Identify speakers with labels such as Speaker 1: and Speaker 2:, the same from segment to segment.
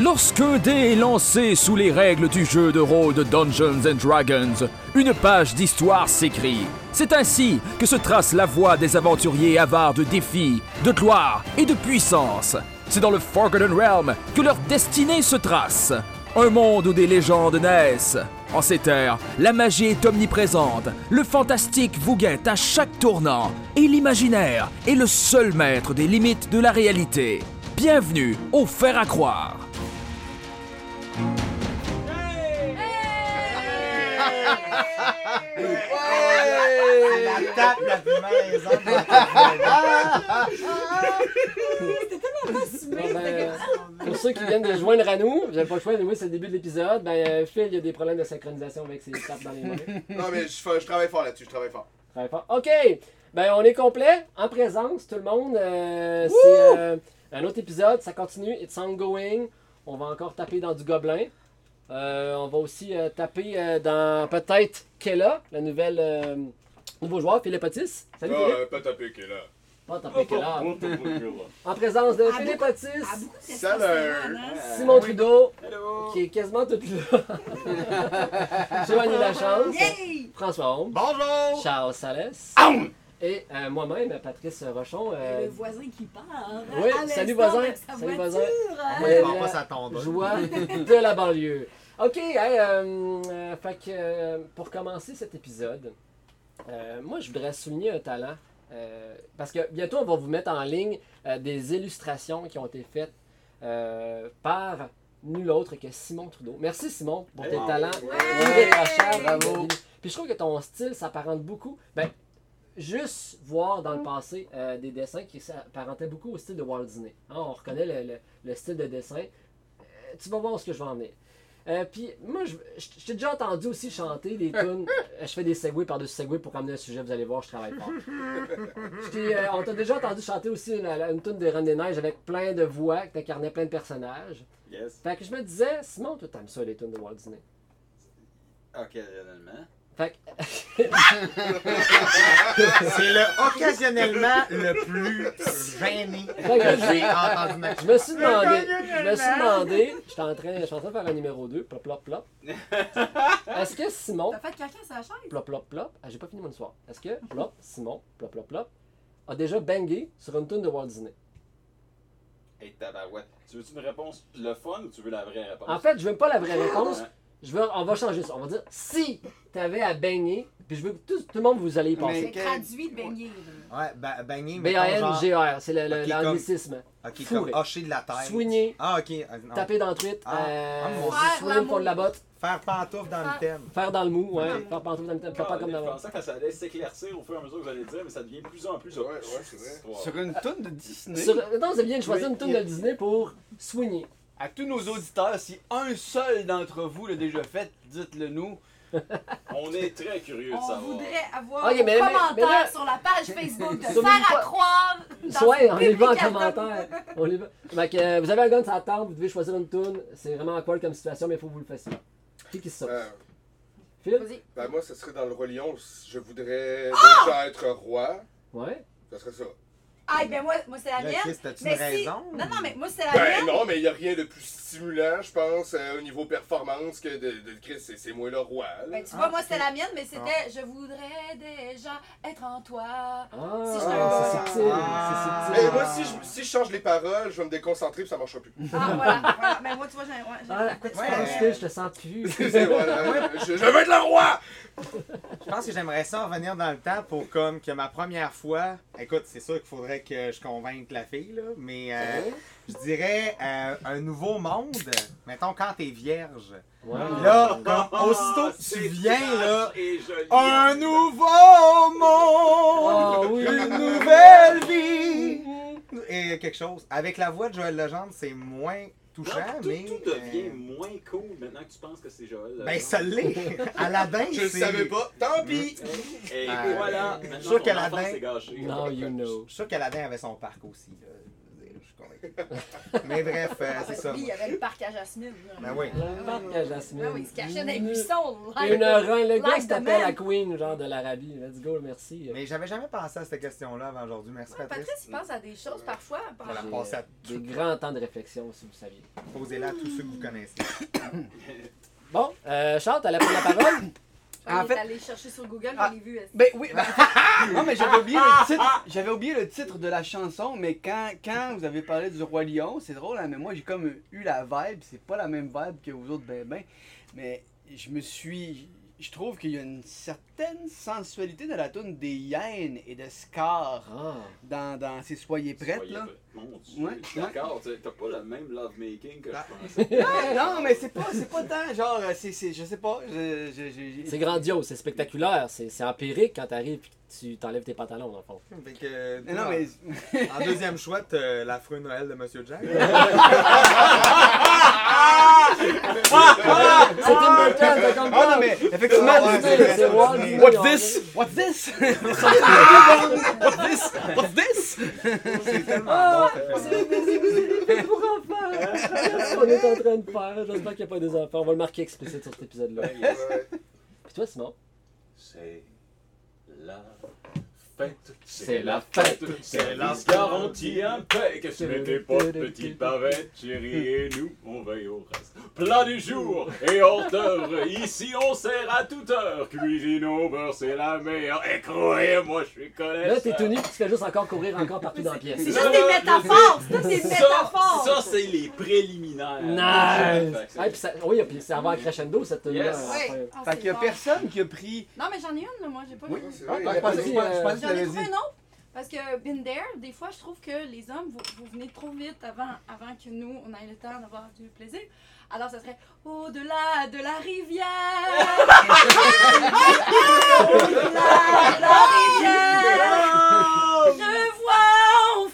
Speaker 1: Lorsque un dé est lancé sous les règles du jeu de rôle de Dungeons and Dragons, une page d'histoire s'écrit. C'est ainsi que se trace la voie des aventuriers avares de défis, de gloire et de puissance. C'est dans le Forgotten Realm que leur destinée se trace. Un monde où des légendes naissent. En ces terres, la magie est omniprésente, le fantastique vous guette à chaque tournant, et l'imaginaire est le seul maître des limites de la réalité. Bienvenue au Faire à croire.
Speaker 2: La tape la plus malaisante.
Speaker 3: Bon, ben, euh, pour ceux qui viennent de joindre à nous, j'avais pas le choix, oui, c'est le début de l'épisode. Ben, euh, Phil, il y a des problèmes de synchronisation avec ses tapes dans les mains.
Speaker 4: Non, mais je, fais- je travaille fort là-dessus, je travaille fort.
Speaker 3: Travaille fort. OK! Ben, on est complet, en présence, tout le monde. Euh, c'est euh, un autre épisode, ça continue, it's ongoing. On va encore taper dans du gobelin. Euh, on va aussi euh, taper euh, dans peut-être Kella, la nouvelle. euh, nouveau joueur, Philippe Otis. Salut
Speaker 4: Ah,
Speaker 3: Philippe!
Speaker 4: euh, pas tapé qui est là.
Speaker 3: Pas taper Kella. En présence de Philippe Otis, Simon
Speaker 4: Oui.
Speaker 3: Trudeau, qui est quasiment tout là. Joanny Lachance, François Homme,
Speaker 2: Bonjour!
Speaker 3: Charles Salès et euh, moi-même, Patrice Rochon. euh,
Speaker 5: Le voisin qui part.
Speaker 3: Oui,
Speaker 5: à
Speaker 3: salut
Speaker 5: l'instant
Speaker 3: voisin,
Speaker 5: avec sa
Speaker 3: salut
Speaker 5: voiture.
Speaker 3: voisin.
Speaker 2: On
Speaker 3: euh,
Speaker 2: va pas s'attendre.
Speaker 3: joie de la banlieue. Ok, hey, euh, euh, fait que, euh, pour commencer cet épisode, euh, moi je voudrais souligner un talent. euh, parce que bientôt on va vous mettre en ligne euh, des illustrations qui ont été faites euh, par nul autre que Simon Trudeau. Merci Simon pour tes
Speaker 2: Wow.
Speaker 3: talents.
Speaker 5: Ouais.
Speaker 3: irréprochables.
Speaker 2: Bravo.
Speaker 3: Puis je trouve que ton style s'apparente beaucoup. Ben, juste voir dans le passé euh, des dessins qui s'apparentaient beaucoup au style de Walt Disney. Hein, on reconnaît le, le- le style de dessin. Euh, tu vas voir ce que je vais en venir. Euh, puis moi, je, je- je t'ai déjà entendu aussi chanter des tunes. Euh, Je fais des segways par-dessus segways pour ramener le sujet. Vous allez voir, je travaille fort. Je t'ai, euh, on t'a déjà entendu chanter aussi la- la- une, tune de Reine des Neiges avec plein de voix, que t'incarnais plein de personnages.
Speaker 6: Yes.
Speaker 3: Fait que je me disais, Simon, toi, t'aimes ça les tunes de Walt Disney.
Speaker 6: Occasionnellement.
Speaker 3: Fait que
Speaker 2: C'est le occasionnellement le plus gêné que j'ai entendu ma
Speaker 3: Je me suis demandé, je me suis demandé, j'étais en train, je suis en train de faire un numéro 2, plop plop plop. Est-ce que Simon,
Speaker 5: T'as fait quelqu'un sa chaise?
Speaker 3: plop plop plop, ah, j'ai pas fini mon histoire. Est-ce que plop, Simon, plop plop plop, a déjà bangé sur une tune de Walt Disney?
Speaker 6: Hey, tabarouette. Tu veux-tu une réponse le fun ou tu veux la vraie réponse?
Speaker 3: En fait, je veux pas la vraie réponse. Je veux, on va changer ça. On va dire si t'avais à baigner, puis je veux que tout, tout le monde vous allez y
Speaker 5: C'est
Speaker 3: penser.
Speaker 2: quel-
Speaker 5: traduit de baigner. là.
Speaker 2: Ouais, ba- bagné, mais.
Speaker 3: B-A-N-G-R, c'est le- le-
Speaker 2: Ok,
Speaker 3: l'anglicisme.
Speaker 2: Ok,
Speaker 3: Fourré.
Speaker 2: comme hocher de la tête.
Speaker 3: Soigner.
Speaker 2: Ah, ok. euh, non.
Speaker 3: Taper dans la truite,
Speaker 2: Ah.
Speaker 3: euh,
Speaker 2: Ah, mon Dieu.
Speaker 3: soigner le fond de la botte,
Speaker 2: Faire pantoufle dans le thème.
Speaker 3: faire dans le mou, ouais, faire pantoufle dans le tête,
Speaker 6: Ah,
Speaker 3: pas comme
Speaker 6: les
Speaker 3: d'avant.
Speaker 6: Français, quand ça allait s'éclaircir au fur et à mesure que vous allez le dire, mais ça devient de plus en plus.
Speaker 4: Ouais, ouais, c'est vrai.
Speaker 7: Sur une tonne de Disney,
Speaker 3: Sur, non, c'est bien de choisir une tune de Disney pour soigner.
Speaker 7: à tous nos auditeurs, si un seul d'entre vous l'a déjà fait, dites-le nous.
Speaker 6: On est très curieux de
Speaker 5: On
Speaker 6: savoir.
Speaker 5: voudrait avoir
Speaker 3: Ok,
Speaker 5: vos
Speaker 3: mais- mais-
Speaker 5: commentaires
Speaker 3: mais là-
Speaker 5: sur la page Facebook de
Speaker 3: Sur une
Speaker 5: Faire
Speaker 3: fois-
Speaker 5: à croire. dans
Speaker 3: Soit
Speaker 5: cette
Speaker 3: on les voit en
Speaker 5: publication.
Speaker 3: commentaire. On les voit. Fait que, euh, vous avez un gun sur la table, vous devez choisir une tune. C'est vraiment cool comme situation, mais il faut que vous le fassiez. Qui qui se sort
Speaker 4: Euh,
Speaker 3: Phil
Speaker 5: Vas-y.
Speaker 4: ben moi, ce serait dans le Roi Lion. Je voudrais déjà être roi.
Speaker 3: Ouais.
Speaker 4: Ça serait ça.
Speaker 5: Ah, ben moi, moi c'est la
Speaker 2: Là,
Speaker 5: mienne.
Speaker 2: Chris, t'as-tu
Speaker 5: Mais
Speaker 2: une
Speaker 5: si...
Speaker 2: raison?
Speaker 5: Non, non, mais moi, c'est la
Speaker 4: Ben
Speaker 5: mienne.
Speaker 4: non, mais il n'y a rien de plus stimulant, je pense, euh, au niveau performance que de, de Chris. C'est c'est moi le roi. là.
Speaker 5: Ben, tu vois,
Speaker 2: Ah,
Speaker 5: moi,
Speaker 2: ok. Ah.
Speaker 5: c'était la mienne, mais c'était Je voudrais déjà être en toi.
Speaker 3: Ah,
Speaker 5: Si je
Speaker 3: c'est
Speaker 5: t'en-
Speaker 3: subtil.
Speaker 2: Ah.
Speaker 3: C'est
Speaker 4: Mais
Speaker 3: subtil.
Speaker 4: moi, si je, si je change les paroles, je vais me déconcentrer et ça ne marchera plus.
Speaker 5: Ah, voilà. voilà. Mais moi, tu vois, j'ai. ouais, j'ai-
Speaker 3: Ah, écoute, tu
Speaker 2: Ouais.
Speaker 3: parles, Phil, je te sens plus.
Speaker 4: C'est- voilà, je, je veux être le roi!
Speaker 2: Je pense que j'aimerais ça revenir dans le temps pour comme que ma première fois. Écoute, c'est sûr qu'il faudrait que je convainque la fille, là, mais euh, je dirais euh, un nouveau monde. Mettons quand t'es vierge.
Speaker 3: Ouais.
Speaker 2: Là, comme
Speaker 6: Ah,
Speaker 2: aussitôt que tu
Speaker 6: c'est
Speaker 2: viens, là,
Speaker 6: trash et joli.
Speaker 2: un nouveau monde,
Speaker 3: Ah oui.
Speaker 2: une nouvelle vie. Et quelque chose. Avec la voix de Joël Legendre, c'est moins
Speaker 6: Non,
Speaker 2: touchant,
Speaker 6: tout,
Speaker 2: mais.
Speaker 6: tout devient
Speaker 2: euh,
Speaker 6: moins cool maintenant que tu penses que c'est Joël.
Speaker 2: Ben, ça l'est. Aladdin,
Speaker 4: Je le
Speaker 2: c'est-
Speaker 4: savais pas. Tant pis!
Speaker 6: Et
Speaker 2: Euh,
Speaker 6: voilà.
Speaker 2: je suis
Speaker 6: Maintenant,
Speaker 2: sûr
Speaker 6: ton
Speaker 2: qu'Aladin-
Speaker 6: enfance est gâchée.
Speaker 3: Now you know.
Speaker 2: Je suis sûr qu'Aladin avait son parc aussi. là. Je veux dire, je suis convaincu. Mais bref, euh, c'est ça.
Speaker 5: Lui, il y avait le parc à Jasmine. là.
Speaker 2: Ben oui.
Speaker 3: Le parc à Jasmine.
Speaker 5: Ben oui, il se cachait dans les
Speaker 3: Une-
Speaker 5: buissons. là.
Speaker 3: Une reine, le gars
Speaker 5: Like
Speaker 3: s'appelle
Speaker 5: the
Speaker 3: la
Speaker 5: man.
Speaker 3: queen, genre de l'Arabie. Let's go, merci.
Speaker 2: Mais j'avais jamais pensé à cette question-là avant aujourd'hui. Merci Patrice.
Speaker 5: Patrice, il pense à des choses parfois.
Speaker 2: On va la
Speaker 3: J'ai-
Speaker 2: passer à
Speaker 3: Des grands temps de réflexion, si vous saviez.
Speaker 2: Posez-la à tous ceux que vous connaissez.
Speaker 3: Bon, euh, Charles, t'allais prendre la parole?
Speaker 5: En
Speaker 7: En
Speaker 5: fait,
Speaker 7: fait-
Speaker 5: est allé chercher sur Google,
Speaker 7: Ah.
Speaker 5: je l'ai vu. est-ce que-
Speaker 7: Ben oui, ben, en fait- non mais j'avais oublié le titre, j'avais oublié le titre de la chanson, mais quand, quand vous avez parlé du roi lion, c'est drôle, hein, mais moi j'ai comme eu la vibe, c'est pas la même vibe que vous autres, ben ben, mais je me suis, je trouve qu'il y a une certaine sensualité dans la tune des hyènes et de Scar
Speaker 3: Ah,
Speaker 7: dans, dans ces soyez prêtes
Speaker 6: Soyez
Speaker 7: là.
Speaker 6: prêts. Mon Dieu,
Speaker 7: Ouais,
Speaker 6: je suis
Speaker 7: ouais.
Speaker 6: d'accord, tu sais, t'as pas le même lovemaking que
Speaker 2: Ah.
Speaker 6: je pensais.
Speaker 7: Ah, non mais c'est pas, c'est pas tant, genre euh, c'est, c'est- je sais pas, je, je- je- je-
Speaker 3: c'est grandiose, c'est spectaculaire, c'est c'est empirique quand t'arrives et que tu t'enlèves tes pantalons, dans le fond.
Speaker 2: Fait que, euh,
Speaker 7: Mais non mais
Speaker 2: En deuxième choix, t'as l'affreux Noël de Monsieur Jack.
Speaker 3: Ah! C'est une bonne place, t'as comme
Speaker 7: ah non mais effectivement
Speaker 2: Ah, ouais,
Speaker 7: Disney,
Speaker 2: c'est vrai,
Speaker 7: c'est
Speaker 2: ça,
Speaker 7: Walt
Speaker 2: Disney.
Speaker 7: Disney, What's this? What's this? What's this? What's this?
Speaker 2: C'est tellement bon. ça fait-
Speaker 3: C'est pour enfants! Regarde ce qu'on est en train de faire, j'espère qu'il n'y a pas des enfants. On va le marquer explicite sur cet épisode-là. Puis toi, Simon?
Speaker 6: C'est la fête.
Speaker 3: C'est la fête.
Speaker 6: C'est la garantie un paix. Que ce n'était pas petite bavette, chérie et nous, on veille au reste. Plat du jour et hors d'œuvre. Ici, on sert à toute heure. Cuisine au beurre, c'est la meilleure. Et croyez-moi, je suis connaisseur.
Speaker 3: Là, t'es tout nu puis tu fais juste encore courir encore partout dans la pièce.
Speaker 5: C'est
Speaker 6: Non,
Speaker 5: juste
Speaker 6: non,
Speaker 5: des
Speaker 6: je-
Speaker 5: métaphores! C'est toutes des
Speaker 6: Ça,
Speaker 5: métaphores!
Speaker 6: Ça, c'est les préliminaires.
Speaker 3: Nice!
Speaker 6: Fait
Speaker 3: Hey,
Speaker 6: que
Speaker 3: puis
Speaker 6: c'est-
Speaker 3: ça, oui, puis ça va à crescendo cette tune-là.
Speaker 6: Yes.
Speaker 3: à la fin.
Speaker 5: Ouais. Ah,
Speaker 7: Fait
Speaker 5: c'est
Speaker 7: qu'il y a
Speaker 5: bon.
Speaker 7: personne qui a pris.
Speaker 5: Non, mais j'en ai une, là, moi, j'ai pas
Speaker 7: Oui,
Speaker 5: vu.
Speaker 4: c'est vrai.
Speaker 7: Ah,
Speaker 4: il a
Speaker 7: pas
Speaker 4: pas
Speaker 7: dit,
Speaker 4: dit-
Speaker 7: euh,
Speaker 4: pense que tu
Speaker 5: J'en ai
Speaker 4: l'avais
Speaker 5: trouvé
Speaker 4: dit.
Speaker 5: un autre. Parce que, been there, des fois, je trouve que les hommes, vous, vous venez trop vite avant, avant que nous, on ait le temps d'avoir du plaisir. Alors, ça serait au-delà de la rivière. au-delà de la rivière. Je vois enfin.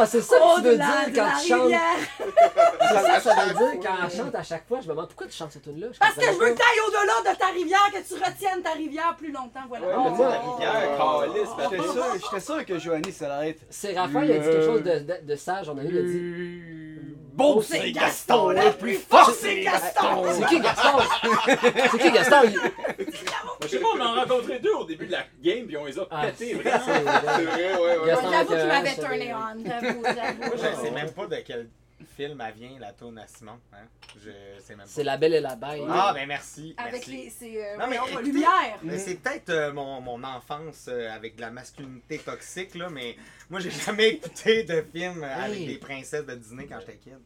Speaker 3: Ah, c'est ça que tu veux
Speaker 5: au-delà
Speaker 3: dire
Speaker 5: de
Speaker 3: quand
Speaker 5: la
Speaker 3: tu chantes.
Speaker 5: rivière.
Speaker 3: C'est ça que ça veut dire quand je chante à chaque fois. Je me demande pourquoi tu chantes cette tune-là.
Speaker 5: Parce que je veux que t'ailles au-delà de ta rivière, que tu retiennes ta rivière plus longtemps. Voilà.
Speaker 7: Ouais,
Speaker 5: Oh.
Speaker 7: mais moi,
Speaker 6: la rivière, calice, parce que-
Speaker 7: Oh, J'étais sûr, j'étais sûr que Johanny, ça allait être.
Speaker 3: Séraphin, il a dit quelque chose de, de- de sage. On a eu dit.
Speaker 7: Mmh. Bon,
Speaker 5: c'est
Speaker 7: c'est Gaston,
Speaker 5: Gaston, le
Speaker 7: le plus fort, c'est
Speaker 5: Gaston.
Speaker 7: Gaston!
Speaker 3: C'est qui Gaston C'est qui Gaston Il-
Speaker 6: Je sais pas, on en a rencontré deux au début de la game, puis on les a
Speaker 3: Ah, c'est-
Speaker 6: pétés, vraiment.
Speaker 4: C'est vrai,
Speaker 3: Gaston euh,
Speaker 4: ouais, ouais.
Speaker 5: Ouais, J'avoue qu'il
Speaker 3: Leclerc,
Speaker 5: m'avait
Speaker 3: c'est-
Speaker 5: turné on. J'avoue,
Speaker 2: Moi, je
Speaker 5: j'avoue.
Speaker 2: sais même pas de quel film elle vient, la tourne à Simon. Hein? Je sais même
Speaker 3: C'est
Speaker 2: pas.
Speaker 3: la belle et la bête.
Speaker 2: Ah, ben merci.
Speaker 5: Avec
Speaker 2: merci.
Speaker 5: les. C'est. Euh,
Speaker 2: Non, mais
Speaker 5: voyons,
Speaker 2: écoutez-
Speaker 5: lumière.
Speaker 3: Mm.
Speaker 2: Mais c'est peut-être euh, mon, mon enfance euh, avec de la masculinité toxique, là, mais moi, j'ai jamais écouté de film euh, avec
Speaker 3: Hey.
Speaker 2: des princesses de Disney quand j'étais kid.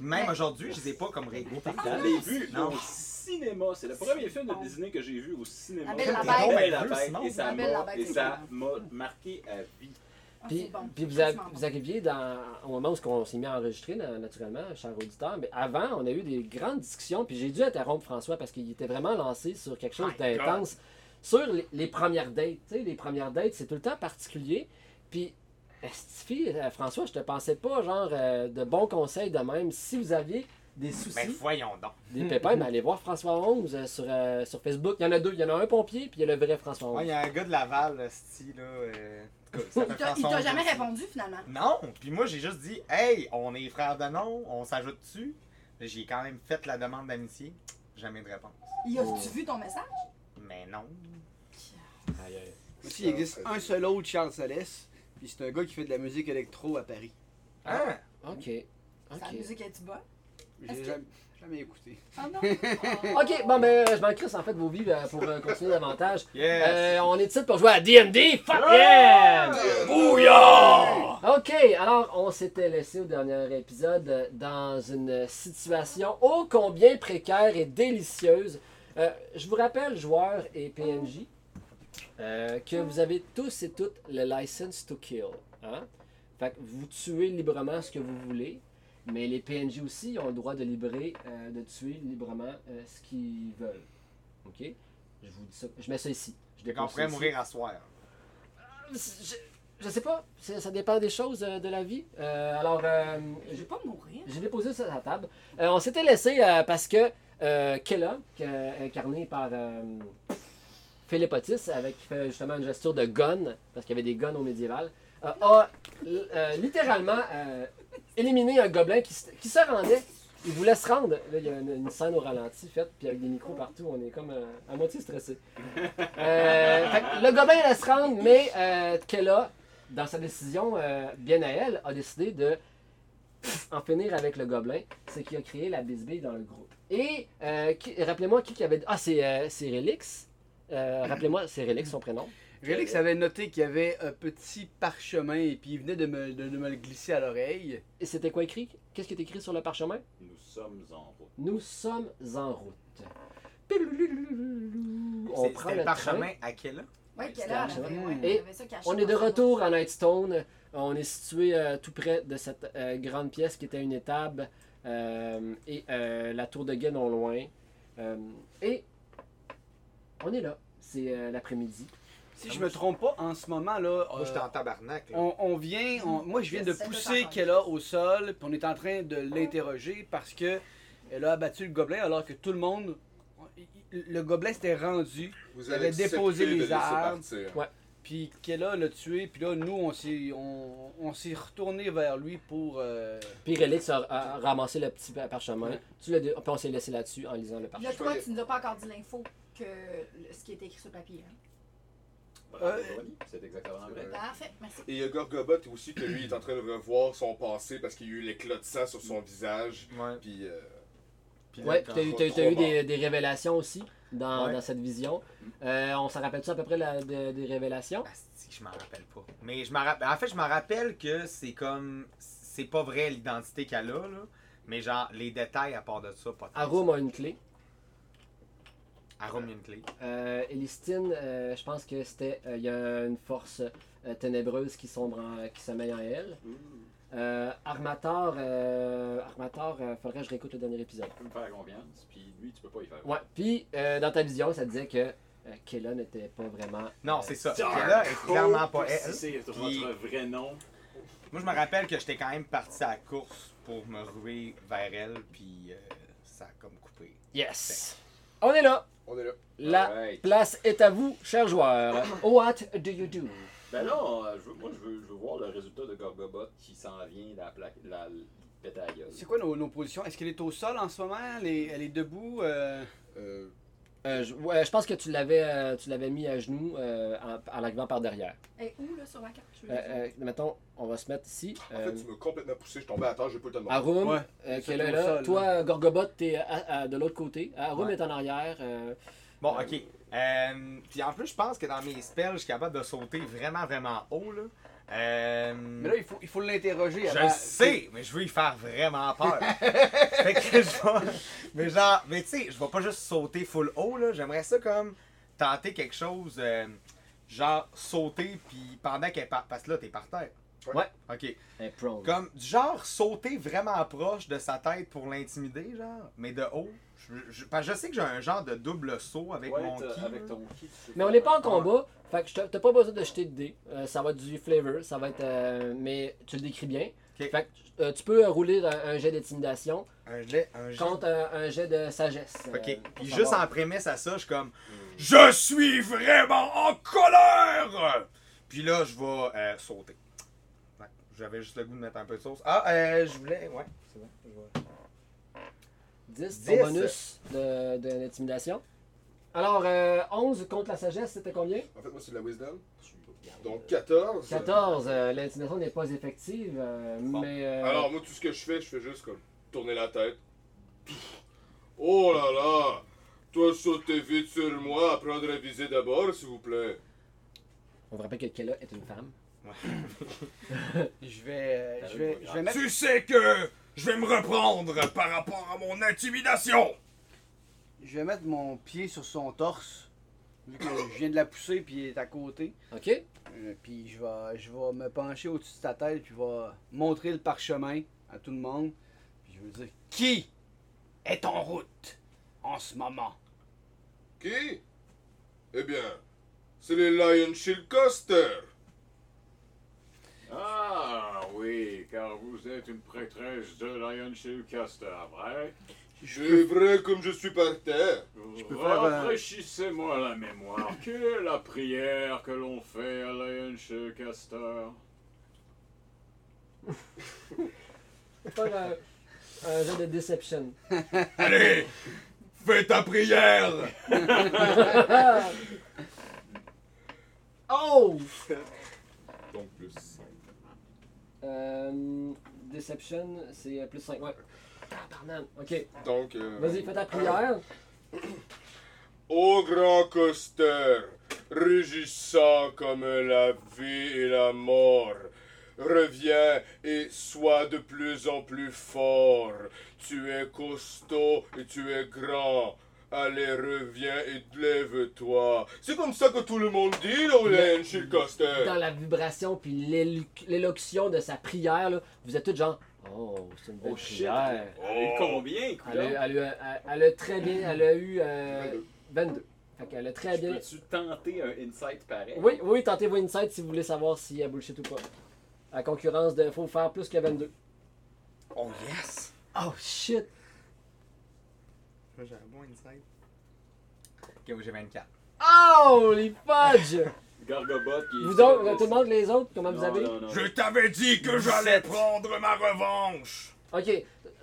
Speaker 2: Même
Speaker 5: Ouais.
Speaker 2: aujourd'hui, je les ai pas comme réécoutées.
Speaker 6: J'en ai Ah, vu
Speaker 2: Non.
Speaker 6: au cinéma. C'est le premier film de Disney que j'ai vu au cinéma.
Speaker 5: La Belle, la
Speaker 6: C'était
Speaker 5: Bête.
Speaker 6: Belle, la
Speaker 2: Belle,
Speaker 6: Bête,
Speaker 2: sinon.
Speaker 6: Et ça
Speaker 5: La Belle, la
Speaker 6: m'a
Speaker 5: Bête,
Speaker 6: et
Speaker 5: c'est
Speaker 6: ça m'a marqué à vie.
Speaker 5: Ah,
Speaker 3: Puis,
Speaker 5: c'est bon.
Speaker 3: puis vous,
Speaker 5: C'est
Speaker 3: a-
Speaker 5: vraiment
Speaker 3: vous arriviez dans, au moment où ce qu'on s'est mis à enregistrer, na- naturellement, cher auditeur, mais avant, on a eu des grandes discussions, puis j'ai dû interrompre François parce qu'il était vraiment lancé sur quelque chose
Speaker 2: My
Speaker 3: d'intense, sur les, les premières dates. Tu sais, les premières dates, c'est tout le temps particulier. Puis, Estifi, euh, François, je te pensais pas, genre, euh, de bons conseils de même. Si vous aviez des soucis,
Speaker 2: Mais Ben, voyons donc.
Speaker 3: des pépins, mais allez voir François 11 euh, sur, euh, sur Facebook. Il y en a deux. Il y en a un pompier, puis il y a le vrai François 11.
Speaker 2: Ouais, Il y a un gars de Laval, là, style, là. euh, en tout cas, ça
Speaker 5: Il
Speaker 2: fait
Speaker 5: t'a- il
Speaker 2: chanson,
Speaker 5: t'a jamais
Speaker 2: je-
Speaker 5: répondu finalement.
Speaker 2: Non, puis moi j'ai juste dit, hey, on est frères de nom, on s'ajoute dessus. J'ai quand même fait la demande d'amitié, jamais de réponse.
Speaker 5: Il
Speaker 3: Oh.
Speaker 5: a-tu vu ton message?
Speaker 2: Mais non.
Speaker 3: Aïe, aïe.
Speaker 7: Aussi, il existe un seul autre Charles Salès, puis c'est un gars qui fait de la musique électro à Paris.
Speaker 2: Hein?
Speaker 3: OK.
Speaker 5: Sa
Speaker 3: OK.
Speaker 5: musique est-tu bonne? Est-ce
Speaker 7: J'ai
Speaker 5: que-
Speaker 7: jamais, jamais écouté.
Speaker 5: Ah non? Ah.
Speaker 3: OK, bon, ben, euh, je m'en crisse en fait vos vies euh, pour euh, continuer davantage.
Speaker 2: Yes!
Speaker 3: Euh, on est titre pour jouer à DMD? Fuck yeah!
Speaker 4: Bouillard!
Speaker 3: Ok, alors on s'était laissé au dernier épisode euh, dans une situation ô combien précaire et délicieuse. Euh, je vous rappelle, joueurs et PNJ, euh, que vous avez tous et toutes le license to kill. hein. Fait que vous tuez librement ce que vous voulez, mais les PNJ aussi ont le droit de libérer, euh, de tuer librement euh, ce qu'ils veulent. Ok? Je vous dis ça. Je mets ça ici. Je
Speaker 2: Qu'on
Speaker 3: dépose ça
Speaker 2: pourrait
Speaker 3: ici.
Speaker 2: mourir à soir.
Speaker 3: Je, je sais pas, C'est- ça dépend des choses euh, de la vie. Euh, alors, euh,
Speaker 5: Je vais pas mourir.
Speaker 3: j'ai déposé ça à la table. Euh, on s'était laissé euh, parce que euh, Kellogg, euh, incarné par euh, Philippe Otis, avec qui fait justement une gesture de gun, parce qu'il y avait des guns au médiéval, euh, a l- euh, littéralement euh, éliminer un gobelin qui, se- qui se rendait. Il voulait se rendre. Là, il y a une, une scène au ralenti faite, puis avec des micros partout, on est comme euh, à moitié stressé. Euh, fait que le gobelin allait se rendre, mais euh, Kella, dans sa décision, euh, bien à elle, a décidé de pff, en finir avec le gobelin. C'est qu'il a créé la bisbille dans le groupe. Et euh, qui- rappelez-moi qui, qui avait. Ah, c'est euh, c'est Relix. Euh, rappelez-moi, c'est Relix son prénom.
Speaker 7: Relix avait noté qu'il y avait un petit parchemin et puis il venait de me, de- de me le glisser à l'oreille.
Speaker 3: Et c'était quoi écrit Qu'est-ce qui est écrit sur le parchemin
Speaker 6: Nous sommes en route.
Speaker 3: Nous sommes en route. On
Speaker 2: C'est-
Speaker 3: prend
Speaker 2: C'était
Speaker 3: le train.
Speaker 2: le parchemin à quelle heure?
Speaker 5: Ouais,
Speaker 3: C'était
Speaker 5: quelle heure,
Speaker 3: Archibald.
Speaker 5: elle avait- ouais,
Speaker 7: Hmm.
Speaker 5: elle avait ça caché
Speaker 3: On est
Speaker 5: dans
Speaker 3: de
Speaker 5: sa
Speaker 3: retour
Speaker 5: poche.
Speaker 3: à Nightstone. On est situé euh, tout près de cette euh, grande pièce qui était une étable euh, et euh, la tour de guet non loin. Euh, et on est là. C'est euh, l'après-midi.
Speaker 7: Si je me trompe pas, en ce moment là,
Speaker 2: Moi, j'étais
Speaker 7: euh,
Speaker 2: en tabarnak. là.
Speaker 7: on, on vient, on- moi je viens de
Speaker 5: C'est
Speaker 7: pousser
Speaker 5: ça,
Speaker 7: Kella au sol, puis on est en train de l'interroger parce que elle a abattu le gobelin alors que tout le monde, le gobelin s'était rendu,
Speaker 4: Vous
Speaker 7: Il avait
Speaker 4: allez
Speaker 7: déposé les armes.
Speaker 4: armes.
Speaker 7: puis Kella l'a tué, puis là nous on s'est, on, on s'est retourné vers lui pour. euh,
Speaker 3: Puis Relix a, a- a ramassé le petit parchemin.
Speaker 7: Ouais.
Speaker 3: Tu l'as dé- puis on s'est laissé là-dessus en lisant le parchemin.
Speaker 5: Là, toi, tu nous as pas encore dit l'info que le- ce qui était écrit sur le papier. hein.
Speaker 6: Bravo,
Speaker 7: Euh,
Speaker 6: Johnny. C'est exactement vrai.
Speaker 5: Parfait, merci.
Speaker 4: Et il y a Gorgobot aussi que lui est en train de revoir son passé parce qu'il y a eu l'éclat de sang sur son visage.
Speaker 2: Ouais.
Speaker 4: Puis euh,
Speaker 2: Puis là,
Speaker 3: Ouais,
Speaker 2: quand-
Speaker 3: t'as eu, t'as eu- t'as eu des, des révélations aussi dans,
Speaker 2: Ouais.
Speaker 3: dans cette vision. Euh, on s'en rappelle-tu à peu près la- de- des révélations?
Speaker 2: Asti, je m'en rappelle pas. Mais je m'en rappelle. En fait, je m'en rappelle que c'est comme. C'est pas vrai l'identité qu'elle a, là. Mais genre, les détails à part de ça, pas tant.
Speaker 3: Arum a une clé.
Speaker 2: Arôme, il y a une clé.
Speaker 3: Euh, Elistine, euh, je pense que c'était. euh, Il y a une force euh, ténébreuse qui, sombre en- qui sommeille en elle. Euh, Armator, euh, Armator, euh, faudrait que je réécoute le dernier épisode.
Speaker 6: Tu peux me faire confiance, puis lui, tu peux pas y faire.
Speaker 3: Ouais, puis euh, dans ta vision, ça disait que euh, Kella n'était pas vraiment.
Speaker 2: Non,
Speaker 3: euh,
Speaker 2: c'est ça.
Speaker 6: Dark
Speaker 2: Kella est clairement pas
Speaker 6: Hope,
Speaker 2: elle.
Speaker 6: si C'est
Speaker 2: Puis-
Speaker 6: votre vrai nom.
Speaker 2: Moi, je me rappelle que j'étais quand même parti à la course pour me ruer vers elle, puis euh, ça a comme coupé.
Speaker 3: Yes! On est là!
Speaker 4: on est là.
Speaker 3: La
Speaker 6: Alright.
Speaker 3: place est à vous, cher joueur. What do you do?
Speaker 6: Ben là, on- je veux- moi, je veux, je veux voir le résultat de Gorgobot qui s'en vient de la plaque. La, pète à la gueule.
Speaker 7: C'est quoi nos, nos positions Est-ce qu'elle est au sol en ce moment Elle est, elle est debout euh,
Speaker 4: Euh,
Speaker 3: Euh, je, ouais, je pense que tu l'avais, euh, tu l'avais mis à genoux euh, en, en l'arrivant par derrière.
Speaker 5: Et où, là, sur la carte? Je veux
Speaker 3: Euh,
Speaker 5: dire.
Speaker 3: euh, mettons, on va se mettre ici.
Speaker 4: En
Speaker 3: euh,
Speaker 4: fait, tu m'as complètement poussé, je tombais à terre, j'ai pas eu le temps de me
Speaker 3: Arum,
Speaker 7: Ouais,
Speaker 3: euh, qui est
Speaker 7: surtout
Speaker 3: là,
Speaker 7: au
Speaker 3: là.
Speaker 7: sol,
Speaker 3: Toi, Gorgobot, t'es à- à- de l'autre côté. Arum
Speaker 2: Ouais.
Speaker 3: est en arrière. euh,
Speaker 2: Bon, ok. Euh, puis en plus, je pense que dans mes spells, je suis capable de sauter vraiment, vraiment haut, là. Euh,
Speaker 7: Mais là, il faut, il faut l'interroger.
Speaker 2: Je
Speaker 7: avant-
Speaker 2: le sais, mais je veux y faire vraiment peur. fait que je vais... Mais genre, mais tu sais, je vais pas juste sauter full haut, là. J'aimerais ça comme tenter quelque chose, euh, genre sauter, puis pendant qu'elle part... Parce que là, t'es par terre.
Speaker 3: Ouais.
Speaker 2: Ok.
Speaker 3: est prone.
Speaker 2: Comme, du genre, sauter vraiment proche de sa tête pour l'intimider, genre, mais de haut. Je, je, parce que je sais que j'ai un genre de double saut avec
Speaker 6: Ouais,
Speaker 2: mon
Speaker 6: t'as-
Speaker 2: ki.
Speaker 6: avec
Speaker 2: là.
Speaker 6: ton ki, tu
Speaker 3: Mais on n'est pas en combat. Fait que je te- t'as pas besoin de jeter de dés. Euh, ça va être du flavor. Ça va être. euh, mais tu le décris bien. Fait
Speaker 2: Ok.
Speaker 3: que euh, tu peux euh, rouler un, un jet d'intimidation
Speaker 2: Un jet, un jet.
Speaker 3: contre euh, un jet de sagesse. euh,
Speaker 2: Ok.
Speaker 3: pour
Speaker 2: Puis
Speaker 3: savoir.
Speaker 2: juste en prémisse à ça, je suis comme
Speaker 6: Mm.
Speaker 2: Je suis vraiment en colère! Puis là, je vais euh, sauter. Ouais, J'avais juste le goût de mettre un peu de sauce. Ah, euh, je voulais. Ouais, c'est bon. je vais-
Speaker 3: 10,
Speaker 2: Dix.
Speaker 3: ton bonus de, de l'intimidation. Alors, euh, 11 contre la sagesse, c'était combien
Speaker 4: En fait, moi, c'est de la wisdom. Donc 14.
Speaker 3: 14. euh, l'intimidation n'est pas effective. euh,
Speaker 2: Bon.
Speaker 3: Mais. euh,
Speaker 4: Alors, moi, tout ce que je fais, je fais juste comme tourner la tête. Pff. Oh là là! Toi, sautez vite sur moi, apprendre à viser d'abord, s'il vous plaît.
Speaker 3: On vous rappelle que Kella est une femme.
Speaker 7: Je vais, euh, je vais, je vais mettre.
Speaker 2: Tu sais que je vais me reprendre par rapport à mon intimidation!
Speaker 7: Je vais mettre mon pied sur son torse, vu que je viens de la pousser puis il est à côté.
Speaker 3: OK
Speaker 7: Euh, puis je vais, je vais me pencher au-dessus de sa tête puis je vais montrer le parchemin à tout le monde. Puis je veux dire qui est en route en ce moment.
Speaker 4: Qui? Eh bien, c'est les Lion Shield Coaster.
Speaker 6: Ah oui, car vous êtes une prêtresse de Lion Shield Caster, vrai?
Speaker 4: Je suis vrai comme je suis par terre.
Speaker 7: peux faire, euh,
Speaker 6: Rafraîchissez-moi la mémoire. Quelle est la prière que l'on fait à Lion Shield Caster?
Speaker 3: faire un, un jeu de deception.
Speaker 4: Allez, fais ta prière.
Speaker 3: Ah! oh!
Speaker 4: Donc plus 5.
Speaker 3: Euh, deception, c'est euh, plus 5. Ouais. Tabarnan. Ok,
Speaker 4: Donc. euh,
Speaker 3: vas-y, fais ta prière.
Speaker 4: Ô grand coaster, rugissant comme la vie et la mort, reviens et sois de plus en plus fort. Tu es costaud et tu es grand. Allez, reviens et lève-toi. C'est comme ça que tout le monde dit, Lowland, chez le
Speaker 6: Euh.
Speaker 4: coaster.
Speaker 3: Dans la vibration puis l'élo- l'élocution de sa prière, là, vous êtes tous genre Oh, c'est une belle
Speaker 6: Oh, shit.
Speaker 3: prière.
Speaker 6: Et
Speaker 4: Oh.
Speaker 6: combien,
Speaker 3: Elle
Speaker 6: couleur?
Speaker 3: a, elle, a, elle a très bien, elle a eu euh, 22. Fait qu'elle a très bien.
Speaker 6: Peux-tu tenter un insight pareil?
Speaker 3: Oui, oui, tentez vos insights si vous voulez savoir si elle bullshit ou pas. À concurrence de faut faire plus que 22.
Speaker 2: Oh yes!
Speaker 3: Oh shit!
Speaker 2: Moi j'ai un bon insight. Ok, moi j'ai 24.
Speaker 3: Oh les fudge!
Speaker 6: Gargobot qui est.
Speaker 3: vous autres, euh, tout le monde, les autres, comment vous
Speaker 6: Non,
Speaker 3: avez?
Speaker 6: non, non.
Speaker 4: Je t'avais dit que j'allais prendre ma revanche.
Speaker 3: Ok,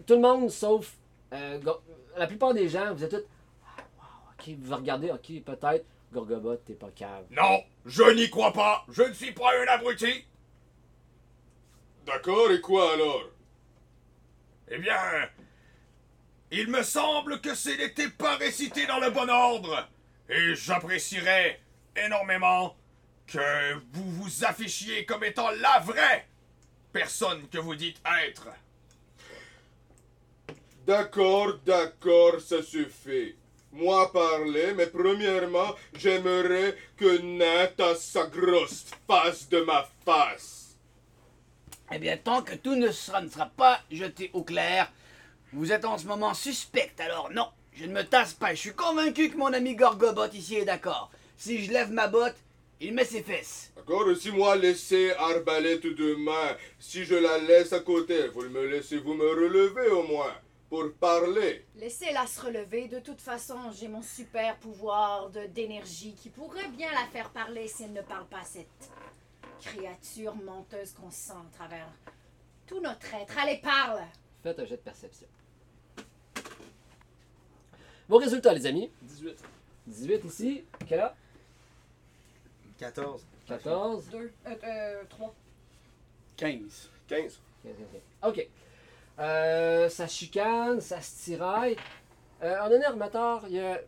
Speaker 3: tout le monde sauf euh, Gor- la plupart des gens, vous êtes tous. Ah, wow, ok, vous regardez, ok, peut-être. Gorgobot, t'es pas cave.
Speaker 4: Non, je n'y crois pas. Je ne suis pas un abruti. D'accord, et quoi alors Eh bien, il me semble que ce n'était pas récité dans le bon ordre. Et j'apprécierais énormément que vous vous affichiez comme étant la vraie personne que vous dites être. D'accord, d'accord, ça suffit. Moi parler, mais premièrement, j'aimerais que Nat a sa grosse face de ma face.
Speaker 7: Eh bien, tant que tout ne sera, ne sera pas jeté au clair, vous êtes en ce moment suspect, alors non, je ne me tasse pas. Je suis convaincu que mon ami Gorgobot ici est d'accord. Si je lève ma botte, il met ses fesses.
Speaker 4: D'accord, si moi laisser arbalète de main, si je la laisse à côté, vous me laissez vous me relever au moins pour parler.
Speaker 8: Laissez-la se relever. De toute façon, j'ai mon super pouvoir de- d'énergie qui pourrait bien la faire parler si elle ne parle pas, cette créature menteuse qu'on sent à travers tout notre être. Allez, parle!
Speaker 3: Faites un jet de perception. Vos résultats, les amis.
Speaker 6: 18.
Speaker 3: 18 ici. Quelle a?
Speaker 2: 14.
Speaker 3: 14.
Speaker 5: 2, euh, euh, 3.
Speaker 7: 15.
Speaker 4: 15.
Speaker 3: 15, 15, 15. Ok. Euh, ça chicane, ça se tiraille. Euh, en honneur Mator, il y a.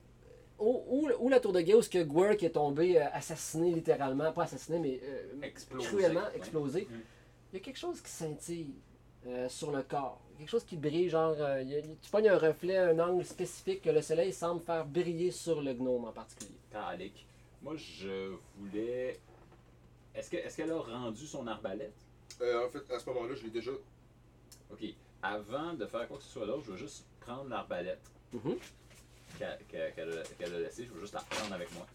Speaker 3: Où, où- où la tour de Gauss que Gwerk est tombé euh, assassiné littéralement, pas assassiné, mais euh,
Speaker 6: Explosé.
Speaker 3: cruellement
Speaker 6: Ouais.
Speaker 3: explosé,
Speaker 6: Mm.
Speaker 3: il y a quelque chose qui scintille euh, sur le corps. Quelque chose qui brille, genre. euh, il y a- tu pognes un reflet, un angle spécifique que le soleil semble faire briller sur le gnome en particulier.
Speaker 6: Talik. Moi, je voulais. Est-ce que- est-ce qu'elle a rendu son arbalète?
Speaker 4: Euh, en fait, à ce moment-là, je l'ai déjà.
Speaker 6: Ok. Avant de faire quoi que ce soit d'autre, je veux juste prendre l'arbalète
Speaker 3: Mhm.
Speaker 6: qu'elle qu'elle- qu'elle a, qu'elle a laissée. Je veux juste la prendre avec moi.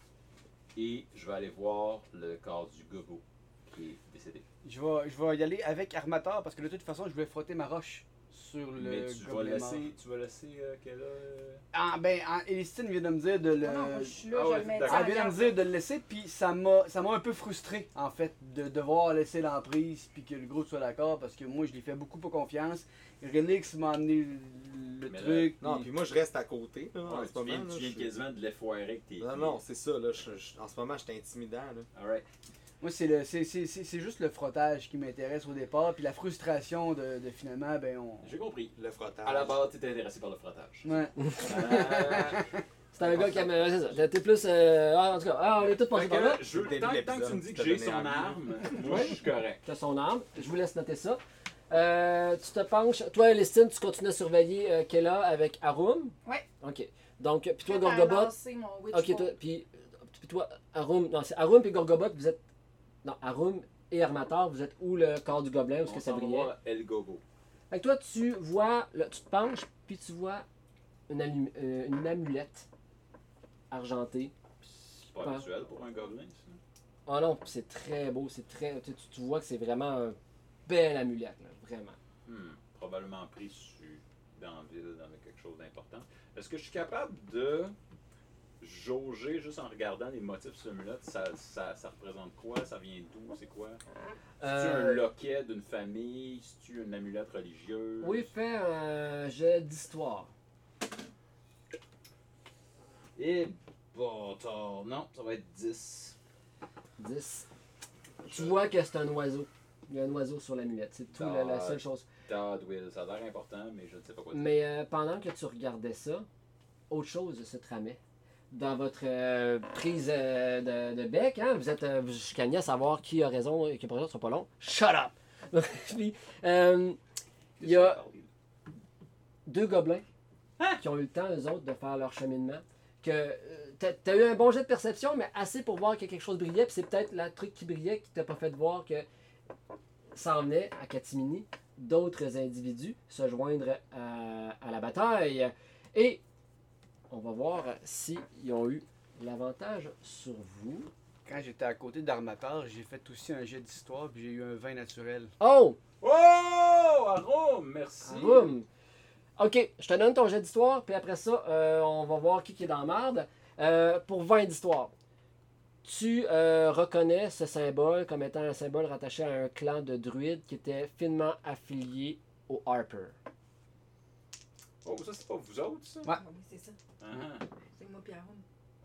Speaker 6: Et je vais aller voir le corps du gobo qui est décédé.
Speaker 7: Je vais, je vais y aller avec Armator parce que de toute façon, je vais frotter ma roche sur le.
Speaker 6: Mais tu vas,
Speaker 7: gobelet mort.
Speaker 6: laisser, tu vas laisser euh, qu'elle a. euh,
Speaker 7: Ah, ben, ah, Elistine vient de me dire de le.
Speaker 5: Ah non, moi, je suis là,
Speaker 6: ah
Speaker 5: je
Speaker 6: ouais,
Speaker 5: le mets
Speaker 6: d'accord.
Speaker 5: ça
Speaker 7: Elle
Speaker 5: en
Speaker 7: vient de me
Speaker 5: garde.
Speaker 7: dire de le laisser, puis ça m'a ça m'a un peu frustré, en fait, de devoir laisser l'emprise, puis que le gros soit d'accord, parce que moi, je lui fais beaucoup pas confiance. Relix m'a amené le
Speaker 6: Mais là,
Speaker 7: truc.
Speaker 2: Non,
Speaker 7: puis-
Speaker 2: puis moi je reste à côté là, en
Speaker 6: Ouais,
Speaker 2: ce
Speaker 6: tu viens,
Speaker 2: moment. là,
Speaker 6: tu viens
Speaker 2: je-
Speaker 6: quasiment de l'effoirer avec tes
Speaker 2: Non,
Speaker 6: pieds.
Speaker 2: non, c'est ça là. je- je- en ce moment j'étais intimidant là.
Speaker 6: Alright.
Speaker 7: Moi, c'est le c'est c'est- c'est- c'est juste le frottage qui m'intéresse au départ, puis la frustration de, de finalement, ben, on.
Speaker 6: J'ai compris.
Speaker 2: Le frottage.
Speaker 6: À la base, t'étais intéressé par le frottage.
Speaker 7: Ouais.
Speaker 6: Ah,
Speaker 3: C'est un gars qui aime. ouais, c'est ça. T'es- T'es plus. euh, ah, en tout cas, ah, on est tous passés
Speaker 6: fait que
Speaker 3: par là.
Speaker 6: là, je-
Speaker 2: Début
Speaker 6: tant,
Speaker 2: l'épisode,
Speaker 6: tant que tu me dis
Speaker 2: tu
Speaker 6: que
Speaker 2: t'as
Speaker 6: j'ai
Speaker 2: donné
Speaker 6: son
Speaker 2: envie.
Speaker 6: arme, moi je suis correct.
Speaker 3: Tu as son arme. Je vous laisse noter ça. Euh, tu te penches. Toi, Elistine, tu continues à surveiller euh, Kella avec Arum.
Speaker 5: Ouais.
Speaker 3: Ok. Donc, puis toi,
Speaker 5: Prête à
Speaker 3: Gorgobot.
Speaker 5: lancer mon witch
Speaker 3: Ok, toi,
Speaker 5: bolt.
Speaker 3: puis puis toi, Arum. Non, c'est Arum puis Gorgobot, vous êtes. Non, Arum et Armator, vous êtes où le corps du gobelin, où est-ce
Speaker 6: On
Speaker 3: que ça
Speaker 6: s'en va
Speaker 3: brillait.
Speaker 6: voir El Gobo.
Speaker 3: Fait que toi, tu vois. là, tu te penches, puis tu vois une, allume- euh, une amulette argentée.
Speaker 6: C'est pas habituel pour un gobelin, ça.
Speaker 3: Oh non, pis c'est très beau, c'est très. Tu, tu- tu vois que c'est vraiment un belle amulette, là, vraiment.
Speaker 6: Hmm, Probablement pris sur, dans la ville, dans quelque chose d'important. Est-ce que je suis capable de jauger juste en regardant les motifs sur le mulot, ça, ça, ça représente quoi? Ça vient d'où? C'est quoi? C'est-tu un
Speaker 3: Euh,
Speaker 6: loquet d'une famille? C'est-tu une amulette religieuse?
Speaker 3: Oui, fais un jet d'histoire.
Speaker 6: Et bon, tard. Eh, non, ça va être 10.
Speaker 3: 10. Tu vois que c'est un oiseau. Il y a un oiseau sur l'amulette. C'est tout la, la seule chose.
Speaker 6: Todd Will, ça a l'air important, mais je ne sais pas quoi dire.
Speaker 3: Mais euh, pendant que tu regardais ça, autre chose se tramait. Dans votre euh, prise euh, de, de bec, hein, vous êtes euh, vous chicaniez à savoir qui a raison et qui a pas raison, ce sera pas long. Shut up! Puis, euh, il y a deux gobelins qui ont eu le temps, eux autres, de faire leur cheminement. Que euh, t'as t'as eu un bon jet de perception, mais assez pour voir que quelque chose brillait. Puis c'est peut-être le truc qui brillait qui t'a pas fait voir que s'en venait à Katimini d'autres individus se joindre à, à la bataille. Et on va voir s'ils ont eu l'avantage sur vous.
Speaker 7: Quand j'étais à côté d'Armateur, j'ai fait aussi un jet d'histoire puis j'ai eu un vin naturel.
Speaker 3: Oh!
Speaker 6: Oh! Arôme, merci!
Speaker 3: Boum! Ok, je te donne ton jet d'histoire, puis après ça, euh, on va voir qui, qui est dans la marde. Euh, pour 20 d'histoire, tu euh, reconnais ce symbole comme étant un symbole rattaché à un clan de druides qui était finement affilié au Harper.
Speaker 6: Oh, ça, c'est pas vous autres, ça?
Speaker 5: Ah oui, c'est ça.
Speaker 6: Ah,
Speaker 5: C'est moi, Pierre.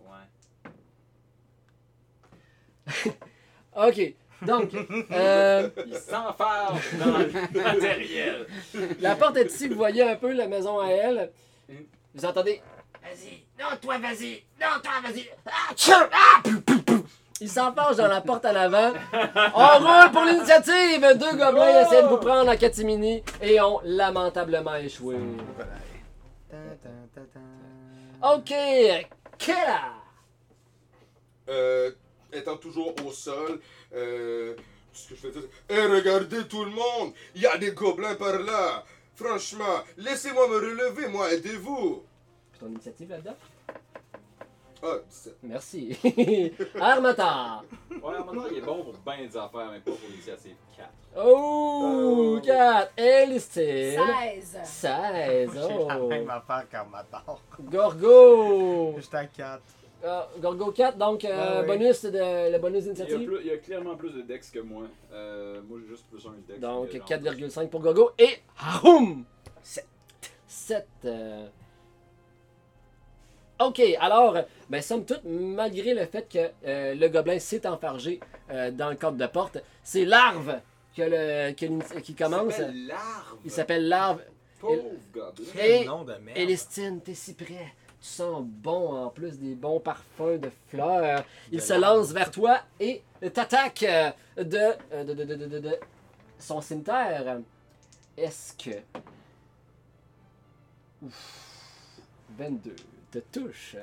Speaker 6: ouais.
Speaker 3: Ok, donc, euh,
Speaker 6: Il s'enfarge dans le matériel.
Speaker 3: La porte est ici, vous voyez un peu la maison à elle. Vous entendez Vas-y, non, toi, vas-y, non, toi, vas-y. Ah, tchou, ah, pou, pou, pou. Il s'enfarge dans la porte à l'avant. On roule pour l'initiative. Deux gobelins essaient de vous prendre en catimini et ont lamentablement échoué. Ok, Kella.
Speaker 4: Euh, étant toujours au sol, euh, ce que je fais dire, Hey, regardez tout le monde, il y a des gobelins par là. Franchement, laissez-moi me relever, moi, aidez-vous.
Speaker 3: Puis ton initiative là-dedans
Speaker 4: Ah, 17.
Speaker 3: Merci. Armata.
Speaker 6: Ouais, en même temps, il est bon pour bien des affaires, mais pas pour l'initiative 4.
Speaker 3: Oh, 4. Elistine.
Speaker 8: 16.
Speaker 3: 16.
Speaker 2: J'ai la
Speaker 3: Oh.
Speaker 2: même affaire qu'en m'attend.
Speaker 3: Gorgo.
Speaker 2: J'étais à 4.
Speaker 3: Euh, Gorgo 4, donc euh,
Speaker 2: Ouais, ouais.
Speaker 3: bonus de, le bonus
Speaker 6: Ah Il y, a
Speaker 3: d'initiative.
Speaker 6: plus- il y a clairement plus de dex que moi. Euh, moi, j'ai juste plus un dex.
Speaker 3: Donc
Speaker 6: que genre-
Speaker 3: 4,5 pour Gorgo et Haroum 7. 7. Ok, alors, ben somme toute, malgré le fait que euh, le gobelin s'est enfargé euh, dans le cadre de porte, c'est Larve que le, que l'ini- qui
Speaker 6: Il
Speaker 3: commence. euh,
Speaker 6: s'appelle larve.
Speaker 3: Il s'appelle Larve.
Speaker 6: Pauvre gobelin.
Speaker 3: Et-
Speaker 2: Quel nom de merde.
Speaker 3: Elistine, t'es si près. Tu sens bon en plus des bons parfums de fleurs. Il
Speaker 2: De
Speaker 3: se
Speaker 2: l'arbre.
Speaker 3: lance vers toi et t'attaque euh, de, euh, de, de, de, de, de- de son cimetière. Est-ce que. Ouf. 22 te touche.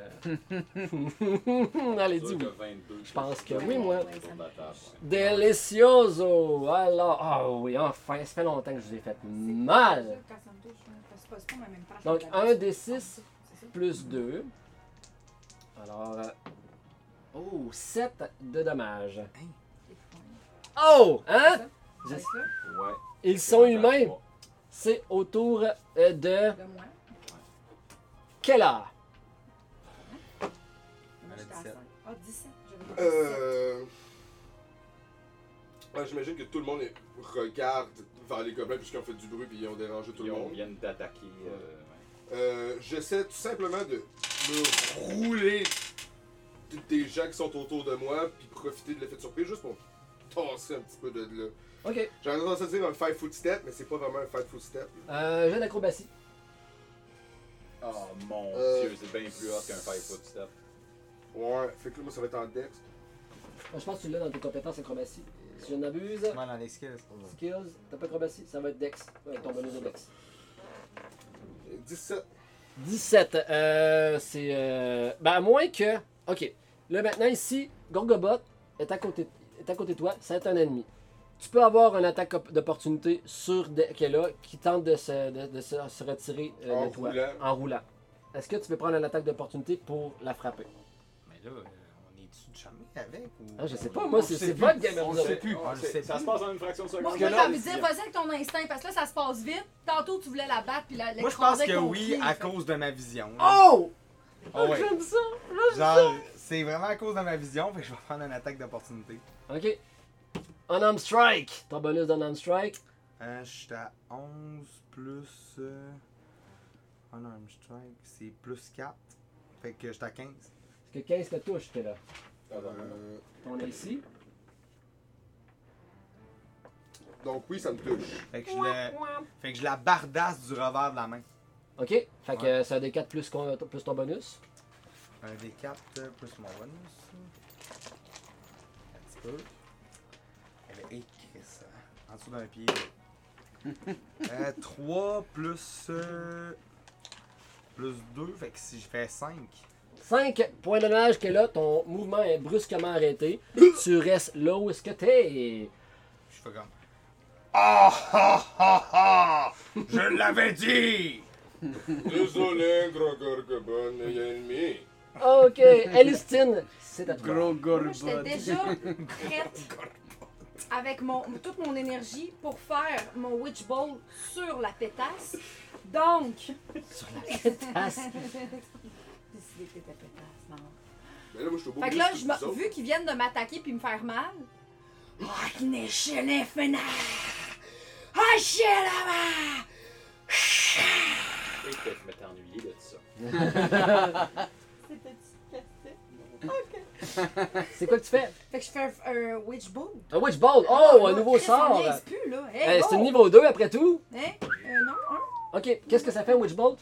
Speaker 3: Allez,
Speaker 6: Sûr que
Speaker 3: dis-moi.
Speaker 6: 22,
Speaker 3: Je pense que oui, moi.
Speaker 6: c'est autour de la table, ouais.
Speaker 3: Delicioso! Alors, ah oui, enfin, ça fait longtemps que je vous ai fait mal!
Speaker 5: Quand ça me touche, ça se passe pas ma même page.
Speaker 3: Donc,
Speaker 5: que la
Speaker 3: un
Speaker 5: dose.
Speaker 3: des six.
Speaker 5: C'est ça.
Speaker 3: plus 2. Alors. euh, Oh, 7 de dommages.
Speaker 5: C'est fou,
Speaker 3: Oh!
Speaker 5: hein.
Speaker 3: Hein?
Speaker 5: C'est
Speaker 3: Je-
Speaker 5: ça. C'est ça.
Speaker 6: Ouais.
Speaker 3: Ils sont humains. C'est au tour euh, de
Speaker 5: Le moins.
Speaker 3: Kella.
Speaker 5: Moi, j'étais à
Speaker 2: 17.
Speaker 5: cinq. Ah, 17. J'avais dit
Speaker 4: Euh... ouais, J'imagine que tout le monde est- regarde vers les gobelins puisqu'ils ont fait du bruit puis ils ont dérangé tout
Speaker 6: Ils
Speaker 4: le
Speaker 6: ont-
Speaker 4: monde.
Speaker 6: viennent d'attaquer. euh,
Speaker 4: Euh, J'essaie tout simplement de me rouler d- des gens qui sont autour de moi puis profiter de l'effet de surprise juste pour tasser un petit peu de de là.
Speaker 3: Ok.
Speaker 4: J'aurais tendance à dire un 5 foot step, mais c'est pas vraiment un 5 foot step.
Speaker 3: Euh, jeu d'acrobatie.
Speaker 6: Oh mon
Speaker 4: Euh,
Speaker 6: dieu, c'est bien plus hard qu'un 5 foot step.
Speaker 4: Ouais, fait que là, moi ça va être en dex.
Speaker 3: Euh, Je pense que tu l'as dans tes compétences acrobatie. Si je n'abuse.
Speaker 2: Moi, dans les skills.
Speaker 3: Skills, t'as pas acrobatie, ça va être Dex. Avec ton bonus de Dex.
Speaker 4: Euh, 17.
Speaker 3: 17. Euh, c'est. Euh... Ben, à moins que. Ok. Là, maintenant, ici, Gorgobot est à côté, est à côté de toi. C'est un ennemi. Tu peux avoir une attaque op- d'opportunité sur de... Kella qui tente de se, de, de se, se retirer euh,
Speaker 4: En
Speaker 3: de toi.
Speaker 4: roulant.
Speaker 3: En roulant. Est-ce que tu veux prendre une attaque d'opportunité pour la frapper
Speaker 2: Mais là, euh, on est-tu jamais avec ou...
Speaker 3: Ah, Je sais pas, moi, c'est- c'est votre game
Speaker 2: On sait plus.
Speaker 6: Ah,
Speaker 2: On
Speaker 6: c'est-
Speaker 2: sait
Speaker 6: ça
Speaker 2: plus.
Speaker 6: se passe en une fraction de seconde.
Speaker 5: Bon, moi, j'ai envie de dire, vas-y avec ton instinct, parce que là, ça se passe vite. Tantôt, tu voulais la battre, puis la
Speaker 2: Moi, je pense que oui, à
Speaker 5: cause
Speaker 4: Ah
Speaker 2: cause de ma vision. là.
Speaker 3: Oh
Speaker 2: Ah ouais.
Speaker 3: J'aime ça!
Speaker 2: Genre, c'est vraiment à cause de ma vision, fait que je vais prendre une attaque d'opportunité.
Speaker 3: Ok. Unarmed Strike! Ton bonus d'Unarmed Strike.
Speaker 2: Hein, je suis à 11 plus. Euh, Unarmed Strike, c'est plus 4. Fait que je suis à 15.
Speaker 3: Parce que 15 te touche, t'es là.
Speaker 4: Euh,
Speaker 3: On est ici.
Speaker 4: donc oui, ça me touche.
Speaker 2: Fait que, je la, fait que je la bardasse du revers de la main.
Speaker 3: Ok. Fait que euh, c'est un des 4 plus, con- plus ton bonus.
Speaker 2: Un des 4 plus mon bonus. Un petit peu. Elle est écrite ça. En dessous d'un pied. 3 plus. euh, plus 2. Fait que si je fais 5.
Speaker 3: 5 points de dommage que là, ton mouvement est brusquement arrêté. tu restes là où est-ce que t'es.
Speaker 2: Je fais comme. Ah ah ah ah! Je l'avais dit!
Speaker 4: Désolé, Grogorgobon et Yelmi.
Speaker 3: Ok, Elistine, c'est à toi.
Speaker 7: Gros
Speaker 5: Moi, j'étais
Speaker 7: gorbot.
Speaker 5: déjà prête avec mon, toute mon énergie pour faire mon Witch Ball sur la pétasse. Donc.
Speaker 3: Sur la pétasse.
Speaker 5: Décidé que t'étais pétasse, maman.
Speaker 4: Mais Ben là, moi, je suis au bout
Speaker 5: Fait que
Speaker 4: plus
Speaker 5: là,
Speaker 4: que
Speaker 5: je
Speaker 4: vous
Speaker 5: me-
Speaker 4: autres.
Speaker 5: vu qu'ils viennent de m'attaquer puis me faire mal. Ah, Nishele Fena! Ah, Shelama!
Speaker 6: Et que je m'étais ennuyé de ça.
Speaker 3: C'est quoi que tu fais?
Speaker 5: Fait que je fais un, un Witch Ball.
Speaker 3: Un Witch Ball!
Speaker 6: Ah,
Speaker 3: Oh, un
Speaker 5: Là,
Speaker 3: nouveau
Speaker 5: Chris, ça
Speaker 3: sort!
Speaker 5: niaise plus, là. Hey,
Speaker 3: Eh,
Speaker 5: go!
Speaker 3: c'est niveau 2 après tout.
Speaker 5: Hein? Euh, non, un.
Speaker 3: Ok, qu'est-ce que ça fait un Witch Bolt?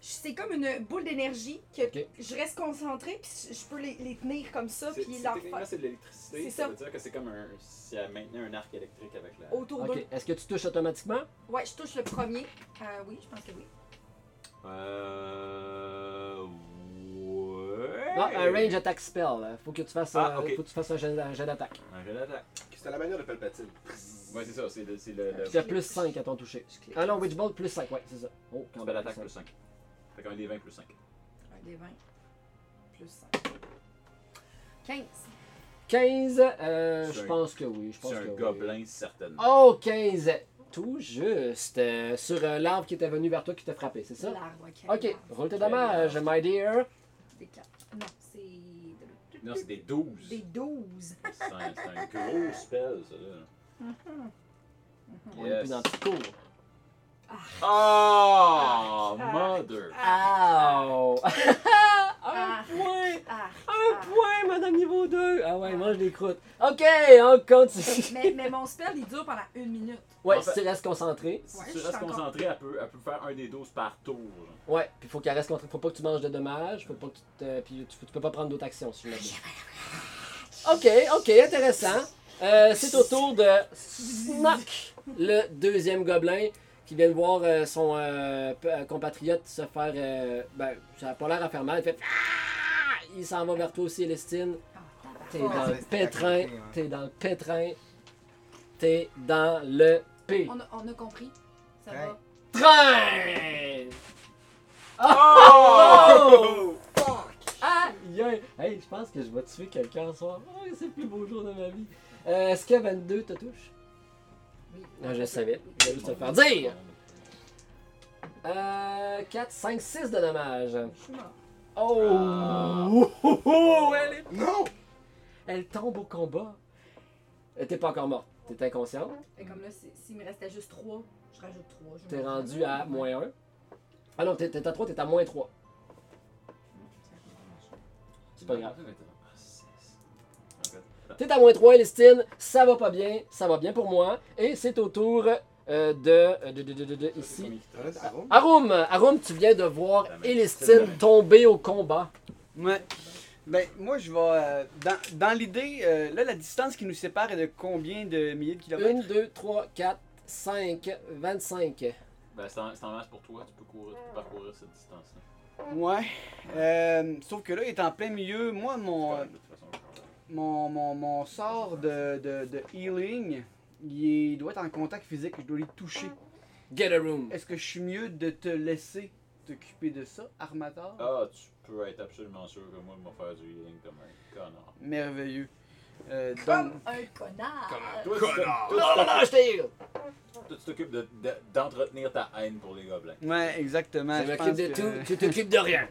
Speaker 5: C'est comme une boule d'énergie que
Speaker 3: Ok.
Speaker 5: je reste concentrée puis je- je peux les, les tenir comme ça
Speaker 6: C'est-
Speaker 5: Oh, puis
Speaker 6: c'est-
Speaker 5: leur
Speaker 6: techniquement,
Speaker 5: faire
Speaker 6: c'est de
Speaker 5: C'est
Speaker 6: l'électricité.
Speaker 5: ça. Oh.
Speaker 6: Ça veut dire que c'est comme un, si elle maintenait un arc électrique avec la.
Speaker 5: autour
Speaker 3: Ok, est-ce que tu touches automatiquement?
Speaker 5: d'eux. Ouais, je touche le premier. Euh, oui, je pense que oui.
Speaker 6: Euh. Ouais.
Speaker 3: Non, un range attack spell. là. Faut que tu fasses,
Speaker 6: Ah,
Speaker 3: euh,
Speaker 6: ok.
Speaker 3: faut que tu fasses un jet un jet d'attaque.
Speaker 6: Un jet d'attaque.
Speaker 4: C'est à la manière de Palpatine.
Speaker 6: Ouais, c'est ça, c'est le. C'est le, le
Speaker 3: Tu as plus 5 à ton toucher.
Speaker 5: Je clique.
Speaker 3: Ah non, Witch Bolt plus 5, ouais, c'est ça. Oh,
Speaker 6: combat
Speaker 3: même,
Speaker 6: d'attaque
Speaker 3: plus
Speaker 6: plus 5. Fait qu'un des 20 plus 5.
Speaker 5: Un des 20 plus 5. 15.
Speaker 3: 15, euh,
Speaker 6: C'est
Speaker 3: je
Speaker 6: un-
Speaker 3: pense que oui. Je pense
Speaker 6: C'est un
Speaker 3: que oui.
Speaker 6: gobelin, certainement.
Speaker 3: Oh, 15! Tout juste. euh, sur euh, l'arbre qui était venu vers toi qui t'a frappé, c'est ça?
Speaker 5: L'arbre, ok.
Speaker 3: Ok, roule tes dommages, my dear.
Speaker 5: Des 4.
Speaker 3: Ah.
Speaker 5: Non, c'est.
Speaker 6: Non, c'est des 12.
Speaker 5: Des 12.
Speaker 6: C'est un, c'est un gros spell, ça, là.
Speaker 3: Mm-hmm. On est plus dans le petit cours.
Speaker 6: Ah,
Speaker 5: Ah,
Speaker 6: mother!
Speaker 3: Ow!
Speaker 5: Ah.
Speaker 3: un point!
Speaker 5: Ah!
Speaker 3: Un
Speaker 5: ah.
Speaker 3: point, madame niveau 2! Ah ouais, mange des croûtes. Ok, on continue.
Speaker 5: Mais, mais mon spell, il dure pendant une minute.
Speaker 3: Ouais,
Speaker 6: En fait-
Speaker 3: si tu restes concentré.
Speaker 6: Si
Speaker 5: Ouais,
Speaker 6: tu
Speaker 5: je suis
Speaker 6: restes
Speaker 5: encore-
Speaker 6: concentré, elle peut, elle peut faire un des 12 par tour. genre.
Speaker 3: Ouais, puis faut qu'elle reste concentrée. Faut pas que tu manges de dommages. Faut pas que tu te- Puis tu, tu peux pas prendre d'autres actions si tu l'as bien. Ok, ok, intéressant. Euh, c'est au tour de Snock, le deuxième gobelin, qui vient de voir euh, son euh, p- euh, compatriote se faire. euh, ben, ça a pas l'air à faire mal. Il fait. Ah Il s'en va vers toi aussi, Elestine. T'es
Speaker 2: Oh,
Speaker 3: dans
Speaker 2: c'est
Speaker 3: le pétrin.
Speaker 2: à côté, ouais.
Speaker 3: T'es dans le pétrin. T'es dans le pétrin.
Speaker 5: On a, on a compris. Ça
Speaker 2: Ouais.
Speaker 5: va.
Speaker 3: Oh!
Speaker 5: Ah!
Speaker 3: Aïe, aïe. Hey, je pense que je vais tuer quelqu'un ce soir. Oh, c'est le plus beau jour de ma vie. Euh, Est-ce que 22 te touche? Ah, je le savais. Je vais juste te le faire dire. Euh, 4, 5, 6 de dommages.
Speaker 5: Je suis mort.
Speaker 3: Oh!
Speaker 6: Ah.
Speaker 3: Oh, oh, oh, elle, est-
Speaker 4: Non!
Speaker 3: elle tombe au combat. Euh, T'es pas encore morte. T'es inconsciente.
Speaker 5: Fait comme là, c'est- s'il me restait juste 3, je rajoute 3.
Speaker 3: T'es rendu à moins 1. Ah non, t'es t'es à 3, t'es à moins 3. C'est pas grave. T'es à moins 3, Elistine. Ça va pas bien. Ça va bien pour moi. Et c'est au tour euh, de, de, de, de- de- de- Ici. Arum, Arum, tu viens de voir Elistine tomber au combat.
Speaker 7: Ouais. Ben, moi, je vais. euh, dans dans l'idée, euh, là, la distance qui nous sépare est de combien de milliers de kilomètres
Speaker 3: 1, 2, 3, 4, 5, 25.
Speaker 6: Ben, c'est en, c'est en masse pour toi, tu peux, courir, tu peux parcourir cette distance-là.
Speaker 7: Ouais. Euh, sauf que là, il est en plein milieu. Moi, mon, euh,
Speaker 6: De toute façon, je-
Speaker 7: mon, mon, mon sort de, de, de healing, il, est- il doit être en contact physique. Je dois les toucher.
Speaker 3: Ah. Get a room.
Speaker 7: Est-ce que je suis mieux de te laisser t'occuper de ça, Armator
Speaker 6: Ah, tu peux être absolument sûr que moi, je vais faire du healing comme un connard.
Speaker 7: Merveilleux. euh,
Speaker 5: Comme
Speaker 7: Don-
Speaker 5: un connard.
Speaker 6: Toi, tu t'oc- toi,
Speaker 3: Non, non, non, je t'ai eu, Oh là.
Speaker 6: tu- toi, tu t'occupes de- de- d'entretenir ta haine pour les gobelins.
Speaker 7: Ouais, exactement.
Speaker 3: Je
Speaker 7: je
Speaker 3: m'occupe
Speaker 7: pense
Speaker 3: de
Speaker 7: que-
Speaker 3: tout, tu t'occupes de rien.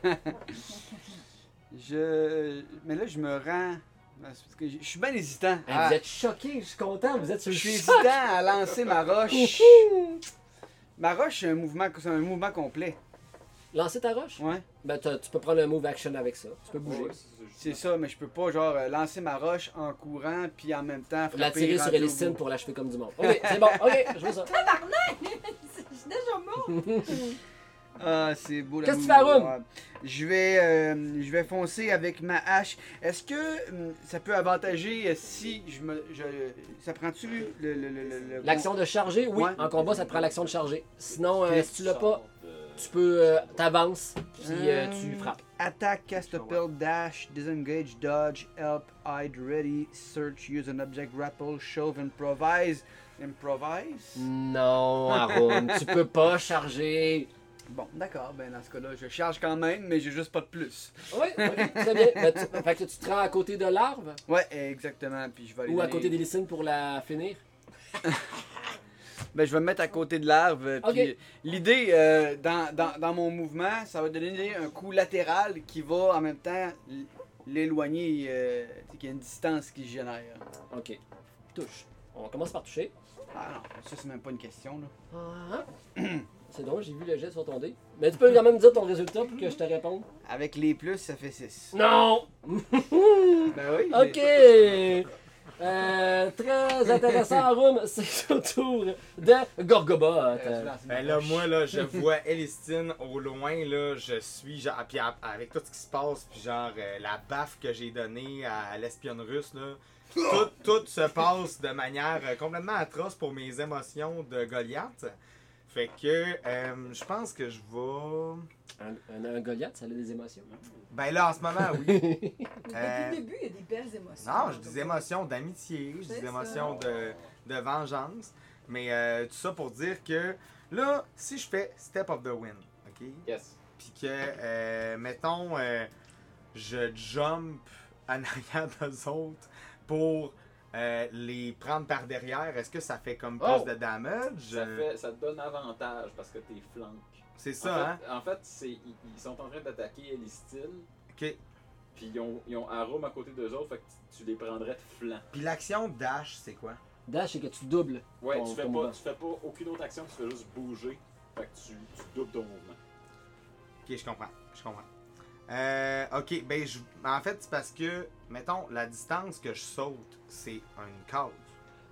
Speaker 7: Je. Mais là, je me rends. parce que Je je suis bien hésitant.
Speaker 3: Hey,
Speaker 7: à-
Speaker 3: Vous êtes choqués, je suis content, vous êtes sur
Speaker 7: Ah. Je
Speaker 3: le
Speaker 7: suis
Speaker 3: choc.
Speaker 7: hésitant à lancer ma roche. ma roche, c'est un mouvement, c'est un mouvement complet.
Speaker 3: Lancer ta roche?
Speaker 7: Ouais.
Speaker 3: Ben, t'as- tu peux prendre un move action avec ça. Tu peux bouger.
Speaker 7: C'est ça, mais je peux pas genre euh, lancer ma roche en courant puis en même temps frapper.
Speaker 3: La tirer sur
Speaker 7: rendu au
Speaker 3: Elistine
Speaker 7: bout.
Speaker 3: pour l'achever comme du monde. Ok, c'est bon, ok, je veux ça.
Speaker 5: Je suis déjà mort.
Speaker 7: Ah, c'est beau. la
Speaker 3: Qu'est-ce que tu
Speaker 7: mouille.
Speaker 3: fais, Arun?
Speaker 7: Ouais. Je vais, euh, je vais foncer avec ma hache. Est-ce que hum, ça peut avantager euh, si je me, je, ça prend-tu le, le, le, le- le-
Speaker 3: L'action de charger, oui.
Speaker 7: Ouais.
Speaker 3: En combat, ça te prend l'action de charger. Sinon, euh,
Speaker 7: Quelle
Speaker 3: si tu l'as pas, tu peux. euh, T'avances, puis euh, tu
Speaker 7: Hum.
Speaker 3: frappes.
Speaker 7: Attack, cast a spell, dash, disengage, dodge, help, hide, ready, search, use an object, grapple, shove, improvise. Improvise?
Speaker 3: Mm. Non, Arun, tu peux pas charger.
Speaker 7: Bon, d'accord, ben dans ce cas-là, je charge quand même, mais j'ai juste pas de plus.
Speaker 3: Oui, ok, très bien. Ben, tu- fait que tu te rends à côté de l'arbre
Speaker 7: Ouais, exactement, puis je vais aller
Speaker 3: ou à
Speaker 7: donner-
Speaker 3: côté des listines pour la finir.
Speaker 7: Ben je vais me mettre à côté de l'arbre, euh, puis
Speaker 3: Ok.
Speaker 7: l'idée, euh, dans, dans, dans mon mouvement, ça va donner un coup latéral qui va en même temps l- l'éloigner, euh, tu sais, qu'il y a une distance qui se génère.
Speaker 3: Ok, touche. On commence par toucher.
Speaker 7: Ah non, ça c'est même pas une question, là.
Speaker 3: Ah, C'est drôle, j'ai vu le jet sur ton dé. Mais tu peux quand même dire ton résultat pour que je te réponde.
Speaker 7: Avec les plus, ça fait 6.
Speaker 3: Non!
Speaker 7: Ben oui. mais-
Speaker 3: Ok! Euh, très intéressant, Room. C'est au tour de Gorgobot.
Speaker 2: Ben là, moi, là, je vois Elistine au loin, là, je suis, genre, puis à- avec tout ce qui se passe, puis genre, euh, la baffe que j'ai donnée à l'espionne russe, là, tout, tout se passe de manière euh, complètement atroce pour mes émotions de Goliath. Fait que, euh, je pense que je vais...
Speaker 3: Un, un- un Goliath, ça a des émotions. hein.
Speaker 2: Ben là, en ce moment, oui.
Speaker 5: Depuis
Speaker 2: Euh,
Speaker 5: le début, il y a des belles émotions.
Speaker 2: Non, je dis émotions d'amitié, je
Speaker 5: C'est
Speaker 2: dis
Speaker 5: ça.
Speaker 2: émotions de, de vengeance. Mais euh, tout ça pour dire que, là, si je fais Step of the Wind, OK?
Speaker 6: Yes.
Speaker 2: Puis que, euh, mettons, euh, je jump en arrière d'eux autres pour euh, les prendre par derrière, est-ce que ça fait comme plus
Speaker 6: Oh!
Speaker 2: de damage?
Speaker 6: Ça, fait, ça te donne avantage parce que t'es flanque.
Speaker 2: C'est
Speaker 6: en fait,
Speaker 2: ça, hein?
Speaker 6: en fait, c'est, ils, ils sont en train d'attaquer Elistine,
Speaker 2: OK.
Speaker 6: puis ils ont, ils ont Arum à côté d'eux autres, fait que tu les prendrais de flanc.
Speaker 2: Puis l'action dash, c'est quoi?
Speaker 3: Dash, c'est que tu doubles.
Speaker 6: Ouais,
Speaker 3: Ton-
Speaker 6: tu, fais
Speaker 3: ton
Speaker 6: pas,
Speaker 3: mouvement.
Speaker 6: tu fais pas aucune autre action, tu fais juste bouger, fait que tu, tu doubles ton mouvement.
Speaker 2: Ok, je comprends. Je comprends. Euh, ok, ben je- en fait, c'est parce que, mettons, la distance que je saute, c'est une cause.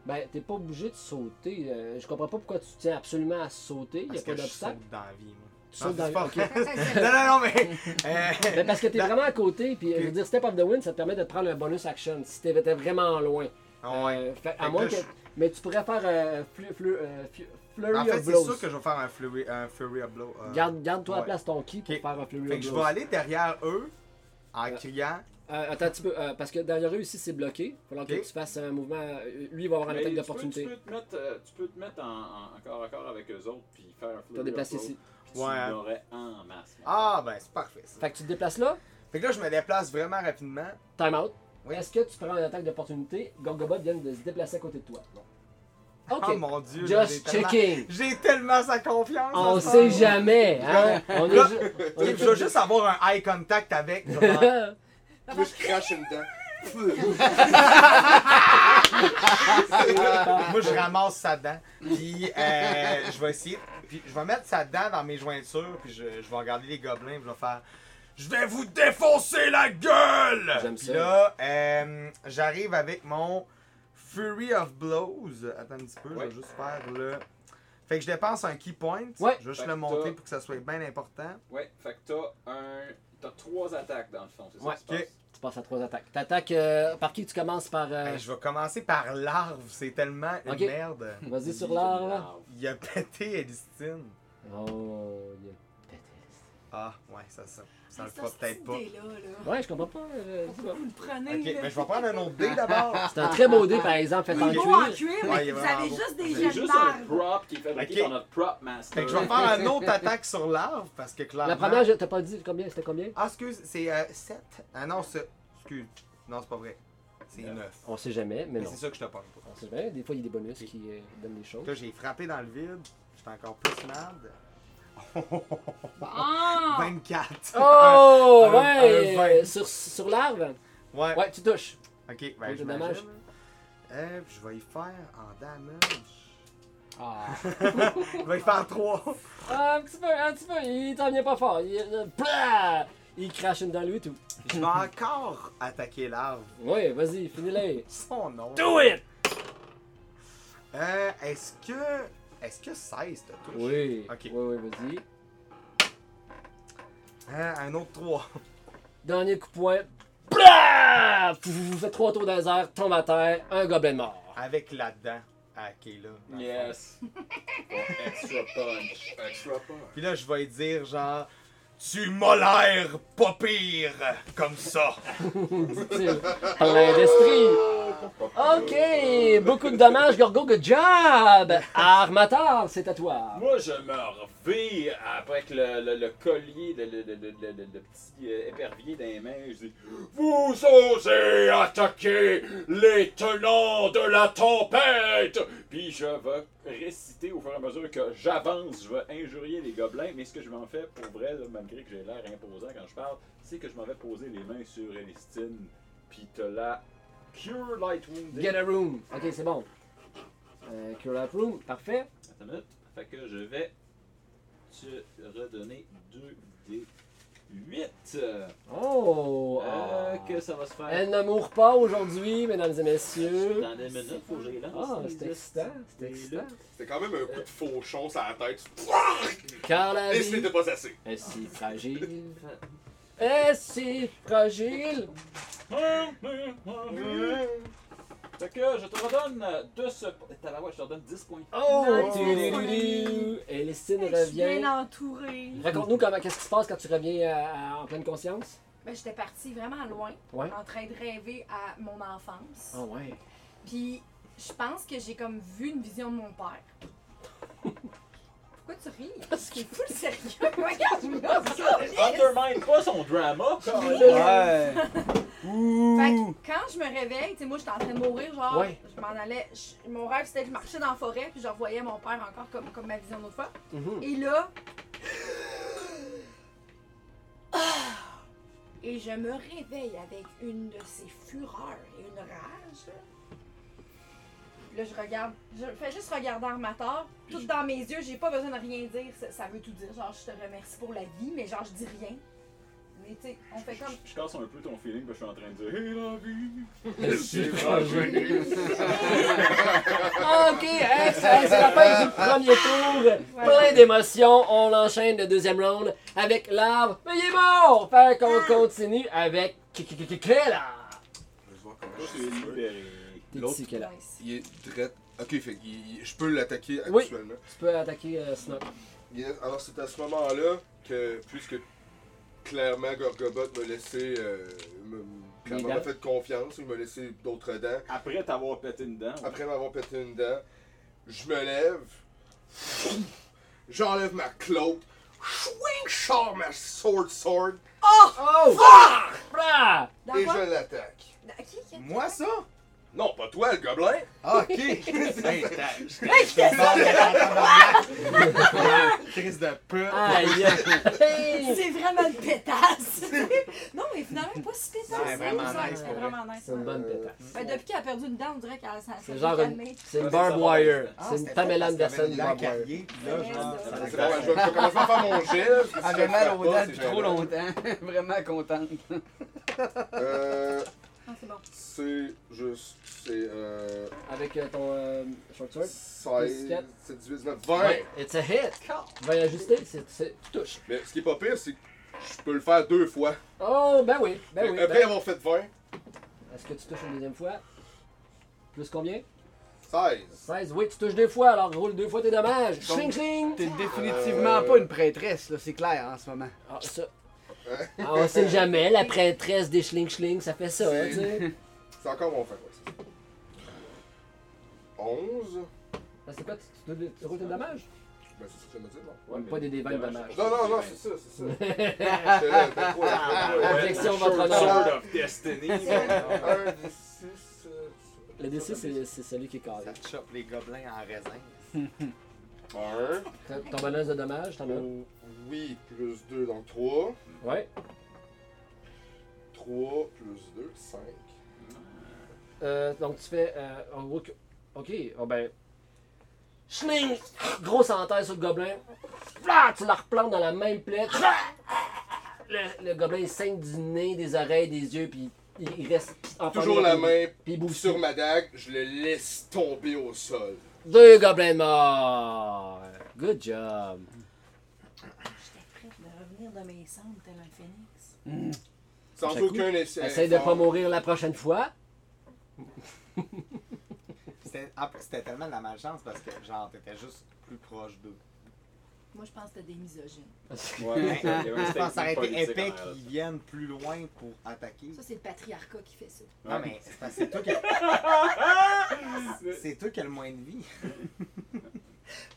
Speaker 3: Ben, t'es pas obligé de sauter. Euh, je comprends pas pourquoi tu tiens absolument à sauter. Il y a
Speaker 2: Parce
Speaker 3: pas
Speaker 2: que je
Speaker 3: d'obstacle.
Speaker 2: saute dans la vie, moi.
Speaker 3: Tu sautes dans
Speaker 2: Ah, c'est
Speaker 3: le-
Speaker 2: pas
Speaker 3: ok.
Speaker 2: vrai. non, non, non, mais. euh,
Speaker 3: Ben, parce que t'es
Speaker 2: Dans-
Speaker 3: vraiment à côté, puis euh, je veux
Speaker 2: Ok.
Speaker 3: dire, Step of the Wind, ça te permet de te prendre un bonus action si t'étais t'étais vraiment loin.
Speaker 2: Ah, ouais.
Speaker 3: Euh, fait-
Speaker 2: que
Speaker 3: à moins
Speaker 2: là,
Speaker 3: que.
Speaker 2: je-
Speaker 3: Mais tu pourrais faire euh, flu- flu- euh, fu- Flurry
Speaker 2: En fait,
Speaker 3: of
Speaker 2: c'est
Speaker 3: Blows.
Speaker 2: sûr que je vais faire un Flurry, un flurry of Blow. euh,
Speaker 3: Garde, toi à
Speaker 2: Ouais.
Speaker 3: place ton ki pour
Speaker 2: Ok.
Speaker 3: faire un Flurry
Speaker 2: Fait
Speaker 3: of
Speaker 2: que je
Speaker 3: Blows.
Speaker 2: vais aller derrière eux en
Speaker 3: Euh,
Speaker 2: criant.
Speaker 3: Euh, attends un petit peu, euh, parce que derrière eux ici c'est bloqué. Il va falloir
Speaker 2: Ok.
Speaker 3: que tu fasses un mouvement. euh, Lui il va avoir un
Speaker 6: Mais
Speaker 3: attaque
Speaker 6: tu peux-
Speaker 3: d'opportunité.
Speaker 6: Tu peux, te mettre, euh, tu peux te mettre en, en- en corps à corps avec eux autres, puis faire un flip.
Speaker 3: T'as déplacé ici.
Speaker 6: Tu
Speaker 2: Ouais, hein.
Speaker 6: l'aurais en masse.
Speaker 2: Ah, ben c'est parfait. Ça.
Speaker 3: Fait que tu te déplaces là,
Speaker 2: Fait que là, je me déplace vraiment rapidement.
Speaker 3: time out.
Speaker 2: Oui.
Speaker 3: Est-ce que tu prends une attaque d'opportunité Gorgobot vient de se déplacer à côté de toi. Ok.
Speaker 2: Oh mon dieu. là, j'ai
Speaker 3: Just
Speaker 2: tellement-
Speaker 3: checking.
Speaker 2: J'ai tellement sa confiance. en
Speaker 3: On
Speaker 2: ce
Speaker 3: sait
Speaker 2: moment.
Speaker 3: jamais, hein? On est
Speaker 2: Là,
Speaker 3: ju- on est
Speaker 2: Je veux juste avoir un eye contact avec. genre,
Speaker 4: Moi, je crache une dent.
Speaker 2: Moi, je ramasse sa dent. Puis, euh, je vais essayer. Puis, je vais mettre sa dent dans mes jointures. Puis, je, je vais regarder les gobelins. Puis, je vais faire. Je vais vous défoncer la gueule!
Speaker 3: J'aime
Speaker 2: Puis
Speaker 3: ça.
Speaker 2: là, euh, j'arrive avec mon Fury of Blows. Attends un petit peu, je
Speaker 6: Ouais.
Speaker 2: vais juste faire le. Fait que je dépense un key point.
Speaker 3: Ouais.
Speaker 2: Je vais juste
Speaker 6: Fait
Speaker 2: le
Speaker 6: que
Speaker 2: monter
Speaker 6: t'as-
Speaker 2: pour que ça soit bien important.
Speaker 6: Ouais, fait que t'as un. T'as trois attaques dans le fond, c'est
Speaker 2: Ouais,
Speaker 6: ça qui se
Speaker 2: ok.
Speaker 6: passe.
Speaker 3: Tu passes à trois attaques. T'attaques euh, par qui tu commences par. euh,
Speaker 2: Ben, je vais commencer par l'arve. C'est tellement une
Speaker 3: Ok.
Speaker 2: merde.
Speaker 3: Vas-y sur l'art là.
Speaker 2: Il a pété Elistine.
Speaker 3: Oh, il a pété.
Speaker 2: Ah, ouais, ça, ça, ça
Speaker 5: Ah,
Speaker 2: le
Speaker 5: ça,
Speaker 2: fera
Speaker 5: cette
Speaker 2: peut-être pas.
Speaker 5: idée-là, là.
Speaker 3: Ouais, je comprends pas. euh, c'est
Speaker 2: Ah,
Speaker 3: pas-
Speaker 5: Vous le prenez.
Speaker 2: Ok, ben,
Speaker 5: là.
Speaker 2: mais je vais prendre un autre dé d'abord.
Speaker 3: C'est un très beau dé
Speaker 2: ah,
Speaker 3: par exemple, fait
Speaker 5: Il
Speaker 3: en
Speaker 5: est beau en
Speaker 3: cuir.
Speaker 5: cuir,
Speaker 2: Ouais, il est
Speaker 5: mais vous
Speaker 2: vraiment
Speaker 5: avez
Speaker 2: beau.
Speaker 5: juste des
Speaker 2: C'est
Speaker 6: C'est
Speaker 5: jeunes
Speaker 6: juste un
Speaker 5: barres.
Speaker 6: prop qui est fabriqué
Speaker 2: Ok.
Speaker 6: par notre prop master.
Speaker 2: Fait que je vais faire une autre attaque sur l'arbre parce que clairement.
Speaker 3: La première, je- t'as pas dit combien? C'était combien?
Speaker 2: Ah, excuse, c'est euh, 7. Ah non, c'est. Excuse. Non, c'est pas vrai. C'est neuf.
Speaker 3: On sait jamais, mais
Speaker 2: Mais
Speaker 3: non.
Speaker 2: c'est ça que je te parle pas.
Speaker 3: On sait jamais. Des fois, il y a des bonus qui euh, donnent des choses.
Speaker 2: Là, j'ai frappé dans le vide. J'étais encore plus merde.
Speaker 5: Ah!
Speaker 2: 24.
Speaker 3: Oh!
Speaker 2: ah, Un- un-
Speaker 3: ouais!
Speaker 2: un vingt.
Speaker 3: sur sur l'arbre?
Speaker 2: Ouais.
Speaker 3: Ouais, tu touches.
Speaker 2: Ok,
Speaker 3: Ouais,
Speaker 2: ben je
Speaker 3: dommage.
Speaker 2: Euh, je vais y faire en damage.
Speaker 3: Ah.
Speaker 2: Je vais y faire 3.
Speaker 3: un petit peu, un petit peu. Il t'en vient pas fort. Il, euh, blah! il crache une dans lui et tout.
Speaker 2: Je vais encore attaquer l'arbre.
Speaker 3: Ouais, vas-y, finis-les.
Speaker 2: Son nom.
Speaker 3: Do it!
Speaker 2: Euh, est-ce que. Est-ce que 16 te touche
Speaker 3: Oui.
Speaker 2: Ok.
Speaker 3: Ouais, ouais, vas-y.
Speaker 2: Hein, un autre 3.
Speaker 3: Dernier coup de poing. Blah! Pff, Vous faites trois tours dans les airs, tombe à terre, un gobelin de mort.
Speaker 2: Avec là-dedans. Ok, là. dans le fond.
Speaker 6: Yes. extra punch. Extra punch.
Speaker 2: Puis là, je vais lui dire genre. Tu m'as l'air pas pire comme ça.
Speaker 3: Dit-il. Plein d'esprit. Ah, Ok, beaucoup de dommages, Gorgo, good job! Armateur, c'est à toi.
Speaker 6: Moi, je me reviens avec le, le, le collier, le, le, le, le, le- le- le petit euh, épervier dans les mains. Je dis Vous osez attaquer les tenants de la tempête Puis je vais réciter au fur et à mesure que j'avance, je vais injurier les gobelins. Mais ce que je m'en fais pour vrai, là, malgré que j'ai l'air imposant quand je parle, c'est que je m'en vais poser les mains sur Elistine. Puis te la Cure Light Wounded.
Speaker 3: Get a room. Ok, c'est bon. Euh, cure Life room, parfait.
Speaker 6: Attends une minute. Fait que je vais te redonner 2 d 8.
Speaker 3: Oh! ah.
Speaker 6: Euh, que ça va se faire.
Speaker 3: Elle ne mourra pas aujourd'hui, mesdames et messieurs.
Speaker 6: Dans des minutes, faut que j'y lance.
Speaker 3: Ah,
Speaker 6: les
Speaker 3: c'est
Speaker 6: dix.
Speaker 3: excitant, c'est
Speaker 6: Et
Speaker 3: excitant.
Speaker 4: C'était quand même un coup de fauchon sur la tête.
Speaker 5: Ah,
Speaker 3: Car la
Speaker 4: Et ce
Speaker 3: vie
Speaker 4: n'était pas assez.
Speaker 3: est si fragile. Est si fragile.
Speaker 6: là- Fait que je te redonne de ce. T'as la je te redonne 10 points.
Speaker 3: Oh!
Speaker 5: Non.
Speaker 3: tu-du-du-du. Et Lestine
Speaker 5: Je suis
Speaker 3: revient.
Speaker 5: bien entourée.
Speaker 3: Raconte-nous comment, qu'est-ce qui se passe quand tu reviens à- à- en pleine conscience.
Speaker 5: Ben, j'étais partie vraiment loin,
Speaker 3: Ouais.
Speaker 5: en train de rêver à mon enfance.
Speaker 3: Ah ouais.
Speaker 5: Puis je pense que j'ai comme vu une vision de mon père. Pourquoi tu ris? Parce qu'il est fou le sérieux. Regarde-moi ça.
Speaker 6: Undermine pas son drama.
Speaker 7: Ouais.
Speaker 5: Fait que quand je me réveille, tu sais, moi j'étais en train de mourir, genre,
Speaker 3: Ouais.
Speaker 5: je m'en allais, je- mon rêve c'était que je marchais dans la forêt, puis je revoyais mon père encore comme, comme ma vision d'autrefois.
Speaker 3: Mhm.
Speaker 5: Et là. Ah! Et je me réveille avec une de ces fureurs et une rage. Puis Là, je regarde, je fais juste regarder Armator, tout dans mes yeux, j'ai pas besoin de rien dire, ça, ça veut tout dire. Genre, je te remercie pour la vie, mais genre, je dis rien. Mais tu sais, on fait comme.
Speaker 6: Je casse un peu ton feeling que je suis en train de dire Hey la vie!
Speaker 3: Ah, Ok, hey, c'est c'est la fin du premier tour. Plein d'émotions. On enchaîne le deuxième round avec l'arbre. Mais il est mort! Fait qu'on
Speaker 2: Ah.
Speaker 3: continue avec Kikikikela.
Speaker 4: Je vais voir comment
Speaker 6: Toi,
Speaker 4: je
Speaker 6: tu
Speaker 4: suis
Speaker 6: es
Speaker 4: sûr.
Speaker 6: libéré.
Speaker 3: T'es
Speaker 4: L'autre.
Speaker 3: ici, Kela.
Speaker 5: Nice.
Speaker 4: Il est direct. Ok, fait qu'il- il- je peux l'attaquer
Speaker 3: Oui.
Speaker 4: actuellement.
Speaker 3: Tu peux attaquer euh, Snop.
Speaker 4: Yes, Alors c'est à ce moment-là que, puisque clairement Gorgobot m'a laissé, euh, me- clairement
Speaker 3: dents.
Speaker 4: m'a fait confiance, il m'a laissé d'autres dents.
Speaker 6: Après t'avoir pété une dent.
Speaker 4: Après m'avoir pété une dent, je me lève, j'enlève ma cloque, swing char ma sword sword
Speaker 3: Oh! Brah!
Speaker 5: Dans
Speaker 4: et
Speaker 5: quoi?
Speaker 4: je l'attaque.
Speaker 5: Dans- Qui, qui-
Speaker 2: Moi ça?
Speaker 4: Non, pas toi le gobelin!
Speaker 2: Ok! hey, Chris de pute!
Speaker 3: Aïe! Hey!
Speaker 5: C'est vraiment une pétasse! non, mais finalement, pas si pétasse!
Speaker 2: Ouais, vraiment
Speaker 5: ça,
Speaker 2: nice,
Speaker 5: c'était
Speaker 2: pour
Speaker 5: vraiment nice.
Speaker 3: C'est une bonne pétasse.
Speaker 5: Ben, depuis qu'elle a perdu une dent, on dirait qu'elle s'en
Speaker 3: C'est genre une. C'est une barb
Speaker 6: Ah, c'est
Speaker 3: wire.
Speaker 2: Ah,
Speaker 3: C'est une
Speaker 2: c'était
Speaker 3: Pamela
Speaker 2: pas parce
Speaker 3: Anderson
Speaker 2: qu'il y avait
Speaker 3: barb
Speaker 2: une
Speaker 3: wire.
Speaker 2: lacaillée, puis là,
Speaker 5: Ouais,
Speaker 2: genre,
Speaker 5: c'est
Speaker 2: ça
Speaker 5: vrai.
Speaker 4: Ah, C'est bon, je vais je
Speaker 2: fait
Speaker 4: vais commencer à faire mon jet. parce que si je
Speaker 7: Avait
Speaker 4: le
Speaker 7: mal
Speaker 4: fais
Speaker 7: aux
Speaker 4: pas,
Speaker 7: dents
Speaker 4: c'est
Speaker 7: Ah, depuis
Speaker 4: gênant.
Speaker 7: trop longtemps. Vraiment contente.
Speaker 4: Euh,
Speaker 5: Ah, c'est bon.
Speaker 4: c'est juste. C'est. Euh,
Speaker 3: Avec euh, ton euh, short sword.
Speaker 4: 16,
Speaker 3: 17.
Speaker 4: 17, 18, 19, 20.
Speaker 3: It's a hit! Va y ajuster, c'est. c'est- Tu touches.
Speaker 4: Mais ce qui est pas pire, c'est que je peux le faire deux fois.
Speaker 3: Oh, ben oui, ben oui.
Speaker 4: Après
Speaker 3: ben-
Speaker 4: avoir fait 20,
Speaker 3: Est-ce que tu touches une deuxième fois? Plus combien?
Speaker 4: 16.
Speaker 3: 16. Oui, tu touches deux fois, alors roule deux fois tes dommages. Ching, ching!
Speaker 7: T'es définitivement pas une prêtresse, là, c'est clair en ce moment.
Speaker 3: Ah, ça. Ah, on sait jamais, la prêtresse des schling-schling, ça fait ça, hein, tu sais.
Speaker 4: C'est encore mon fait, ouais, c'est ça. 11.
Speaker 3: Ah, C'est quoi, tu, tu, tu roules tes dommages?
Speaker 4: Ben, c'est ça que je me dis, non?
Speaker 3: Ouais, mais pas des dévains de dommage.
Speaker 4: Non, non, non, c'est Ah, ça, c'est ça. C'est là, t'as quoi, t'as quoi, ouais.
Speaker 3: Ah, Objection, votre
Speaker 6: Short
Speaker 3: honneur.
Speaker 6: Sword Ah, of Destiny.
Speaker 4: Un des six, euh,
Speaker 3: Le D6, c'est c'est celui qui est carré.
Speaker 2: Ça te chope les gobelins en raisin.
Speaker 4: Un.
Speaker 3: Ton ton bonus de dommage, t'en as un?
Speaker 4: Oh, Oui, plus 2, donc 3.
Speaker 3: Ouais.
Speaker 4: 3 plus 2, 5.
Speaker 3: Euh, donc tu fais. euh, en gros, que- ok, oh ben. Schling! Grosse entaille sur le gobelin. Fla! Tu la replantes dans la même plaie. Le, le gobelin il saigne du nez, des oreilles, des yeux, puis il, il reste en
Speaker 4: Toujours la main
Speaker 3: Puis il bouffe
Speaker 4: sur ma dague, je le laisse tomber au sol.
Speaker 3: Deux gobelins de mort! Good job!
Speaker 8: J'étais prête de revenir de mes cendres tel un phénix.
Speaker 4: Sans
Speaker 3: Chaque
Speaker 4: aucun essai.
Speaker 3: Essaye de pas
Speaker 4: fort.
Speaker 3: mourir la prochaine fois.
Speaker 2: C'était- En plus, c'était tellement de la malchance parce que, genre, t'étais juste plus proche d'eux.
Speaker 8: Moi, je pense que t'es des misogynes.
Speaker 6: Ouais, il y avait un
Speaker 2: Ben, Je pense que ça aurait
Speaker 6: statement
Speaker 2: été
Speaker 6: politique
Speaker 2: épais
Speaker 6: en arrière.
Speaker 2: qu'ils viennent plus loin pour attaquer.
Speaker 8: Ça, c'est le patriarcat qui fait ça.
Speaker 2: Non, mais c'est parce que c'est toi qui. C'est toi qui as le moins de vie.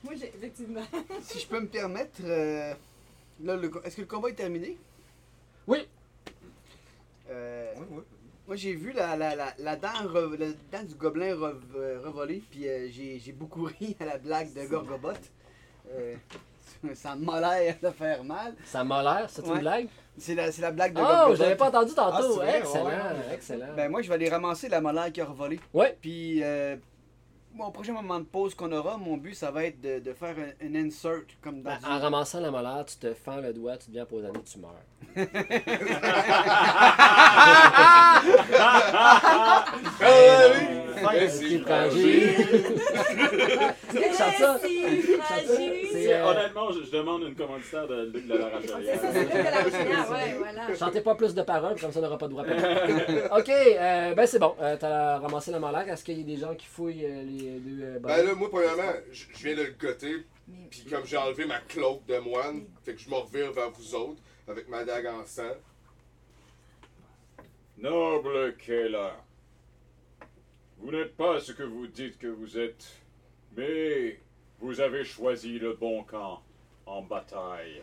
Speaker 8: Moi, j'ai effectivement.
Speaker 7: Si je peux me permettre, euh, là, le co- est-ce que le combat est terminé?
Speaker 3: Oui.
Speaker 7: Euh,
Speaker 2: Oui, oui.
Speaker 7: moi, j'ai vu la, la, la, la dent re- la dent du gobelin re- euh, revoler, puis euh, j'ai j'ai beaucoup ri à la blague de Gorgobot. Euh, ça m'a l'air de faire mal.
Speaker 3: Ça m'a l'air, c'est une
Speaker 7: Ouais.
Speaker 3: blague?
Speaker 7: C'est la, c'est la blague de
Speaker 3: Oh,
Speaker 7: Gorgobot.
Speaker 3: je l'avais pas entendu
Speaker 2: Ah, c'est
Speaker 3: tantôt!
Speaker 2: vrai,
Speaker 3: excellent,
Speaker 2: ouais.
Speaker 3: excellent!
Speaker 7: Ben moi, je vais aller ramasser la molaire qui a revolé.
Speaker 3: Ouais.
Speaker 7: Puis, euh, mon prochain moment de pause qu'on aura, mon but, ça va être de, de faire un, un insert comme dans.
Speaker 3: Ben, en ramassant la molaire, tu te fends le doigt, tu deviens poisonné, tu meurs.
Speaker 4: Ah,
Speaker 3: C'est
Speaker 4: Merci,
Speaker 3: fragile.
Speaker 5: Eh,
Speaker 3: C'est qui qui chante ça?
Speaker 8: Merci,
Speaker 3: Chante ça?
Speaker 8: fragile.
Speaker 3: C'est, euh,
Speaker 6: Honnêtement, je, je demande une commanditaire de Luc de la
Speaker 8: C'est ça, c'est
Speaker 6: Rochelière.
Speaker 8: le de la première, ouais, voilà.
Speaker 3: Chantez pas plus de paroles, comme ça on n'aura pas de droit. à- ok, euh, ben c'est bon. Euh, T'as ramassé la molaire. Est-ce qu'il y a des gens qui fouillent euh, les deux euh,
Speaker 4: Ben
Speaker 3: bonnes?
Speaker 4: là, moi, premièrement, je je viens de le goûter,
Speaker 8: Mais
Speaker 4: puis comme j'ai enlevé ma cloque de moine, fait que je me revire vers vous autres avec ma dague en sang.
Speaker 6: Noble Kella, vous n'êtes pas ce que vous dites que vous êtes, mais vous avez choisi le bon camp en bataille.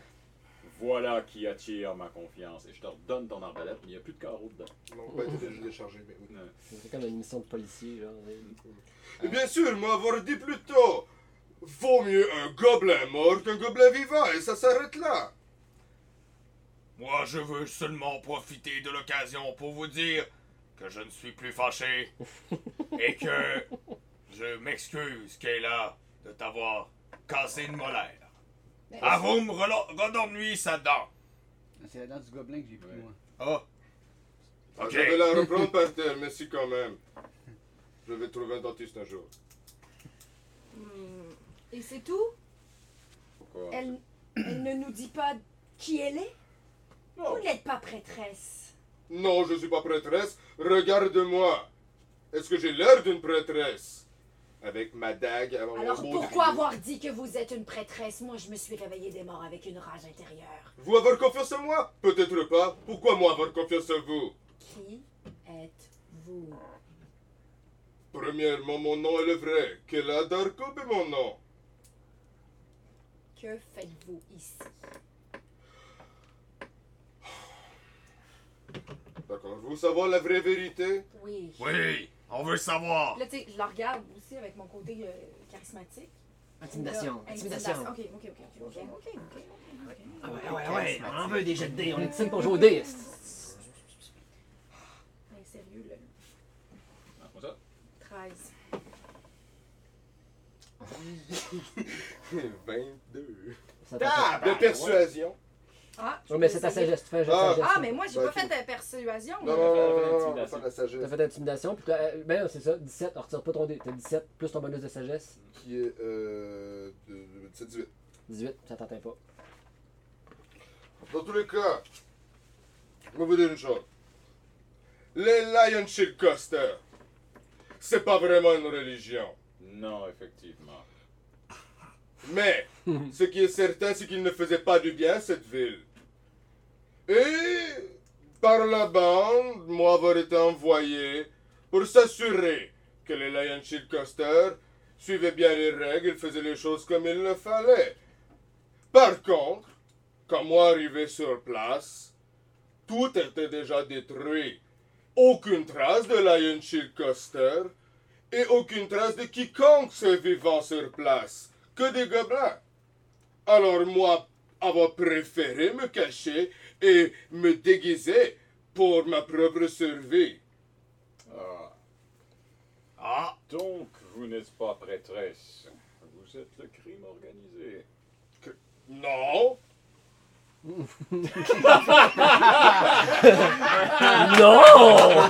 Speaker 6: Voilà qui attire ma confiance. Et je te redonne ton arbalète, mais il n'y a plus de carreau dedans.
Speaker 4: Mon père était déjà déchargé, mais oui. Ah.
Speaker 3: C'est comme une mission de policier. Genre.
Speaker 4: Et bien sûr, m'avoir dit plus tôt, vaut mieux un gobelin mort qu'un gobelin vivant, et ça s'arrête là.
Speaker 9: Moi, je veux seulement profiter de l'occasion pour vous dire que je ne suis plus fâché et que je m'excuse, Kayla, de t'avoir cassé une molaire.
Speaker 8: Mais-
Speaker 5: Ben,
Speaker 3: Ah
Speaker 9: Avoum, relo- redonne-lui sa dent.
Speaker 7: C'est la dent du gobelin que j'ai pris, moi.
Speaker 2: Ah,
Speaker 4: Ah,
Speaker 9: Ok.
Speaker 4: Je vais la reprendre par terre, merci quand même. Je vais trouver un dentiste un jour.
Speaker 8: Hmm. Et c'est tout?
Speaker 4: Pourquoi?
Speaker 8: Elle, elle ne nous dit pas qui elle est?
Speaker 4: Non.
Speaker 8: Vous n'êtes pas prêtresse.
Speaker 4: Non, je suis pas prêtresse. Regarde-moi. Est-ce que j'ai l'air d'une prêtresse Avec ma dague avant mon
Speaker 8: Alors
Speaker 4: beau
Speaker 8: pourquoi
Speaker 4: bouclier.
Speaker 8: avoir dit que vous êtes une prêtresse? Moi, je me suis réveillée des morts avec une rage intérieure.
Speaker 4: Vous avoir confiance en moi Peut-être pas. Pourquoi moi avoir confiance en vous
Speaker 8: Qui êtes-vous?
Speaker 4: Premièrement, mon nom est le vrai. Kela Darkop est mon nom.
Speaker 8: Que faites-vous ici?
Speaker 4: D'accord, vous savoir la vraie vérité
Speaker 8: Oui.
Speaker 9: Oui, on veut savoir.
Speaker 5: Là, tu sais, je la regarde aussi avec mon côté euh, charismatique.
Speaker 3: Intimidation.
Speaker 8: Là,
Speaker 3: Intimidation.
Speaker 5: Ok, ok, ok, ok, ok, ok, ok.
Speaker 3: Ah ouais, ouais, ouais. On en veut des jets de dés. On est team pour jouer au dés.
Speaker 5: Mais sérieux, là.
Speaker 6: Ah, comme ça?
Speaker 5: 13.
Speaker 4: 22.
Speaker 3: Ça t'a fait-
Speaker 4: Table Ah, de persuasion.
Speaker 5: Ah, je
Speaker 3: Ouais, mais
Speaker 5: peux
Speaker 3: c'est ta
Speaker 5: essayer.
Speaker 3: sagesse. Tu fais un jet de
Speaker 4: Ah.
Speaker 3: sagesse.
Speaker 5: Ah, mais moi, j'ai
Speaker 4: Bah,
Speaker 5: pas
Speaker 4: ok.
Speaker 5: fait de persuasion.
Speaker 4: Non,
Speaker 5: moi.
Speaker 4: non, non, non, non, on va
Speaker 6: Intimidation.
Speaker 4: faire la
Speaker 3: T'as
Speaker 4: sagesse.
Speaker 3: fait intimidation, puis t'as- euh, ben non, c'est ça, 17, on retire pas ton dé, t'as 17 plus ton bonus de sagesse,
Speaker 4: Qui est euh, de- de- 18.
Speaker 3: 18, ça t'atteint pas.
Speaker 4: Dans tous les cas, je vais vous dire une chose. Les Lion Shield Coaster, c'est pas vraiment une religion.
Speaker 6: Non, effectivement.
Speaker 4: Mais ce qui est certain, c'est qu'il ne faisait pas du bien à cette ville. Et par la bande, moi avoir été envoyé pour s'assurer que les Lion Shield Coaster suivaient bien les règles, faisaient les choses comme il le fallait. Par contre, quand moi arrivé sur place, tout était déjà détruit. Aucune trace de Lion Shield Coaster et aucune trace de quiconque se vivant sur place, que des gobelins. Alors moi, avoir préféré me cacher et me déguiser pour ma propre survie.
Speaker 6: Ah,
Speaker 9: Ah,
Speaker 6: donc, vous n'êtes pas prêtresse. Vous êtes le crime organisé.
Speaker 4: Non,
Speaker 3: Non!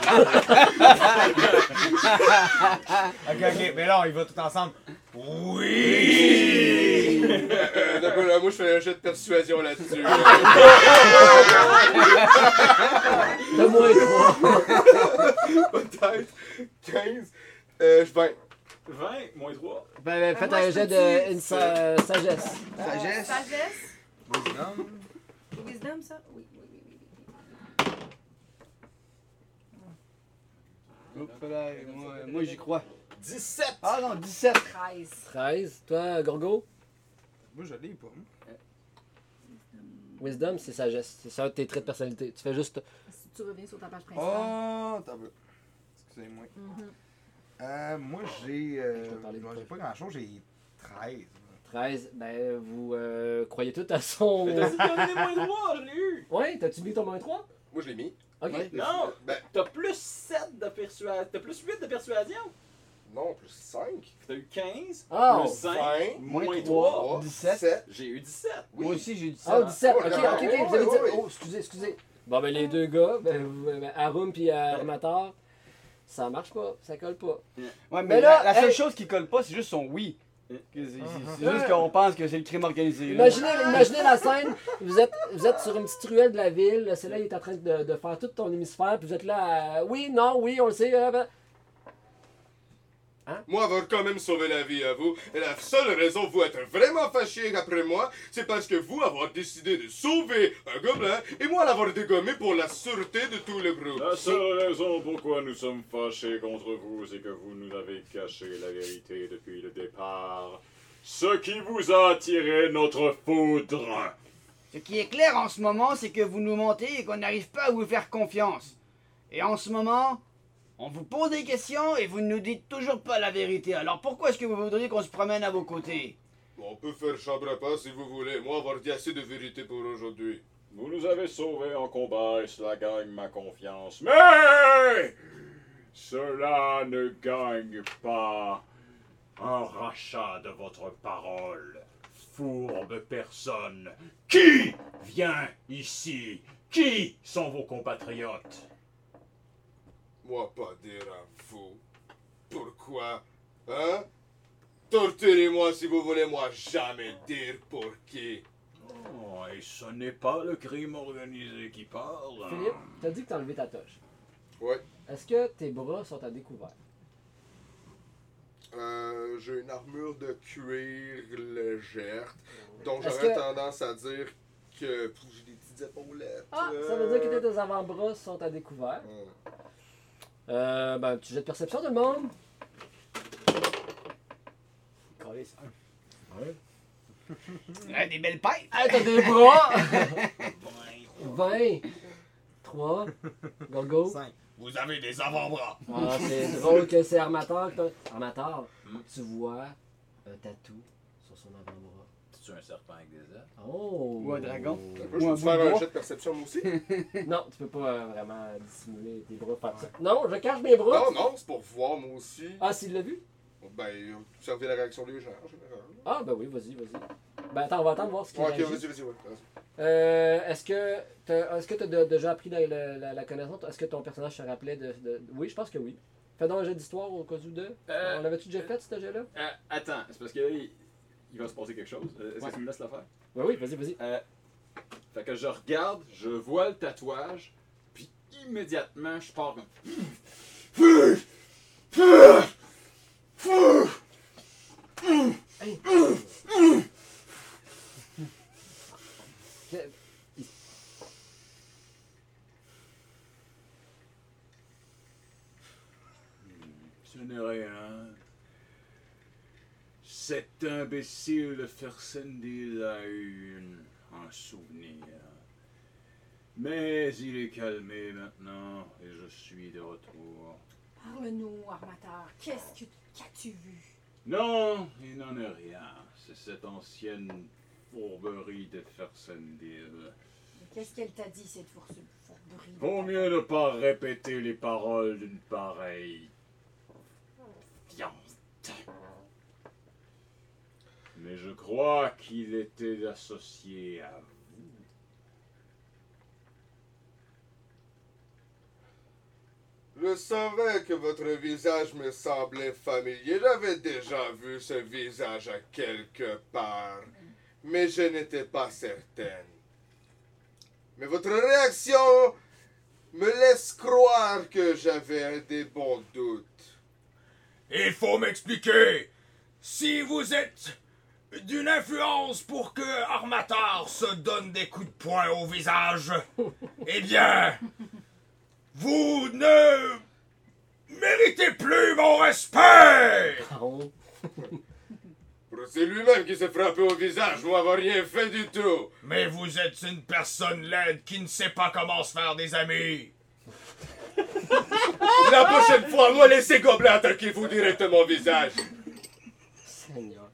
Speaker 2: Ok, ok, mais là, on y va tout ensemble. Oui!
Speaker 4: Euh, D'après la mouche, je fais un jet de persuasion là-dessus.
Speaker 3: T'as moins trois.
Speaker 4: Peut-être 15, euh, je vais.
Speaker 6: 20 moins 3.
Speaker 7: Ben, ben, faites
Speaker 5: Moi,
Speaker 3: T'as
Speaker 7: un
Speaker 3: un
Speaker 5: je
Speaker 3: jet de une sa- sagesse.
Speaker 7: sagesse.
Speaker 5: Sagesse.
Speaker 2: Wisdom.
Speaker 5: Wisdom, ça? Oui, oui, oui. oui, oui.
Speaker 7: Oups, là, moi, moi, j'y crois.
Speaker 6: 17!
Speaker 7: Ah non, 17.
Speaker 5: 13.
Speaker 3: 13. Toi, Gorgo,
Speaker 2: Moi, je l'ai pas.
Speaker 3: Wisdom, c'est sagesse. C'est ça tes traits de personnalité. Tu fais juste.
Speaker 5: Si tu reviens sur ta page principale.
Speaker 2: Oh, t'as vu. Excusez-moi.
Speaker 5: Mhm.
Speaker 2: Euh, moi, j'ai. euh,
Speaker 3: Je vais parler de
Speaker 2: moi,
Speaker 3: toi.
Speaker 2: j'ai pas grand-chose, j'ai 13.
Speaker 3: 13. Ben, vous euh, croyez tout à son.
Speaker 6: Donnez moins 3, je l'ai Oh, eu!
Speaker 3: ouais, t'as-tu mis ton moins 3?
Speaker 4: Moi, je l'ai mis.
Speaker 3: Ok.
Speaker 7: Ouais.
Speaker 6: Non!
Speaker 4: Ben,
Speaker 6: T'as plus 7 de persuasion. T'as plus 8 de persuasion.
Speaker 4: non, plus 5.
Speaker 6: T'as eu 15,
Speaker 3: Oh!
Speaker 6: plus 5,
Speaker 4: Vingt,
Speaker 6: moins,
Speaker 7: moins
Speaker 6: 3.
Speaker 7: trois. 17.
Speaker 6: J'ai eu 17.
Speaker 7: Moi aussi, j'ai 17.
Speaker 3: Ah, 17. Ok, ok, ok.
Speaker 4: Ouais,
Speaker 3: Vous avez
Speaker 4: ouais, ouais.
Speaker 3: dit. Oh, excusez, excusez. Bon, ben, les deux gars, ben, vous- ben, Arum puis Armator, ça marche pas. Ça colle pas.
Speaker 7: Ouais, mais,
Speaker 3: Mais là,
Speaker 7: la, la seule
Speaker 3: hey.
Speaker 7: chose qui colle pas, c'est juste son oui.
Speaker 6: Mm.
Speaker 7: Que C'est c'est- c'est
Speaker 3: Ah.
Speaker 7: juste qu'on pense que c'est le crime organisé. là.
Speaker 3: Imaginez, imaginez la scène, vous êtes, vous êtes sur une petite ruelle de la ville, le soleil est en train de, de faire tout ton hémisphère, puis vous êtes là, à- oui, non, oui, on le sait, euh, ben-
Speaker 4: Moi, avoir quand même sauvé la vie à vous, et la seule raison vous être vraiment fâché après moi, c'est parce que vous avoir décidé de sauver un gobelin et moi l'avoir dégommé pour la sûreté de tout le groupe.
Speaker 6: La seule raison pourquoi nous sommes fâchés contre vous, c'est que vous nous avez caché la vérité depuis le départ. Ce qui vous a attiré notre foudre.
Speaker 10: Ce qui est clair en ce moment, c'est que vous nous mentez et qu'on n'arrive pas à vous faire confiance. Et en ce moment, on vous pose des questions et vous ne nous dites toujours pas la vérité. Alors pourquoi est-ce que vous voudriez qu'on se promène à vos côtés
Speaker 4: On peut faire chambre à pas si vous voulez. Moi, avoir dit assez de vérité pour aujourd'hui.
Speaker 6: Vous nous avez sauvés en combat et cela gagne ma confiance. Mais cela ne gagne pas un rachat de votre parole. Fourbe personne. Qui vient ici Qui sont vos compatriotes
Speaker 4: Moi, pas dire à vous. Pourquoi Hein Torturez-moi si vous voulez, moi, jamais dire pour qui.
Speaker 6: Oh, et ce n'est pas le crime organisé qui parle. hein.
Speaker 3: Philippe, t'as dit que t'as enlevé ta toche.
Speaker 4: Ouais.
Speaker 3: Est-ce que tes bras sont à découvert?
Speaker 4: Euh, j'ai une armure de cuir légère, donc
Speaker 3: Est-ce
Speaker 4: j'aurais
Speaker 3: que-
Speaker 4: tendance à dire que Pouf, j'ai des petites épaulettes.
Speaker 3: Ah, ça veut dire que tes avant-bras sont à découvert.
Speaker 4: Hmm.
Speaker 3: Euh, ben, tu jettes de perception, tout le monde? Calisse.
Speaker 10: Ouais, Des belles pipes
Speaker 3: Hey, t'as des bras! 20, 3, Gorgo.
Speaker 2: 5.
Speaker 9: vous avez des avant-bras.
Speaker 3: Ah, c'est drôle que c'est Armator. qui t'a- Armator,
Speaker 6: Hmm.
Speaker 3: tu vois un tatou sur son avant-bras.
Speaker 6: C'est un serpent avec des ailes.
Speaker 3: Oh!
Speaker 7: Ou un dragon.
Speaker 4: Je peux
Speaker 7: Ouais,
Speaker 4: faire
Speaker 7: vous
Speaker 4: un
Speaker 7: le
Speaker 4: jet de perception, moi aussi?
Speaker 3: Non, tu peux pas euh, vraiment dissimuler tes bras par ça. Non, je cache mes bras.
Speaker 4: non, non, c'est pour voir, moi aussi.
Speaker 3: Ah, s'il l'a vu?
Speaker 4: Ben, observer la réaction des gens, en général.
Speaker 3: Ah, ben oui, vas-y, vas-y. Ben attends, on va attendre voir ce qu'il
Speaker 4: Ouais,
Speaker 3: réagit.
Speaker 4: ok, vas-y, vas-y, ouais. vas-y.
Speaker 3: Euh, est-ce que t'as, est-ce que t'as de- déjà appris la, la- la- la connaissance? Est-ce que ton personnage se rappelait de... de- Oui, je pense que oui. Fais donc un jeu d'histoire au cas où de...
Speaker 6: Euh,
Speaker 3: On l'avait-tu déjà fait, ce jeu-là?
Speaker 6: Euh, attends, c'est parce que là, il, il va se passer quelque chose. Euh, Est-ce
Speaker 3: Ouais.
Speaker 6: que tu me laisses le faire?
Speaker 3: Ben Oui, oui, vas-y, vas-y.
Speaker 6: Euh, fait que je regarde, je vois le tatouage, puis immédiatement, je pars comme. Ce n'est rien.
Speaker 8: Cet imbécile Fersendil a eu une- un souvenir. Mais il est calmé maintenant et je suis de retour.
Speaker 5: Parle-nous, armateur. Qu'est-ce que qu'as-tu vu?
Speaker 8: Non, il n'en est rien. C'est cette ancienne fourberie de Fersendil.
Speaker 5: Qu'est-ce qu'elle t'a dit, cette fourse- fourberie?
Speaker 8: Vaut mieux ne pas répéter les paroles d'une pareille fiante. Mais je crois qu'il était associé à vous.
Speaker 4: Je savais que votre visage me semblait familier. J'avais déjà vu ce visage à quelque part, mais je n'étais pas certaine. Mais votre réaction me laisse croire que j'avais des bons doutes.
Speaker 9: Il faut m'expliquer si vous êtes d'une influence pour que Armatar se donne des coups de poing au visage. eh bien, vous ne méritez plus mon respect.
Speaker 3: Bon.
Speaker 4: Bro, C'est lui-même qui s'est frappé au visage, moi n'avais rien fait du tout.
Speaker 9: Mais vous êtes une personne laide qui ne sait pas comment se faire des amis.
Speaker 4: La prochaine fois, moi laissez Gobelin attaquer vous directement au visage.
Speaker 3: Seigneur.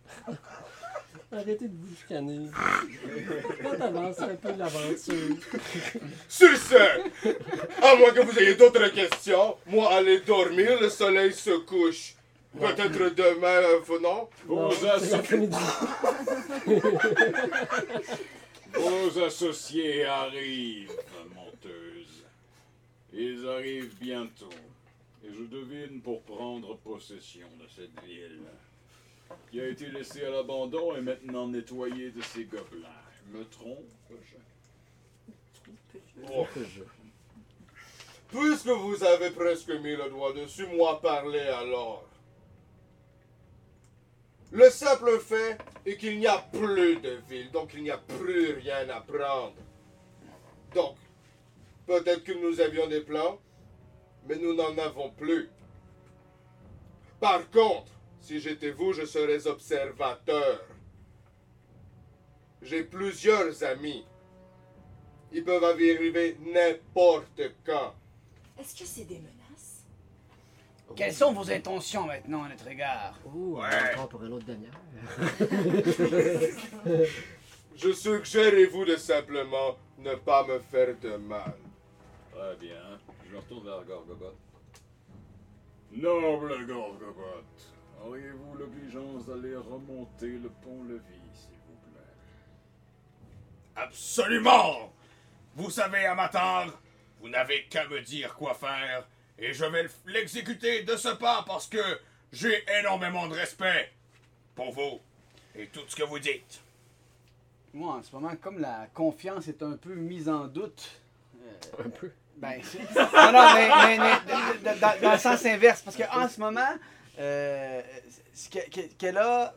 Speaker 3: Arrêtez de vous chicaner. Quand t'avances un peu l'aventure.
Speaker 4: Sur ce, à moins que vous ayez d'autres questions, moi allez dormir, le soleil se couche. Peut-être demain, euh, f- non
Speaker 8: Vos,
Speaker 3: Non, c'est
Speaker 8: asso-
Speaker 3: l'après-midi.
Speaker 8: vos associés arrivent, menteuse. Ils arrivent bientôt. Et je devine pour prendre possession de cette ville, qui a été laissée à l'abandon et maintenant nettoyée de ses gobelins. Me trompe-je
Speaker 4: Bon. Oh. Puisque vous avez presque mis le doigt dessus, moi parlez alors. Le simple fait est qu'il n'y a plus de ville, donc il n'y a plus rien à prendre. Donc, peut-être que nous avions des plans, mais nous n'en avons plus. Par contre, si j'étais vous, je serais observateur. J'ai plusieurs amis. Ils peuvent arriver n'importe quand.
Speaker 5: Est-ce que c'est des menaces?
Speaker 11: Quelles sont vos intentions maintenant à notre égard
Speaker 3: Ouh,
Speaker 9: Ouais.
Speaker 3: encore pour un autre demi
Speaker 4: Je suggérez-vous de simplement ne pas me faire de mal.
Speaker 8: Très bien. Je me retourne vers Gorgobot. Noble Gorgobot, auriez-vous l'obligeance d'aller remonter le pont-levis, s'il vous plaît
Speaker 9: Absolument. Vous savez, Amatar, vous n'avez qu'à me dire quoi faire et je vais l'exécuter de ce pas parce que j'ai énormément de respect pour vous et tout ce que vous dites.
Speaker 7: Moi, en ce moment, comme la confiance est un peu mise en doute.
Speaker 3: Un peu.
Speaker 7: Ben, c'est- non, non, mais, mais- mais- d- d- dans, dans le sens inverse, parce qu'en ce moment, euh, ce que- que- qu'elle a,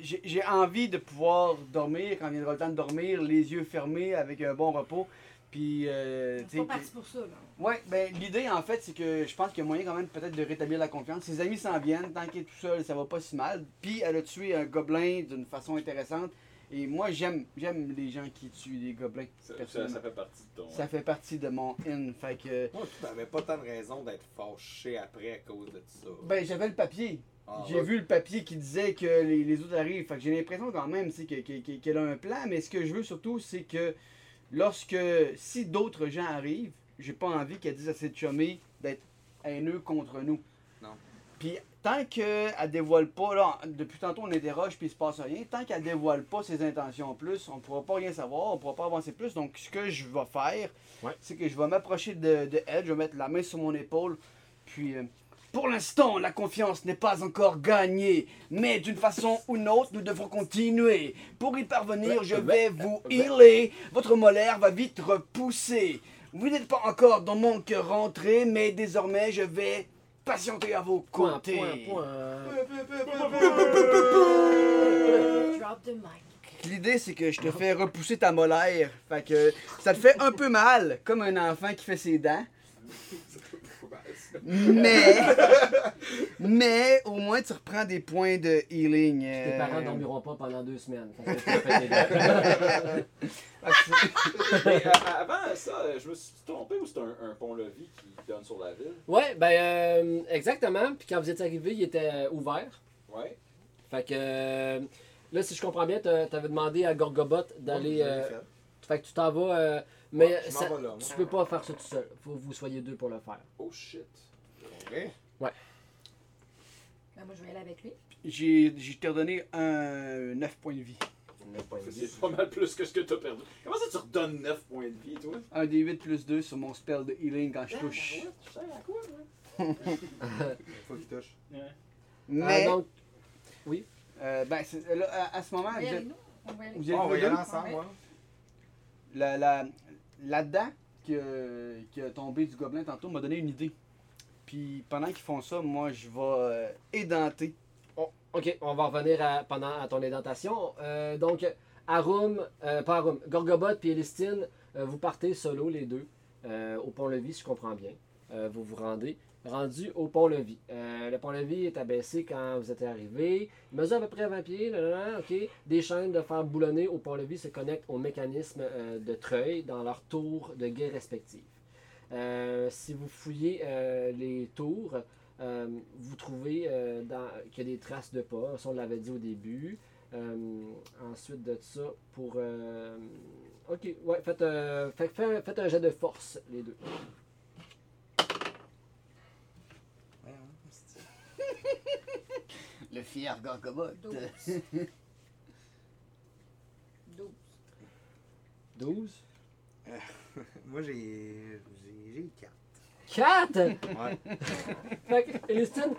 Speaker 7: j'ai j'ai envie de pouvoir dormir quand viendra le temps de dormir, les yeux fermés, avec un bon repos. Puis, euh,
Speaker 5: C'est
Speaker 7: tu sais,
Speaker 5: pas parti pour ça, là.
Speaker 7: Ouais, ben l'idée en fait, c'est que je pense qu'il y a moyen quand même peut-être de rétablir la confiance. Ses amis s'en viennent, tant qu'il est tout seul, ça va pas si mal. Puis elle a tué un gobelin d'une façon intéressante. Et moi, j'aime j'aime les gens qui tuent des gobelins. personnellement.
Speaker 8: fait partie de ton...
Speaker 7: Ça fait partie de mon in. Fait que.
Speaker 2: Moi, t'avais pas tant de raison d'être fâché après à cause de ça.
Speaker 7: Ben j'avais le papier.
Speaker 2: Ah,
Speaker 7: J'ai vu le papier qui disait que les, les autres arrivent. Fait que j'ai l'impression quand même tu sais, que- que- que- qu'elle a un plan. Mais ce que je veux surtout, c'est que lorsque. Si d'autres gens arrivent, j'ai pas envie qu'elle dise à ses chummies d'être haineux contre nous.
Speaker 2: Non.
Speaker 7: Puis tant qu'elle dévoile pas. Là, depuis tantôt on interroge puis il se passe rien. Tant qu'elle dévoile pas ses intentions en plus, on pourra pas rien savoir, on pourra pas avancer plus. Donc ce que je vais faire,
Speaker 3: Ouais.
Speaker 7: c'est que je vais m'approcher de, de elle, je vais mettre la main sur mon épaule. Puis. euh, pour l'instant, la confiance n'est pas encore gagnée, mais d'une façon ou d'une autre, nous devrons continuer. Pour y parvenir, je vais vous healer. Votre molaire va vite repousser. Vous n'êtes pas encore dans mon cœur rentré, mais désormais, je vais patienter à vos
Speaker 3: Point,
Speaker 7: côtés.
Speaker 3: point, point.
Speaker 5: Drop the mic.
Speaker 7: L'idée, c'est que je te fais repousser ta molaire. Fait que ça te fait un peu mal, comme un enfant qui fait ses dents. Mais, mais au moins tu reprends des points de healing.
Speaker 3: Tes
Speaker 7: euh,
Speaker 3: parents dormiront pas pendant deux semaines. Fait que t'as fait tes dettes.
Speaker 7: Ah,
Speaker 6: Mais, euh, avant ça, euh, je me suis trompé ou c'est un, un pont-levis qui donne sur la ville?
Speaker 3: ouais, ben euh, exactement. Puis quand vous êtes arrivé, il était euh, ouvert.
Speaker 6: Ouais.
Speaker 3: Fait que euh, là, si je comprends bien, t'a- t'avais demandé à Gorgobot d'aller. euh, fait que tu t'en vas. euh, mais
Speaker 2: je m'en
Speaker 3: ça-
Speaker 2: vais là, moi.
Speaker 3: tu peux pas faire ça tout seul. Faut que vous soyez deux pour le faire.
Speaker 6: Oh shit.
Speaker 8: Ben, moi, je vais aller avec lui.
Speaker 7: J'ai, j'ai t'ai redonné un 9 points de vie.
Speaker 6: C'est pas mal plus que ce que t'as perdu. Comment ça tu redonnes 9 points de vie, toi?
Speaker 7: Un des 8 plus 2 sur mon spell de healing quand je touche.
Speaker 6: Je sais à quoi, moi?
Speaker 2: Faut qu'il touche.
Speaker 7: Mais,
Speaker 3: Ah, donc,
Speaker 7: euh, ben, c'est- là, à, à ce moment, vous
Speaker 8: Viens avec
Speaker 7: êtes,
Speaker 8: nous. On va y aller.
Speaker 7: Ah, vous êtes
Speaker 2: Bon, Ah, on va y
Speaker 7: là,
Speaker 2: aller ensemble, hein. ouais.
Speaker 7: la, la, la dent qui a, qui a tombé du gobelin tantôt m'a donné une idée. Puis pendant qu'ils font ça, moi je vais euh, édenter.
Speaker 3: ok, on va revenir à, pendant à ton édentation. Euh, donc, Arum, euh, pas Arum, Gorgobot puis Elistine, euh, vous partez solo les deux euh, au pont-levis, si je comprends bien. Euh, vous vous rendez rendu au pont-levis. Euh, le pont-levis est abaissé quand vous êtes arrivé. Il mesure à peu près 20 pieds. là, là, là, ok. Des chaînes de fer boulonnées au pont-levis se connectent aux mécanismes euh, de treuil dans leurs tours de guet respectives. Euh, si vous fouillez euh, les tours, euh, vous trouvez euh, dans- qu'il y a des traces de pas. Ça, on l'avait dit au début. Euh, ensuite de ça, pour. euh, ok, ouais, faites, euh, fait- fait- faites un jet de force, les deux.
Speaker 10: Le fier Gorgobot.
Speaker 8: Douze. Douze.
Speaker 3: 12.
Speaker 2: Moi, j'ai. J'ai j'ai quatre.
Speaker 3: 4
Speaker 2: Ouais.
Speaker 3: Fait que, Elistine,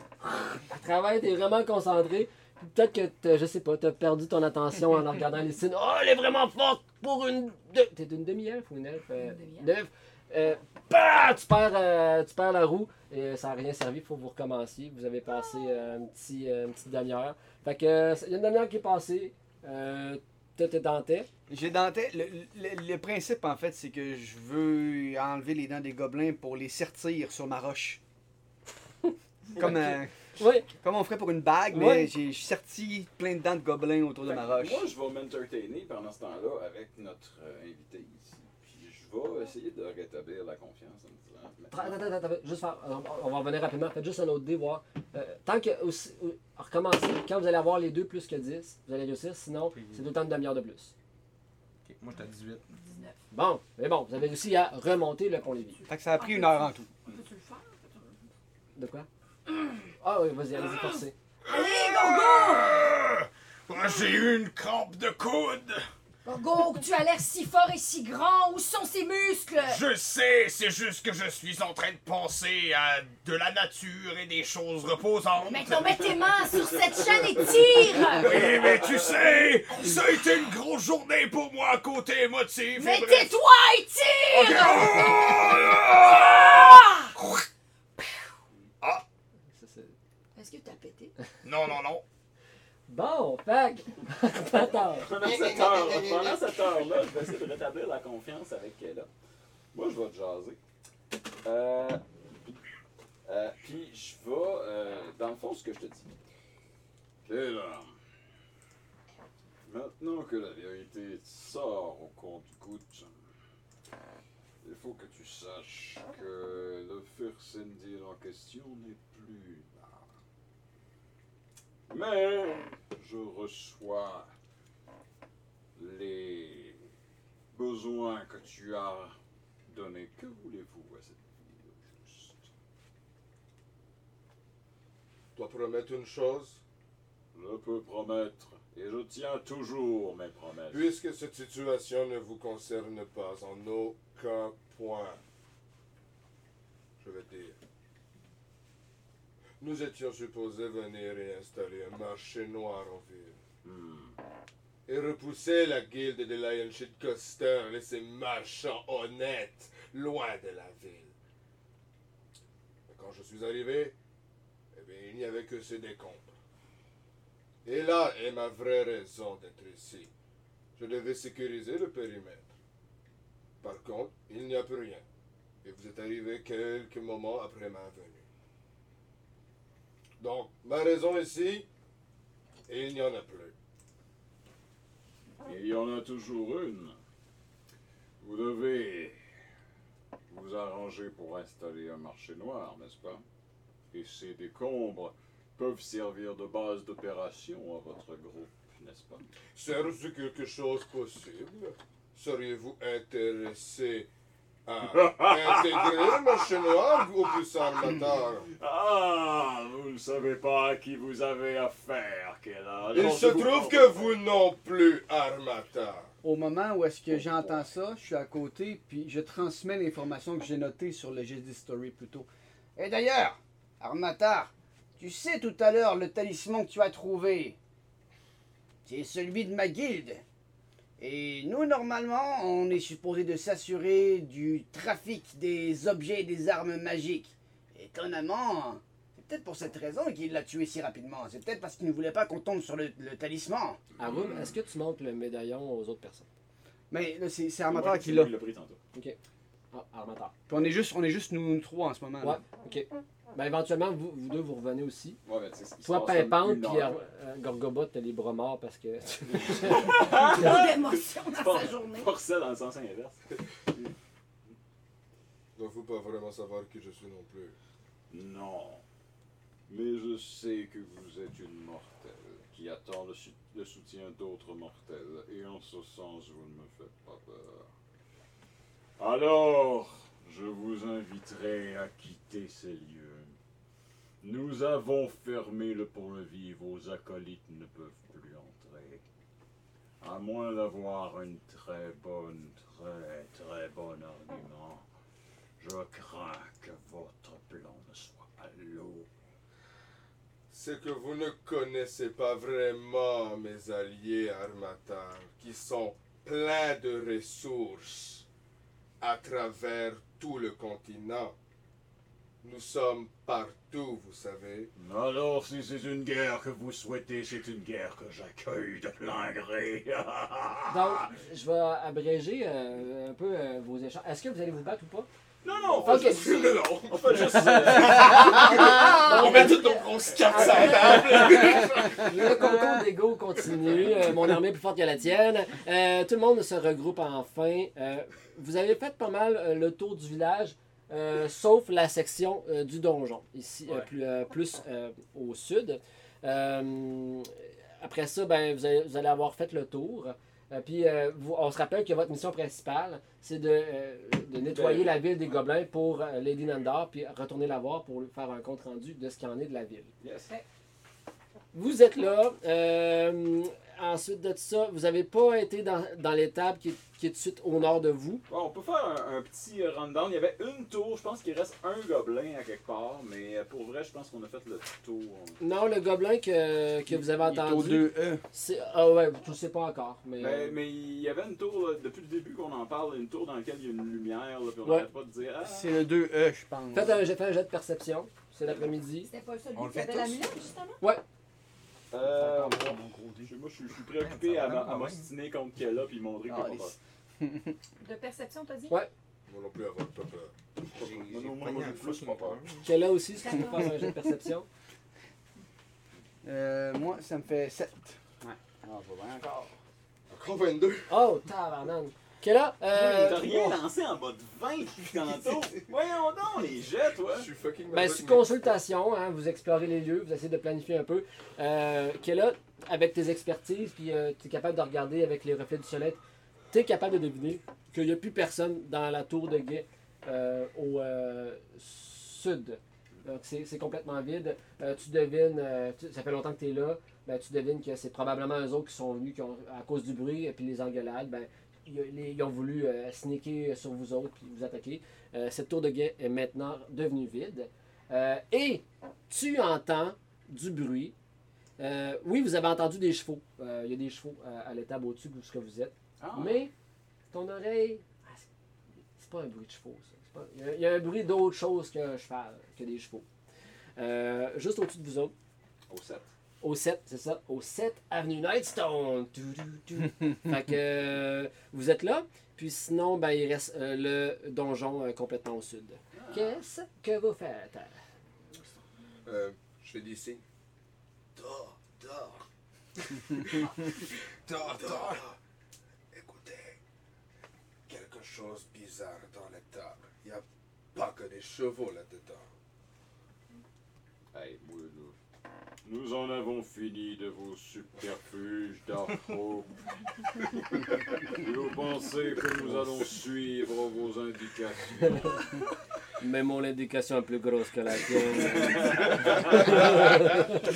Speaker 3: elle travaille, t'es vraiment concentrée. Puis Peut-être que, t'as- je sais pas, t'as perdu ton attention en regardant Elistine. Oh, elle est vraiment forte pour une. de- T'es une demi-elfe ou une elfe euh,
Speaker 8: Une demi-elfe.
Speaker 3: Neuf. Euh, bah, tu, perds, euh, tu perds la roue et ça n'a rien servi, faut que vous recommenciez. Vous avez passé euh, un petit, euh, une petite demi-heure. Fait que, euh, il y a une demi-heure qui est passée. Euh, T'es denté.
Speaker 7: J'ai denté. Le, le- le principe en fait, c'est que je veux enlever les dents des gobelins pour les sertir sur ma roche. comme, un-
Speaker 3: Oui,
Speaker 7: comme on ferait pour une bague, mais
Speaker 3: Ouais.
Speaker 7: j'ai j'ai serti plein de dents de gobelins autour de
Speaker 6: Fait
Speaker 7: ma
Speaker 6: que
Speaker 7: roche.
Speaker 6: Moi, je vais m'entertainer pendant ce temps-là avec notre euh, invité ici. Puis je vais essayer de rétablir la confiance en me disant. mais-
Speaker 3: Attends, attends, attends, attends, juste faire- euh, on- on va revenir rapidement. Faites juste un autre dé, voir. Euh, tant que. aussi- ou- recommencez. Quand vous allez avoir les deux plus que 10, vous allez réussir. Sinon, c'est tout le temps une demi-heure de plus.
Speaker 2: Ok, Moi, j'étais à 18.
Speaker 8: Dix-neuf.
Speaker 3: Bon, mais bon, vous avez réussi à remonter le pont Lévis.
Speaker 7: Fait que ça a pris une
Speaker 6: Ah,
Speaker 7: heure en tout.
Speaker 8: Peux-tu le faire?
Speaker 3: De quoi Ah oui, vas-y, allez-y, forcez.
Speaker 9: Ah, J'ai eu une crampe de coude.
Speaker 8: Gorgo, tu as l'air si fort et si grand. Où sont ses muscles?
Speaker 9: Je sais, c'est juste que je suis en train de penser à de la nature et des choses reposantes.
Speaker 8: Maintenant, mets tes mains sur cette chaîne et tire!
Speaker 9: Oui, mais tu sais, ça a été une grosse journée pour moi côté émotif. et
Speaker 8: Mais
Speaker 9: bref.
Speaker 8: tais-toi et tire!
Speaker 9: Ah!
Speaker 3: Ça, c'est-
Speaker 8: Est-ce que t'as pété?
Speaker 9: Non, non, non.
Speaker 3: Bon, fait que- Attends.
Speaker 6: Pendant cette heure- pendant cette heure-là, je vais essayer de rétablir la confiance avec elle. Moi, je vais te jaser. Euh, euh, puis, je vais, euh, dans le fond, ce que je te dis. Kayla, maintenant que la vérité sort au compte-goutte, il faut que tu saches que le Fursendir en question n'est plus là. Mais je reçois les besoins que tu as donnés. Que voulez-vous à cette vidéo juste
Speaker 4: Je dois promettre une chose.
Speaker 6: Je peux promettre, et je tiens toujours mes promesses.
Speaker 4: Puisque cette situation ne vous concerne pas en aucun point, je vais dire. Nous étions supposés venir et installer un marché noir en ville.
Speaker 6: Hmm.
Speaker 4: Et repousser la guilde des Lion Shit Costers et ses marchands honnêtes loin de la ville. Mais quand je suis arrivé, eh bien, il n'y avait que ces décombres. Et là est ma vraie raison d'être ici. Je devais sécuriser le périmètre. Par contre, il n'y a plus rien. Et vous êtes arrivé quelques moments après ma venue. Donc, ma raison ici, et il n'y en a plus.
Speaker 8: Et il y en a toujours une. Vous devez vous arranger pour installer un marché noir, n'est-ce pas Et ces décombres peuvent servir de base d'opération à votre groupe, n'est-ce pas
Speaker 4: Serait-ce quelque chose possible? Seriez-vous intéressé à intégrer le marché noir au plus armateur?
Speaker 8: Ah, vous ne savez pas à qui vous avez affaire, Kella.
Speaker 4: Il se trouve que vous non plus, armateur.
Speaker 12: Au moment où est-ce que j'entends ça, je suis à côté, puis je transmets l'information que j'ai notée sur le GD Story plus tôt.
Speaker 7: Et d'ailleurs, Armatar, tu sais tout à l'heure le talisman que tu as trouvé. C'est celui de ma guilde. Et nous, normalement, on est supposé de s'assurer du trafic des objets et des armes magiques. Étonnamment, c'est peut-être pour cette raison qu'il l'a tué si rapidement. C'est peut-être parce qu'il ne voulait pas qu'on tombe sur le, le talisman.
Speaker 3: Arun, est-ce que tu montres le médaillon aux autres personnes
Speaker 12: Mais là, c'est c'est Armateur
Speaker 8: Ouais,
Speaker 12: qui
Speaker 8: c'est
Speaker 12: l'a.
Speaker 8: lui, Il l'a pris tantôt.
Speaker 3: Ah, armateur.
Speaker 12: Puis on est juste, on est juste nous, nous trois en ce moment.
Speaker 3: Ouais,
Speaker 12: là.
Speaker 3: ok. Ben éventuellement, vous, vous deux, vous revenez aussi.
Speaker 8: Ouais, mais tu sais, ce qui se
Speaker 3: Toi,
Speaker 8: passe comme
Speaker 3: Pimpante,
Speaker 8: une
Speaker 3: puis
Speaker 8: heure.
Speaker 3: euh, Gorgobot, t'as les bras morts parce que.
Speaker 6: Trop d'émotions dans
Speaker 8: Force-
Speaker 6: sa journée.
Speaker 8: forçait dans le sens inverse.
Speaker 4: Il ne faut pas vraiment savoir qui je suis non plus.
Speaker 8: Non. Mais je sais que vous êtes une mortelle qui attend le, su- le soutien d'autres mortels. Et en ce sens, vous ne me faites pas peur. Alors, je vous inviterai à quitter ces lieux. Nous avons fermé le pont-levis et vos acolytes ne peuvent plus entrer. À moins d'avoir une très bonne, très, très bonne argument. Je crains que votre plan ne soit à l'eau.
Speaker 4: C'est que vous ne connaissez pas vraiment mes alliés armateurs qui sont pleins de ressources à travers tout le continent. Nous sommes partout, vous savez.
Speaker 8: Alors, si c'est une guerre que vous souhaitez, c'est une guerre que j'accueille de plein gré.
Speaker 3: Donc, je vais abréger euh, un peu euh, vos échanges. Est-ce que vous allez vous battre ou pas
Speaker 8: non, non,
Speaker 3: Ok.
Speaker 8: on fait juste. euh,
Speaker 9: On met toutes nos grosses cartes sur la table.
Speaker 3: Le concours d'ego continue. Euh, mon armée est plus forte que la tienne. Euh, tout le monde se regroupe enfin. Euh, vous avez fait pas mal euh, le tour du village, euh, sauf la section euh, du donjon, ici, euh,
Speaker 8: Ouais.
Speaker 3: plus, euh, plus, euh, au sud. Euh, après ça, ben, vous, allez, vous allez avoir fait le tour. Euh, puis euh, vous- on se rappelle que votre mission principale, c'est de, euh, de nettoyer la ville des gobelins pour euh, Lady Nandor, puis retourner la voir pour lui faire un compte rendu de ce qu'il en est de la ville. Vous êtes là. euh, ensuite de ça, vous n'avez pas été dans, dans l'étape qui, est- qui est tout de suite au nord de vous.
Speaker 6: Oh,
Speaker 8: bon, on peut faire un, un petit
Speaker 6: euh,
Speaker 8: rundown. Il y avait une tour, je pense qu'il reste un gobelin à quelque part, mais euh, pour vrai, je pense qu'on a fait le tour.
Speaker 3: Non, le gobelin que, que vous avez
Speaker 12: Il est au E.
Speaker 3: entendu.
Speaker 12: 2E.
Speaker 3: c'est- Ah ouais, je ne sais pas encore. Mais,
Speaker 8: Mais,
Speaker 3: euh,
Speaker 8: Ben, mais il y avait une tour, là, depuis le début qu'on en parle, une tour dans laquelle il y a une lumière, là, puis on
Speaker 3: euh, Ouais.
Speaker 8: n'arrête pas de dire. Ah,
Speaker 12: C'est le 2E, je pense.
Speaker 3: Faites un, j'ai fait un jet de perception. C'est l'après-midi.
Speaker 6: C'était pas
Speaker 13: On
Speaker 6: celui
Speaker 13: le
Speaker 6: qui
Speaker 13: fait
Speaker 6: avait
Speaker 13: tous?
Speaker 6: l'amulette, justement?
Speaker 8: euh,
Speaker 13: Mon gros dé.
Speaker 8: Je sais, moi, je suis, je suis préoccupé à, m'a- à m'ostiner contre Kella puis montrer
Speaker 12: Ah,
Speaker 8: qu'on
Speaker 12: les-
Speaker 8: va.
Speaker 5: De perception, t'as dit?
Speaker 3: Ouais.
Speaker 4: Moi non plus avoir pas peur.
Speaker 13: J'ai- j'ai
Speaker 8: Non, non, moi,
Speaker 13: pogné
Speaker 8: moi,
Speaker 13: un
Speaker 8: je
Speaker 13: flou
Speaker 8: fous
Speaker 13: sur mon
Speaker 8: pas peur.
Speaker 13: peur.
Speaker 3: Qu'elle a aussi, si tu veux faire un jet de perception.
Speaker 12: Euh, moi, ça me fait 7. Ouais. Ah, pas bien encore.
Speaker 4: Encore 22.
Speaker 3: Oh, tabarnane. Qu'elle a.
Speaker 8: Hey, T'as
Speaker 3: Euh,
Speaker 8: rien lancé en bas de 20 depuis tantôt. Voyons donc, les jets, toi.
Speaker 4: Je suis fucking
Speaker 3: Ben,
Speaker 4: malade,
Speaker 3: c'est une
Speaker 4: mais-
Speaker 3: consultation, hein, vous explorez les lieux, vous essayez de planifier un peu. Euh, que là, avec tes expertises, puis tu es capable de regarder avec les reflets du soleil, tu es capable de deviner qu'il n'y a plus personne dans la tour de guet euh, au euh, sud. Donc, c'est c'est complètement vide. Euh, tu devines, euh, tu- ça fait longtemps que tu es là, ben, tu devines que c'est probablement eux autres qui sont venus, qui ont, à cause du bruit et puis les engueulades, ben, ils, les- ils ont voulu euh, sneaker sur vous autres puis vous attaquer. Euh, cette tour de guet est maintenant devenue vide. Euh, et tu entends du bruit. Euh, oui, vous avez entendu des chevaux. Euh, Il y a des chevaux euh, à l'étable au-dessus de ce que vous êtes.
Speaker 8: Ah,
Speaker 3: Mais ton oreille, ah, c'est- c'est pas un bruit de chevaux. ça. C'est pas- Il y a- il y, a un bruit d'autre chose qu'un cheval, que des chevaux. Euh, juste au-dessus de vous autres,
Speaker 8: Au 7.
Speaker 3: au 7, c'est ça, au 7 Avenue Nightstone. Tout, tout, tout. fait que euh, vous êtes là. Puis sinon, ben, il reste euh, le
Speaker 8: Ah.
Speaker 3: donjon euh, complètement au sud. Qu'est-ce que vous faites?
Speaker 4: Euh, je Je fais des signes. Dors, dors. dors, dors. Écoutez, quelque chose de bizarre dans la table. Il n'y a pas que des chevaux là-dedans.
Speaker 6: Hey, moi, nous- Nous en avons fini de vos subterfuges d'arthro. vous pensez que nous allons suivre vos indications
Speaker 3: Mais mon indication est plus grosse que la tienne.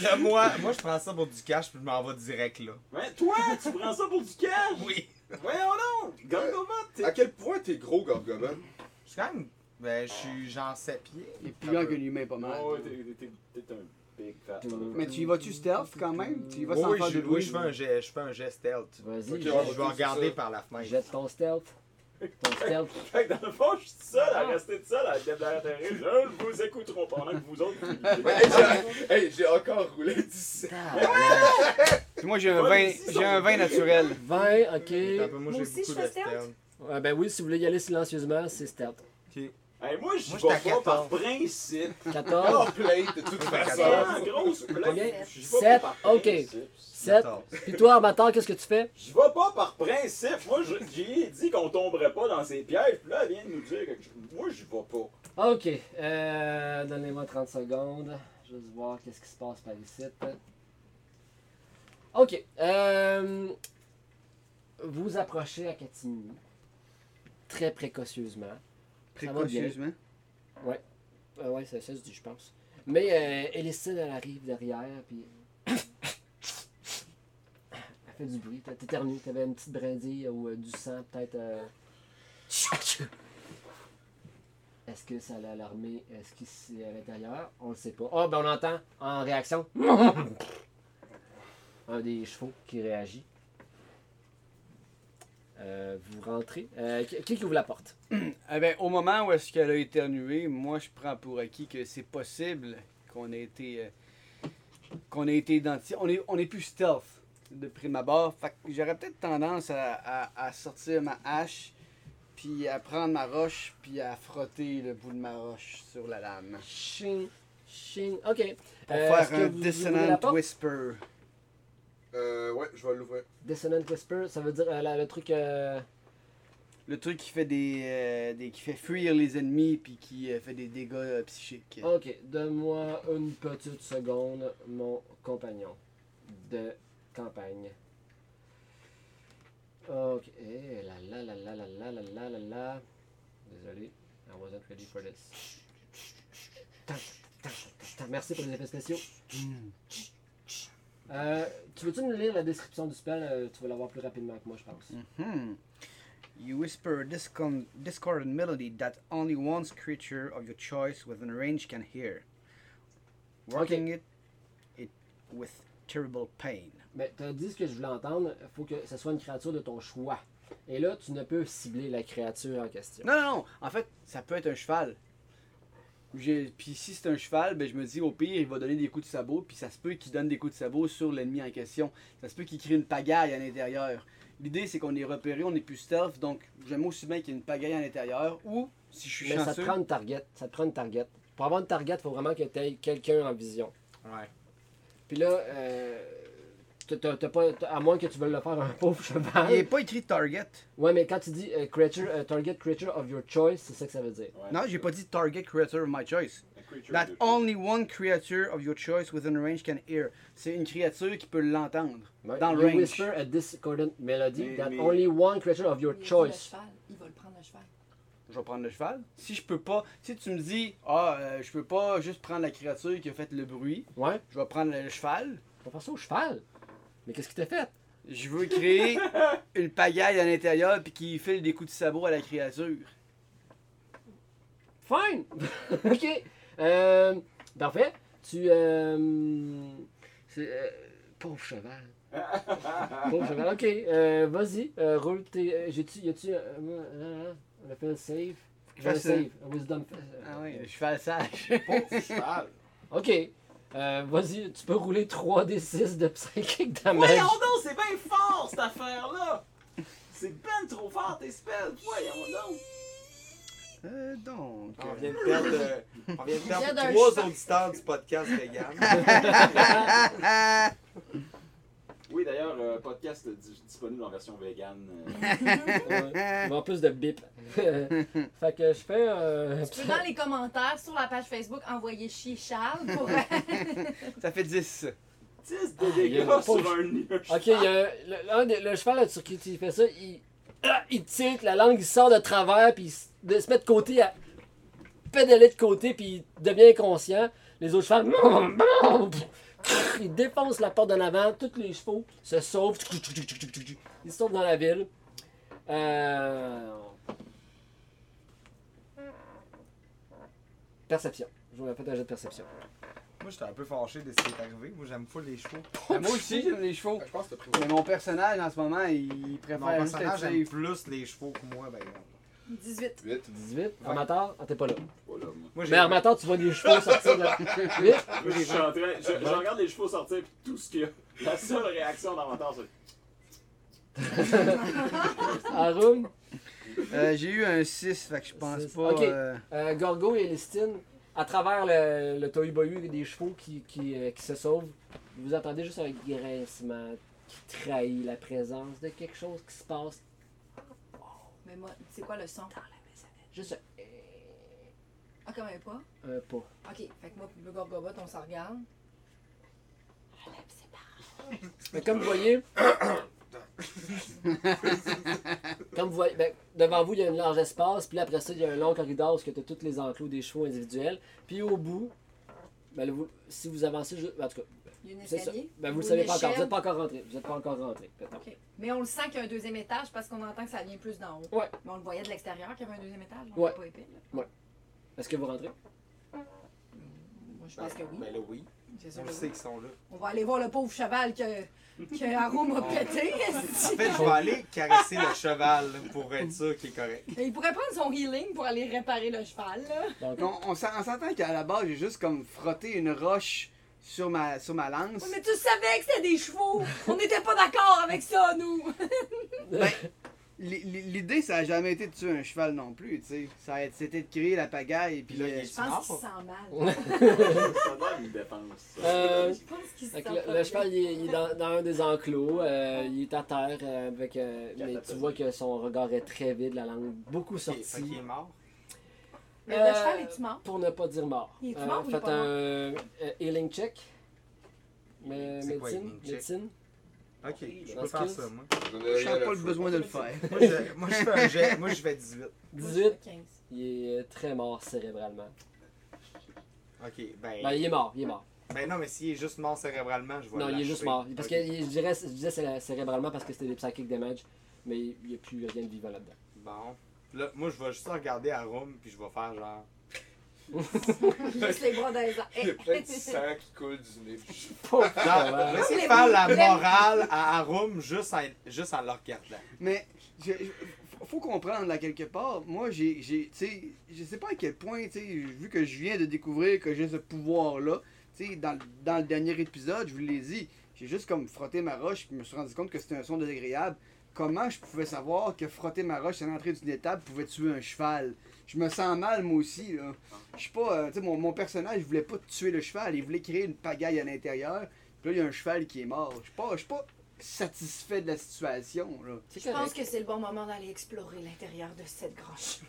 Speaker 2: Là, moi, moi, je prends ça pour du cash puis je m'en vais direct là.
Speaker 6: Ouais, toi, tu prends ça pour du cash
Speaker 2: Oui.
Speaker 6: Voyons donc Gorgomon, t'es...
Speaker 4: À quel point t'es gros, Gorgomon
Speaker 2: Je suis quand même. Ben, je suis genre 7 pieds.
Speaker 7: Il est plus grand que l'humain, pas mal.
Speaker 6: Oh, t'es- t'es- t'es t'es un big fat. motherfucker.
Speaker 7: Mais tu y vas-tu stealth quand même Tu y vas
Speaker 2: Oui,
Speaker 7: sans
Speaker 2: oui,
Speaker 7: faire
Speaker 2: je,
Speaker 7: de
Speaker 2: oui,
Speaker 7: bruit
Speaker 2: je fais un geste, je fais un geste stealth.
Speaker 3: Vas-y,
Speaker 4: Ok,
Speaker 3: jette-
Speaker 4: on
Speaker 2: Je vais regarder par la fenêtre.
Speaker 3: jette ton stealth. Ton stealth.
Speaker 6: Fait que dans le fond, je suis seul à rester seul à derrière Thérèse. Je ne vous écouterai pendant que vous autres. vous lisez.
Speaker 4: Ouais, hey, j'ai- Hey, j'ai encore roulé 17.
Speaker 7: Moi, j'ai un vin, j'ai un vin naturel.
Speaker 3: 20,
Speaker 2: Attends un
Speaker 3: ok.
Speaker 2: peu, moi,
Speaker 5: Moi
Speaker 2: j'ai
Speaker 5: aussi,
Speaker 2: beaucoup
Speaker 5: je
Speaker 2: de
Speaker 5: fais stealth.
Speaker 2: stealth.
Speaker 3: Ouais, ben oui, si vous voulez y aller silencieusement, c'est stealth.
Speaker 6: Hey, moi, je
Speaker 2: Moi,
Speaker 6: vais
Speaker 2: j'étais à
Speaker 6: pas par
Speaker 2: 14.
Speaker 6: principe.
Speaker 3: 14,
Speaker 4: plate de toute façon.
Speaker 6: Sans grosse
Speaker 3: Combien?
Speaker 6: plainte. Je vais
Speaker 3: Sept,
Speaker 6: pas par
Speaker 3: ok.
Speaker 6: principe.
Speaker 3: 7.
Speaker 2: 14.
Speaker 3: Puis toi, Armateur, qu'est-ce que tu fais?
Speaker 6: Je vais pas par principe. Moi, je- j'ai dit qu'on tomberait pas dans ces pièges. Puis là, elle vient de nous dire quelque chose. Moi, je vais pas.
Speaker 3: Ok, euh, donnez-moi 30 secondes. Juste voir qu'est-ce qui se passe par ici. Ok, euh, vous approchez à Catimini très précocieusement. Ça va bien.
Speaker 12: hein?
Speaker 7: Précocieusement.
Speaker 3: Ah ouais, c'est ça, je dis, je pense. Mais euh, Elistine, elle arrive derrière, puis. elle fait du bruit. T'as- T'éternues, t'avais une petite brindille ou euh, du sang, peut-être. euh. Est-ce que ça l'a alarmé? Est-ce que c'est à l'intérieur? On le sait pas. Ah, ben on entend en réaction. Un des chevaux qui réagit. Euh, vous rentrez. Euh, qui qui ouvre la porte?
Speaker 7: Eh ben, au moment où est-ce qu'elle a éternué, moi je prends pour acquis que c'est possible qu'on ait été euh, qu'on ait été identifié. On est on est plus stealth de prime abord. Fait que j'aurais peut-être tendance à, à- à sortir ma hache, puis à prendre ma roche, puis à frotter le bout de ma roche sur la lame
Speaker 3: Ching, ching. Ok.
Speaker 7: pour
Speaker 3: Euh, est-ce
Speaker 7: faire
Speaker 3: que
Speaker 7: un
Speaker 3: vous ouvrez la
Speaker 7: dissonant
Speaker 3: porte?
Speaker 7: whisper.
Speaker 4: Euh, ouais, je vais l'ouvrir.
Speaker 3: Dissonant Whisper, ça veut dire euh, la- le truc. euh,
Speaker 7: Le truc qui fait des, euh, des- qui fait fuir les ennemis puis qui euh, fait des dégâts euh, psychiques.
Speaker 3: Ok, donne-moi une petite seconde, mon compagnon de campagne. Ok, eh, la la la la la la la la la la. Désolé, I wasn't ready for this. Tan, tan, tan, tan. Merci pour les effets spéciaux. Euh, tu veux-tu nous lire la description du spell? Euh, Tu vas l'avoir plus rapidement que moi, je pense.
Speaker 7: Hmm. You whisper a discon- discordant melody that only one creature of your choice within range can hear. Working it, it with terrible pain.
Speaker 3: Mais t'as dit ce Ben, que je voulais entendre, faut que ce soit une créature de ton choix. Et là, tu ne peux cibler la créature en question.
Speaker 7: Non, non, non. En fait, ça peut être un cheval. J'ai- Puis si c'est un cheval, ben, je me dis au pire, il va donner des coups de sabot. Puis ça se peut qu'il donne des coups de sabot sur l'ennemi en question. Ça se peut qu'il crée une pagaille à l'intérieur. L'idée, c'est qu'on est repéré, on est plus stealth. Donc j'aime aussi bien qu'il y ait une pagaille à l'intérieur. Ou, si je suis
Speaker 3: Mais ça te
Speaker 7: chanceux,
Speaker 3: prend une target. Ça te prend une target. Pour avoir une target, faut vraiment que tu aies quelqu'un en vision.
Speaker 2: Ouais.
Speaker 3: Puis là, euh, t'as- t'as- t'as pas, t'as- à moins que tu veuilles le faire à un pauvre cheval.
Speaker 8: Ah
Speaker 7: il n'est pas écrit target.
Speaker 3: Ouais, mais quand tu dis euh, creature, euh, target creature of your choice, c'est ça que ça veut dire.
Speaker 6: Ouais.
Speaker 7: Non, j'ai pas dit target creature of my choice.
Speaker 6: A creature
Speaker 7: That
Speaker 6: de-
Speaker 7: only one creature of your choice within range can hear. C'est une créature qui peut l'entendre.
Speaker 3: Ouais.
Speaker 7: Dans le
Speaker 3: you
Speaker 7: range.
Speaker 3: whisper a discordant melody
Speaker 6: Mais-
Speaker 3: that
Speaker 6: mais-
Speaker 3: only one creature of your
Speaker 5: Il a dit
Speaker 3: choice.
Speaker 5: Le cheval. Il va le prendre le cheval.
Speaker 7: je vais prendre le cheval. Si je peux pas, si tu me dis, ah, euh, je peux pas juste prendre la créature qui a fait le bruit,
Speaker 3: Ouais,
Speaker 7: je vais prendre le cheval.
Speaker 3: on faire ça au cheval. Mais qu'est-ce qu'il t'a fait?
Speaker 7: Je veux créer une pagaille à l'intérieur puis qui file des coups de sabot à la créature.
Speaker 3: Fine! ok. Euh, parfait. Tu. Euh, c'est, euh, pauvre cheval. pauvre cheval. Ok. euh, Vas-y. euh, roule tes. euh, J'ai-tu. Y a-tu. euh, euh, on a fait un save. J'ai un
Speaker 7: Facile.
Speaker 3: save. Un wisdom. euh,
Speaker 7: Ah oui, le cheval sage.
Speaker 4: Cheval.
Speaker 3: Ok. Euh, Vas-y. Tu peux rouler 3d6 de psychic damage.
Speaker 6: Voyons donc, oh c'est bien fort cette affaire-là! C'est ben trop fort tes spells, voyons donc!
Speaker 7: Euh, donc.
Speaker 14: On vient de perdre, euh, on vient de perdre
Speaker 8: Vous êtes un
Speaker 14: trois
Speaker 8: choc.
Speaker 14: auditeurs du podcast vegan.
Speaker 6: Oui, d'ailleurs, euh, podcast di- disponible en version vegan. euh,
Speaker 3: Ouais. En plus de bip. fait que je fais euh, un.
Speaker 8: Tu peux dans les commentaires sur la page Facebook envoyer chier Charles pour.
Speaker 7: Ça fait 10.
Speaker 6: 10 de
Speaker 3: il y a
Speaker 6: dégâts
Speaker 3: pas-
Speaker 6: sur un nœud.
Speaker 3: Ok, il y a un- le, l'un des- le cheval, là, sur qui tu fais ça, il, ah, il tique, la langue il sort de travers, puis il se, de, se met de côté, à pédaler de côté, puis il devient inconscient. Les autres chevals, ils défoncent la porte de l'avant, tous les chevaux se sauvent, ils se sauvent dans la ville. Euh... Perception. Je vous répète un jet de perception.
Speaker 2: Moi, j'étais un peu fâché de ce qui est arrivé. Moi, j'aime pas les chevaux.
Speaker 7: Mais moi aussi, j'aime les chevaux.
Speaker 4: Ah,
Speaker 14: Je pense que t'as pris
Speaker 7: Mais mon personnage en ce moment, il préfère
Speaker 2: Mon
Speaker 7: juste être
Speaker 2: personnage aime
Speaker 7: safe.
Speaker 2: plus les chevaux que moi, ben.
Speaker 8: 18.
Speaker 6: 8.
Speaker 3: 18. Armateur, ah, t'es pas là.
Speaker 6: Voilà, moi.
Speaker 2: Moi,
Speaker 3: Mais Armateur, tu vois les chevaux sortir de la... Oui?
Speaker 6: Je suis en train- je- je regarde les chevaux sortir, puis tout ce qu'il y a. La seule réaction d'inventaire, c'est.
Speaker 3: Arum,
Speaker 7: Euh, J'ai eu un 6, fait que je pense
Speaker 3: Six.
Speaker 7: pas.
Speaker 3: Ok.
Speaker 7: euh,
Speaker 3: euh, Gorgo et Lestine, à travers le, le tohu-bohu des chevaux qui, qui, euh, qui se sauvent, vous entendez juste un grincement qui trahit la présence de quelque chose qui se passe.
Speaker 8: Mais moi, c'est quoi le son?
Speaker 3: Juste un-
Speaker 8: Ah, quand même pas.
Speaker 3: un pas.
Speaker 8: Ok, fait que moi, puis le Gorgobot, on s'en regarde.
Speaker 3: Mais comme vous voyez. comme vous voyez, ben, devant vous, il y a un large espace, puis là, après ça, il y a un long corridor où tu as tous les enclos des chevaux individuels. Puis au bout, ben, le- vous- si vous avancez, ju- en tout cas,
Speaker 8: Il y a un
Speaker 3: c'est ça.
Speaker 8: escalier.
Speaker 3: Ben, vous
Speaker 8: Ou
Speaker 3: le savez
Speaker 8: une
Speaker 3: pas encore, vous
Speaker 8: échelle.
Speaker 3: n'êtes pas encore rentré. Vous n'êtes pas encore rentré. peut-être.
Speaker 8: Ok. Mais on le sent qu'il y a un deuxième étage parce qu'on entend que ça vient plus d'en haut.
Speaker 3: Ouais.
Speaker 8: Mais on le voyait de l'extérieur qu'il y avait un deuxième étage. On
Speaker 3: Ouais.
Speaker 8: l'a pas épais, là.
Speaker 3: Est-ce que vous rentrez?
Speaker 8: Moi, je pense que oui.
Speaker 14: Ben là, oui.
Speaker 8: C'est sûr
Speaker 14: On
Speaker 8: que
Speaker 14: le
Speaker 8: oui.
Speaker 14: sait qu'ils sont là.
Speaker 8: On va aller voir le pauvre cheval que, que Haro m'a pété.
Speaker 14: En fait, je vais aller caresser le cheval là, pour être sûr qu'il est correct.
Speaker 8: Il pourrait prendre son healing pour aller réparer le cheval. Là.
Speaker 3: Donc,
Speaker 7: On, on s'en- on s'entend qu'à la base, j'ai juste comme frotté une roche sur ma, sur ma lance.
Speaker 8: Ouais, mais tu savais que c'était des chevaux. On n'était pas d'accord avec ça, nous.
Speaker 7: L'i- l'i- L'idée, ça a jamais été de tuer un cheval non plus, tu sais. Ça a été- C'était de créer la pagaille. Puis
Speaker 14: Puis là, il
Speaker 7: euh,
Speaker 14: est
Speaker 8: Je pense qu'il
Speaker 14: mort.
Speaker 8: se sent mal.
Speaker 6: Ça donne une défense. ça.
Speaker 3: Euh,
Speaker 8: Je pense qu'il se
Speaker 3: Fait
Speaker 8: sent
Speaker 3: que le,
Speaker 8: pas
Speaker 3: le
Speaker 8: bien.
Speaker 3: cheval, il est, il est dans, dans un des enclos, euh,
Speaker 8: Ah.
Speaker 3: il est à terre, euh, avec, euh, mais tu
Speaker 6: Catapulté.
Speaker 3: vois que son regard est très vide, la langue beaucoup
Speaker 14: Ok, Fait qu'il
Speaker 3: sortie.
Speaker 14: est mort.
Speaker 8: Mais
Speaker 3: Euh,
Speaker 8: le cheval est-tu mort?
Speaker 3: Pour ne pas dire mort.
Speaker 8: Il est mort ou il est
Speaker 3: faites
Speaker 8: pas
Speaker 3: un euh, healing check. Mais,
Speaker 2: C'est quoi,
Speaker 3: médecine,
Speaker 2: healing check?
Speaker 3: médecine.
Speaker 2: Ok, je
Speaker 3: Dans
Speaker 2: peux
Speaker 3: ce
Speaker 2: faire
Speaker 3: case.
Speaker 2: ça, moi.
Speaker 4: J'en ai
Speaker 7: Je
Speaker 4: rien
Speaker 7: sens
Speaker 4: à
Speaker 7: pas le
Speaker 4: foutre.
Speaker 7: besoin de le faire.
Speaker 2: Moi, je, moi, je fais un jet. Moi, je fais 18.
Speaker 8: Moi,
Speaker 3: 18,
Speaker 8: j'ai 15.
Speaker 3: il est euh, très mort cérébralement.
Speaker 2: Ok,
Speaker 3: Ben,
Speaker 2: ben.
Speaker 3: il est mort, il est mort.
Speaker 2: Ben non, mais s'il est juste mort cérébralement, je vais
Speaker 3: non, il est
Speaker 2: l'achever.
Speaker 3: juste mort. Parce
Speaker 2: Ok.
Speaker 3: que il- je, dirais, je disais céré- cérébralement parce que c'était des psychic damage, mais il n'y a plus rien de vivant là-dedans.
Speaker 2: Bon. Là, moi, je vais juste regarder à Rome, puis je vais faire genre.
Speaker 8: Juste les bras dans les airs.
Speaker 4: Il y a plein
Speaker 8: Hey.
Speaker 4: de sang qui coule du nez.
Speaker 2: Genre,
Speaker 3: Ah, Ouais.
Speaker 2: j'essaie de faire la morale à Arum juste en, juste en le regardant.
Speaker 7: Mais je- je- faut- faut comprendre là quelque part. Moi, j'ai, j'ai- tu sais, je sais pas à quel point, tu sais, vu que je viens de découvrir que j'ai ce pouvoir-là, tu sais, dans, le- dans le dernier épisode, je vous l'ai dit, j'ai juste comme frotté ma roche, puis je me suis rendu compte que c'était un son désagréable. Comment je pouvais savoir que frotter ma roche à l'entrée d'une étape pouvait tuer un cheval Je me sens mal moi aussi. Là. Je suis pas, euh, tu sais, mon, mon personnage voulait pas tuer le cheval, il voulait créer une pagaille à l'intérieur. Puis là, il y a un cheval qui est mort. Je suis pas, je suis pas satisfait de la situation là.
Speaker 3: C'est
Speaker 8: Je pense
Speaker 3: correct.
Speaker 8: que c'est le bon moment d'aller explorer l'intérieur de cette grange.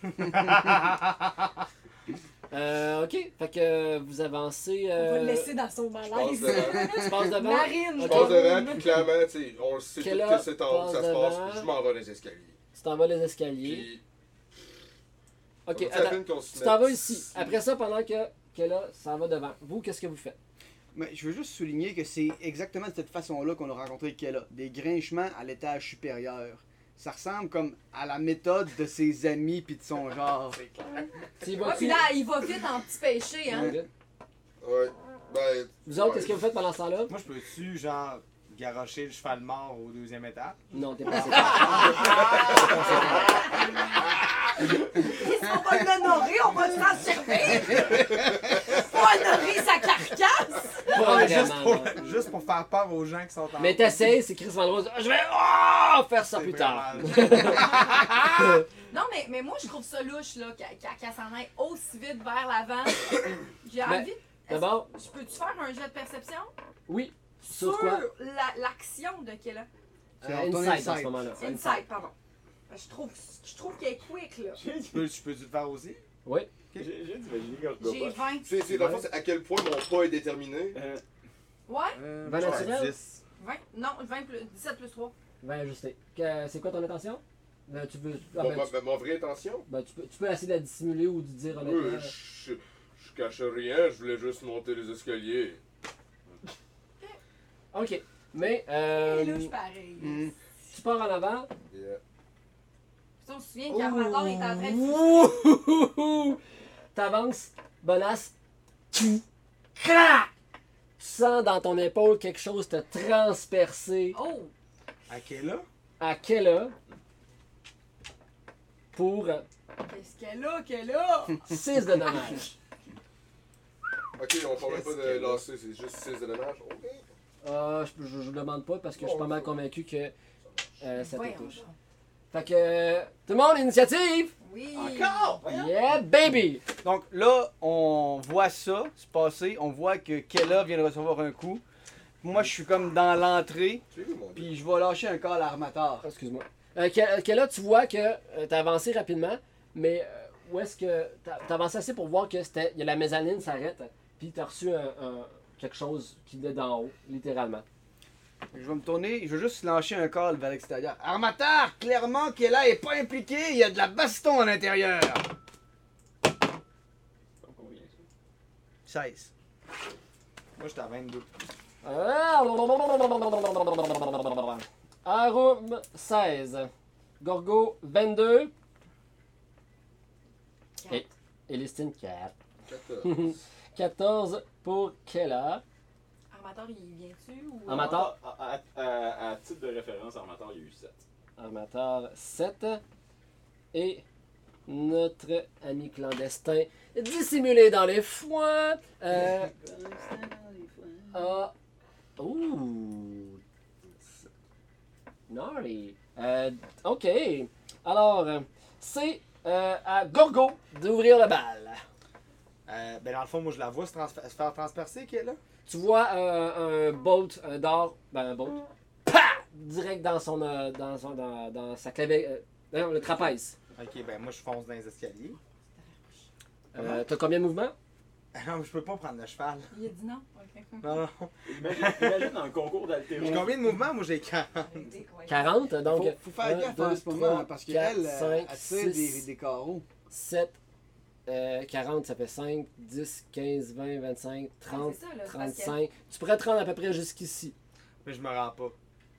Speaker 3: Euh, ok, fait que euh, vous avancez.
Speaker 8: On va le
Speaker 3: euh,
Speaker 8: laisser dans son
Speaker 4: Je pense euh,
Speaker 8: malaise.
Speaker 4: devant.
Speaker 3: Tu passes devant.
Speaker 8: Marine,
Speaker 4: Je
Speaker 3: Ok.
Speaker 4: pense devant, puis clairement, tu sais, on le sait tout
Speaker 3: Quelle
Speaker 4: que
Speaker 3: heure
Speaker 4: c'est en haut que ça se
Speaker 3: passe
Speaker 4: passe.
Speaker 3: devant?
Speaker 4: Je m'en vais dans les escaliers.
Speaker 3: Tu t'en vas les escaliers.
Speaker 4: Puis,
Speaker 3: Ok,
Speaker 4: on dit à
Speaker 3: attends.
Speaker 4: peine qu'on se
Speaker 3: Tu
Speaker 4: mette
Speaker 3: t'en vas ici. Après ça, pendant que, que là, ça va devant. Vous, qu'est-ce que vous faites?
Speaker 7: Mais je veux juste souligner que c'est exactement de cette façon-là qu'on a rencontré Kella. Des grinchements à l'étage supérieur. Ça ressemble comme à la méthode de ses amis puis de son genre.
Speaker 3: Tu y
Speaker 8: Ouais,
Speaker 3: vas-tu?
Speaker 8: Ah, puis là, il va vite en petit péché, hein.
Speaker 4: Ouais. Ben,
Speaker 3: Vous autres, qu'est-ce que vous faites pendant ce temps-là?
Speaker 2: Moi, je peux-tu, genre, garocher le cheval mort au deuxième étape?
Speaker 3: Non, t'es pas séparé.
Speaker 8: On va l'honorer, on va s'en servir. Faut honorer sa carcasse.
Speaker 3: Pas
Speaker 2: juste,
Speaker 3: vraiment.
Speaker 2: pour,
Speaker 3: non.
Speaker 2: juste pour faire peur aux gens qui sont en
Speaker 3: Mais t'essayes, c'est Chris Van Rose. Ah, Je vais ah, faire ça
Speaker 2: C'est
Speaker 3: plus tard.
Speaker 5: Non, mais, mais moi, je trouve ça louche, là, qu'elle qu'elle- qu'elle s'en aille aussi vite vers l'avant. J'ai
Speaker 3: Ben,
Speaker 5: envie.
Speaker 3: D'abord,
Speaker 5: Je peux-tu faire un jet de perception
Speaker 3: oui. Sur quoi
Speaker 5: la- l'action de Kellan?
Speaker 3: Euh, Inside à ce moment-là.
Speaker 5: Insight, pardon. Ben, Je trouve, je trouve qu'elle est quick, là.
Speaker 2: Tu peux, tu peux le faire aussi?
Speaker 3: Oui.
Speaker 6: J'ai j'ai imaginé Gorgo.
Speaker 5: J'ai 20.
Speaker 4: C'est, c'est, dans le fond, c'est à quel point mon pas est déterminé.
Speaker 3: Euh,
Speaker 5: Ouais?
Speaker 2: Euh,
Speaker 3: Vin
Speaker 2: je vais faire
Speaker 3: naturel?
Speaker 2: 10.
Speaker 5: 20? Non, 20 plus, 17 plus 3.
Speaker 3: Ben, ajusté. Que- C'est quoi ton intention Ben, tu veux. ah,
Speaker 4: Mon,
Speaker 3: ben,
Speaker 4: ma,
Speaker 3: tu, Ah,
Speaker 4: ma- ma vraie intention?
Speaker 3: ben, tu peux, tu peux essayer de la dissimuler ou de dire
Speaker 4: Euh,
Speaker 3: honnêtement.
Speaker 4: je, je cache rien, je voulais juste monter les escaliers.
Speaker 3: Ok. Mais,
Speaker 5: Et
Speaker 3: euh,
Speaker 5: là, je pareil.
Speaker 7: Mm.
Speaker 3: tu pars en avant.
Speaker 4: Yeah.
Speaker 5: Puis on se souvient qu'Armador est en train de.
Speaker 3: Oh! Ouh! T'avances, bonasse. Tu crac! Tu sens dans ton épaule quelque chose te transpercer
Speaker 5: Oh!
Speaker 2: À quel là?
Speaker 3: à Kella pour
Speaker 5: Qu'est-ce qu'elle a, qu'elle a?
Speaker 3: 6 de dommages.
Speaker 4: Ok, on parle même pas de lancer, c'est juste 6 de dommage. Ok.
Speaker 3: Ah, je, je, je demande pas parce que je suis pas mal convaincu que euh, ça te
Speaker 5: Voyons
Speaker 3: touche.
Speaker 5: donc.
Speaker 3: Fait que euh, tout le monde, initiative!
Speaker 5: Oui!
Speaker 7: Encore!
Speaker 3: Yeah, baby!
Speaker 7: Donc là, on voit ça se passer. On voit que Kella vient de recevoir un coup. Moi, je suis comme dans l'entrée,
Speaker 4: Tu l'as vu, mon dieu?
Speaker 7: puis je vais lâcher un corps à l'armateur.
Speaker 3: Ah, Excuse-moi. Euh, que, que là, tu vois que euh, t'as avancé rapidement, mais euh, où est-ce que. T'as t'as avancé assez pour voir que c'était. y a La mezzanine s'arrête, puis t'as reçu un, un- quelque chose qui venait d'en haut, littéralement.
Speaker 7: Je vais me tourner, je vais juste lâcher un call vers l'extérieur. Armateur, clairement Kella est pas impliqué, il y a de la baston à l'intérieur. 16.
Speaker 2: Moi, j'étais à 22.
Speaker 3: Ah, Arum 16. Gorgo 22. Et, et Listine 4.
Speaker 4: 14.
Speaker 3: 14 pour Kella.
Speaker 5: Armateur, il vient-tu? Ou...
Speaker 3: Armateur,
Speaker 6: À, à- à- à titre de référence, Armateur, il y a eu 7.
Speaker 3: Armateur 7 et notre ami clandestin dissimulé dans les foins euh, a... Ouh! Gnarly. Euh, ok. Alors, euh, c'est euh, à Gorgo d'ouvrir le bal.
Speaker 2: Euh, ben, dans le fond, moi, je la vois se, trans- se faire transpercer, qu'elle là?
Speaker 3: Tu vois euh, un bolt, un dard, ben un bolt, Pah! direct dans son, euh, dans son, dans, dans sa clavier, euh, non, le trapèze.
Speaker 2: Ok, ben, moi, je fonce dans les escaliers.
Speaker 3: Euh, T'as combien de mouvements?
Speaker 2: Non, mais je peux pas prendre le cheval.
Speaker 5: Il a dit non. Ok.
Speaker 2: Non, non.
Speaker 6: Imagine, imagine un concours
Speaker 2: J'ai
Speaker 6: d'altéro.
Speaker 2: combien de mouvements? Moi, j'ai 40.
Speaker 5: Arrêtez, quoi.
Speaker 3: 40, donc.
Speaker 7: Faut, faut faire
Speaker 3: un,
Speaker 7: gaffe
Speaker 3: deux,
Speaker 7: en ce moment,
Speaker 3: trois,
Speaker 7: parce
Speaker 3: quatre,
Speaker 7: qu'elle elle
Speaker 3: cinq,
Speaker 7: tire des,
Speaker 3: six.
Speaker 7: des carreaux.
Speaker 3: 7, euh, 40, ça fait 5, 10, 15, 20, 25, 30,
Speaker 5: Ah, c'est ça, là, parce que-
Speaker 3: 35. Tu pourrais te rendre à peu près jusqu'ici.
Speaker 2: Mais je me rends pas.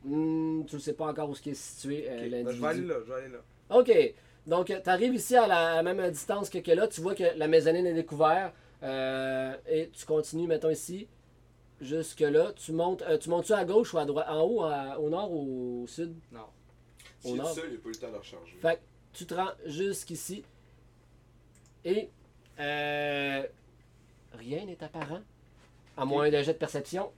Speaker 3: Hmm, tu ne sais pas encore où ce qui est situé euh,
Speaker 2: Ok, ben, je vais aller
Speaker 3: l'individu.
Speaker 2: là, je vais aller là.
Speaker 3: Ok, donc tu arrives ici à la, à la même distance que, que là, tu vois que la mezzanine est découverte euh, et tu continues, mettons ici, jusque là. Tu montes, euh, tu montes-tu à gauche ou à droite, en haut, à- au nord ou au sud?
Speaker 4: Si il est
Speaker 3: nord.
Speaker 4: seul, il a pas eu le temps de la recharger.
Speaker 3: Fait que tu te rends jusqu'ici et euh, rien n'est apparent, à moins d'un jet de perception.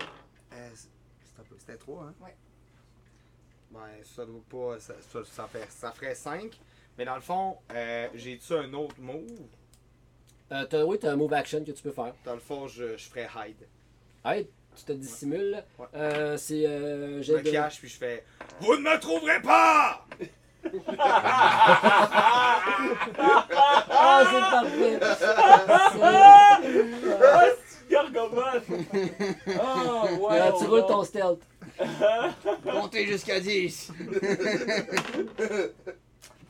Speaker 2: Euh, c'est- c'est un peu- C'était 3, hein?
Speaker 5: Ouais.
Speaker 2: Ben, ça doit pas. Ça, ça, ça fait- ça ferait 5. Mais dans le fond, euh, j'ai-tu un autre move?
Speaker 3: Euh, t'as- oui, tu as un move action que tu peux faire.
Speaker 2: Dans le fond, je, je ferais hide.
Speaker 3: Hey, tu te dissimules.
Speaker 2: Ouais.
Speaker 3: Euh, c'est euh,
Speaker 2: Je
Speaker 3: jet
Speaker 2: me
Speaker 3: de...
Speaker 2: cache, puis je fais Vous ne me trouverez pas!
Speaker 3: Ah, c'est parfait! C'est-
Speaker 6: Ah, c'est Gargomane! Ah, ouais!
Speaker 3: Euh,
Speaker 6: on
Speaker 3: tu roules
Speaker 6: va-
Speaker 3: ton stealth. Ah,
Speaker 7: Comptez jusqu'à 10.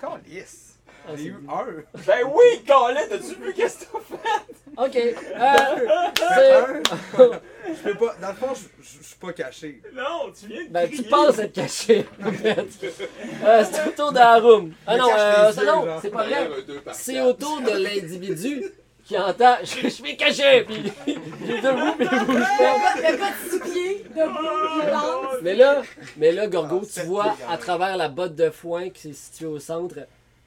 Speaker 2: Calice!
Speaker 3: Ah,
Speaker 2: J'ai
Speaker 3: c'est
Speaker 2: eu un!
Speaker 6: Ben oui, Colin, t'as-tu vu qu'est-ce que t'as fait?
Speaker 3: ok. Euh,
Speaker 2: Un!
Speaker 3: c'est...
Speaker 2: Je peux pas. Dans le fond, je- je je suis pas caché.
Speaker 6: Non, tu viens de
Speaker 3: Ben, tu
Speaker 6: crier.
Speaker 3: penses être caché, en fait. Euh, c'est au tour de Harum. Ah
Speaker 2: Me
Speaker 3: non,
Speaker 2: cache
Speaker 3: euh,
Speaker 2: les
Speaker 3: ça,
Speaker 2: yeux,
Speaker 3: non,
Speaker 2: genre.
Speaker 3: c'est pas vrai.
Speaker 4: D'ailleurs, un deux par
Speaker 3: C'est
Speaker 4: quatre.
Speaker 3: au tour de l'individu qui entend je, je suis caché puis il est debout mais il bouge pas.
Speaker 5: Le gars de six pieds, debout, il lance.
Speaker 3: Mais là, mais là Gorgo,
Speaker 2: Ah,
Speaker 3: tu
Speaker 2: c'est
Speaker 3: vois
Speaker 2: dégueulasse.
Speaker 3: à travers la botte de foin qui est située au centre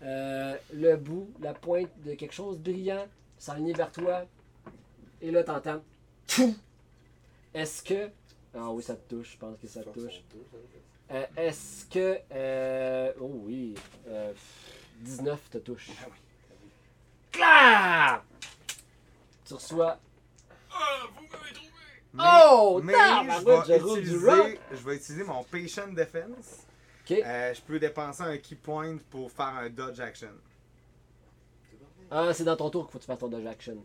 Speaker 3: euh, le bout, la pointe de quelque chose de brillant s'aligner vers toi. Et là, t'entends. Tchou! Est-ce que. Ah oui, ça te touche, je pense que ça te touche. Euh, Est-ce que. euh, Oh oui. euh, 19 te touche. Ah oui. Tu reçois.
Speaker 2: Mais-
Speaker 3: Oh,
Speaker 2: mais
Speaker 3: tabarouette,
Speaker 2: je vais
Speaker 3: je roule du
Speaker 2: utiliser-
Speaker 3: rock.
Speaker 2: Je vais utiliser mon Patient Defense.
Speaker 3: Ok.
Speaker 2: Euh, je peux dépenser un key point pour faire un dodge action.
Speaker 3: Ah, c'est dans ton tour qu'il faut que tu fasses ton dodge action.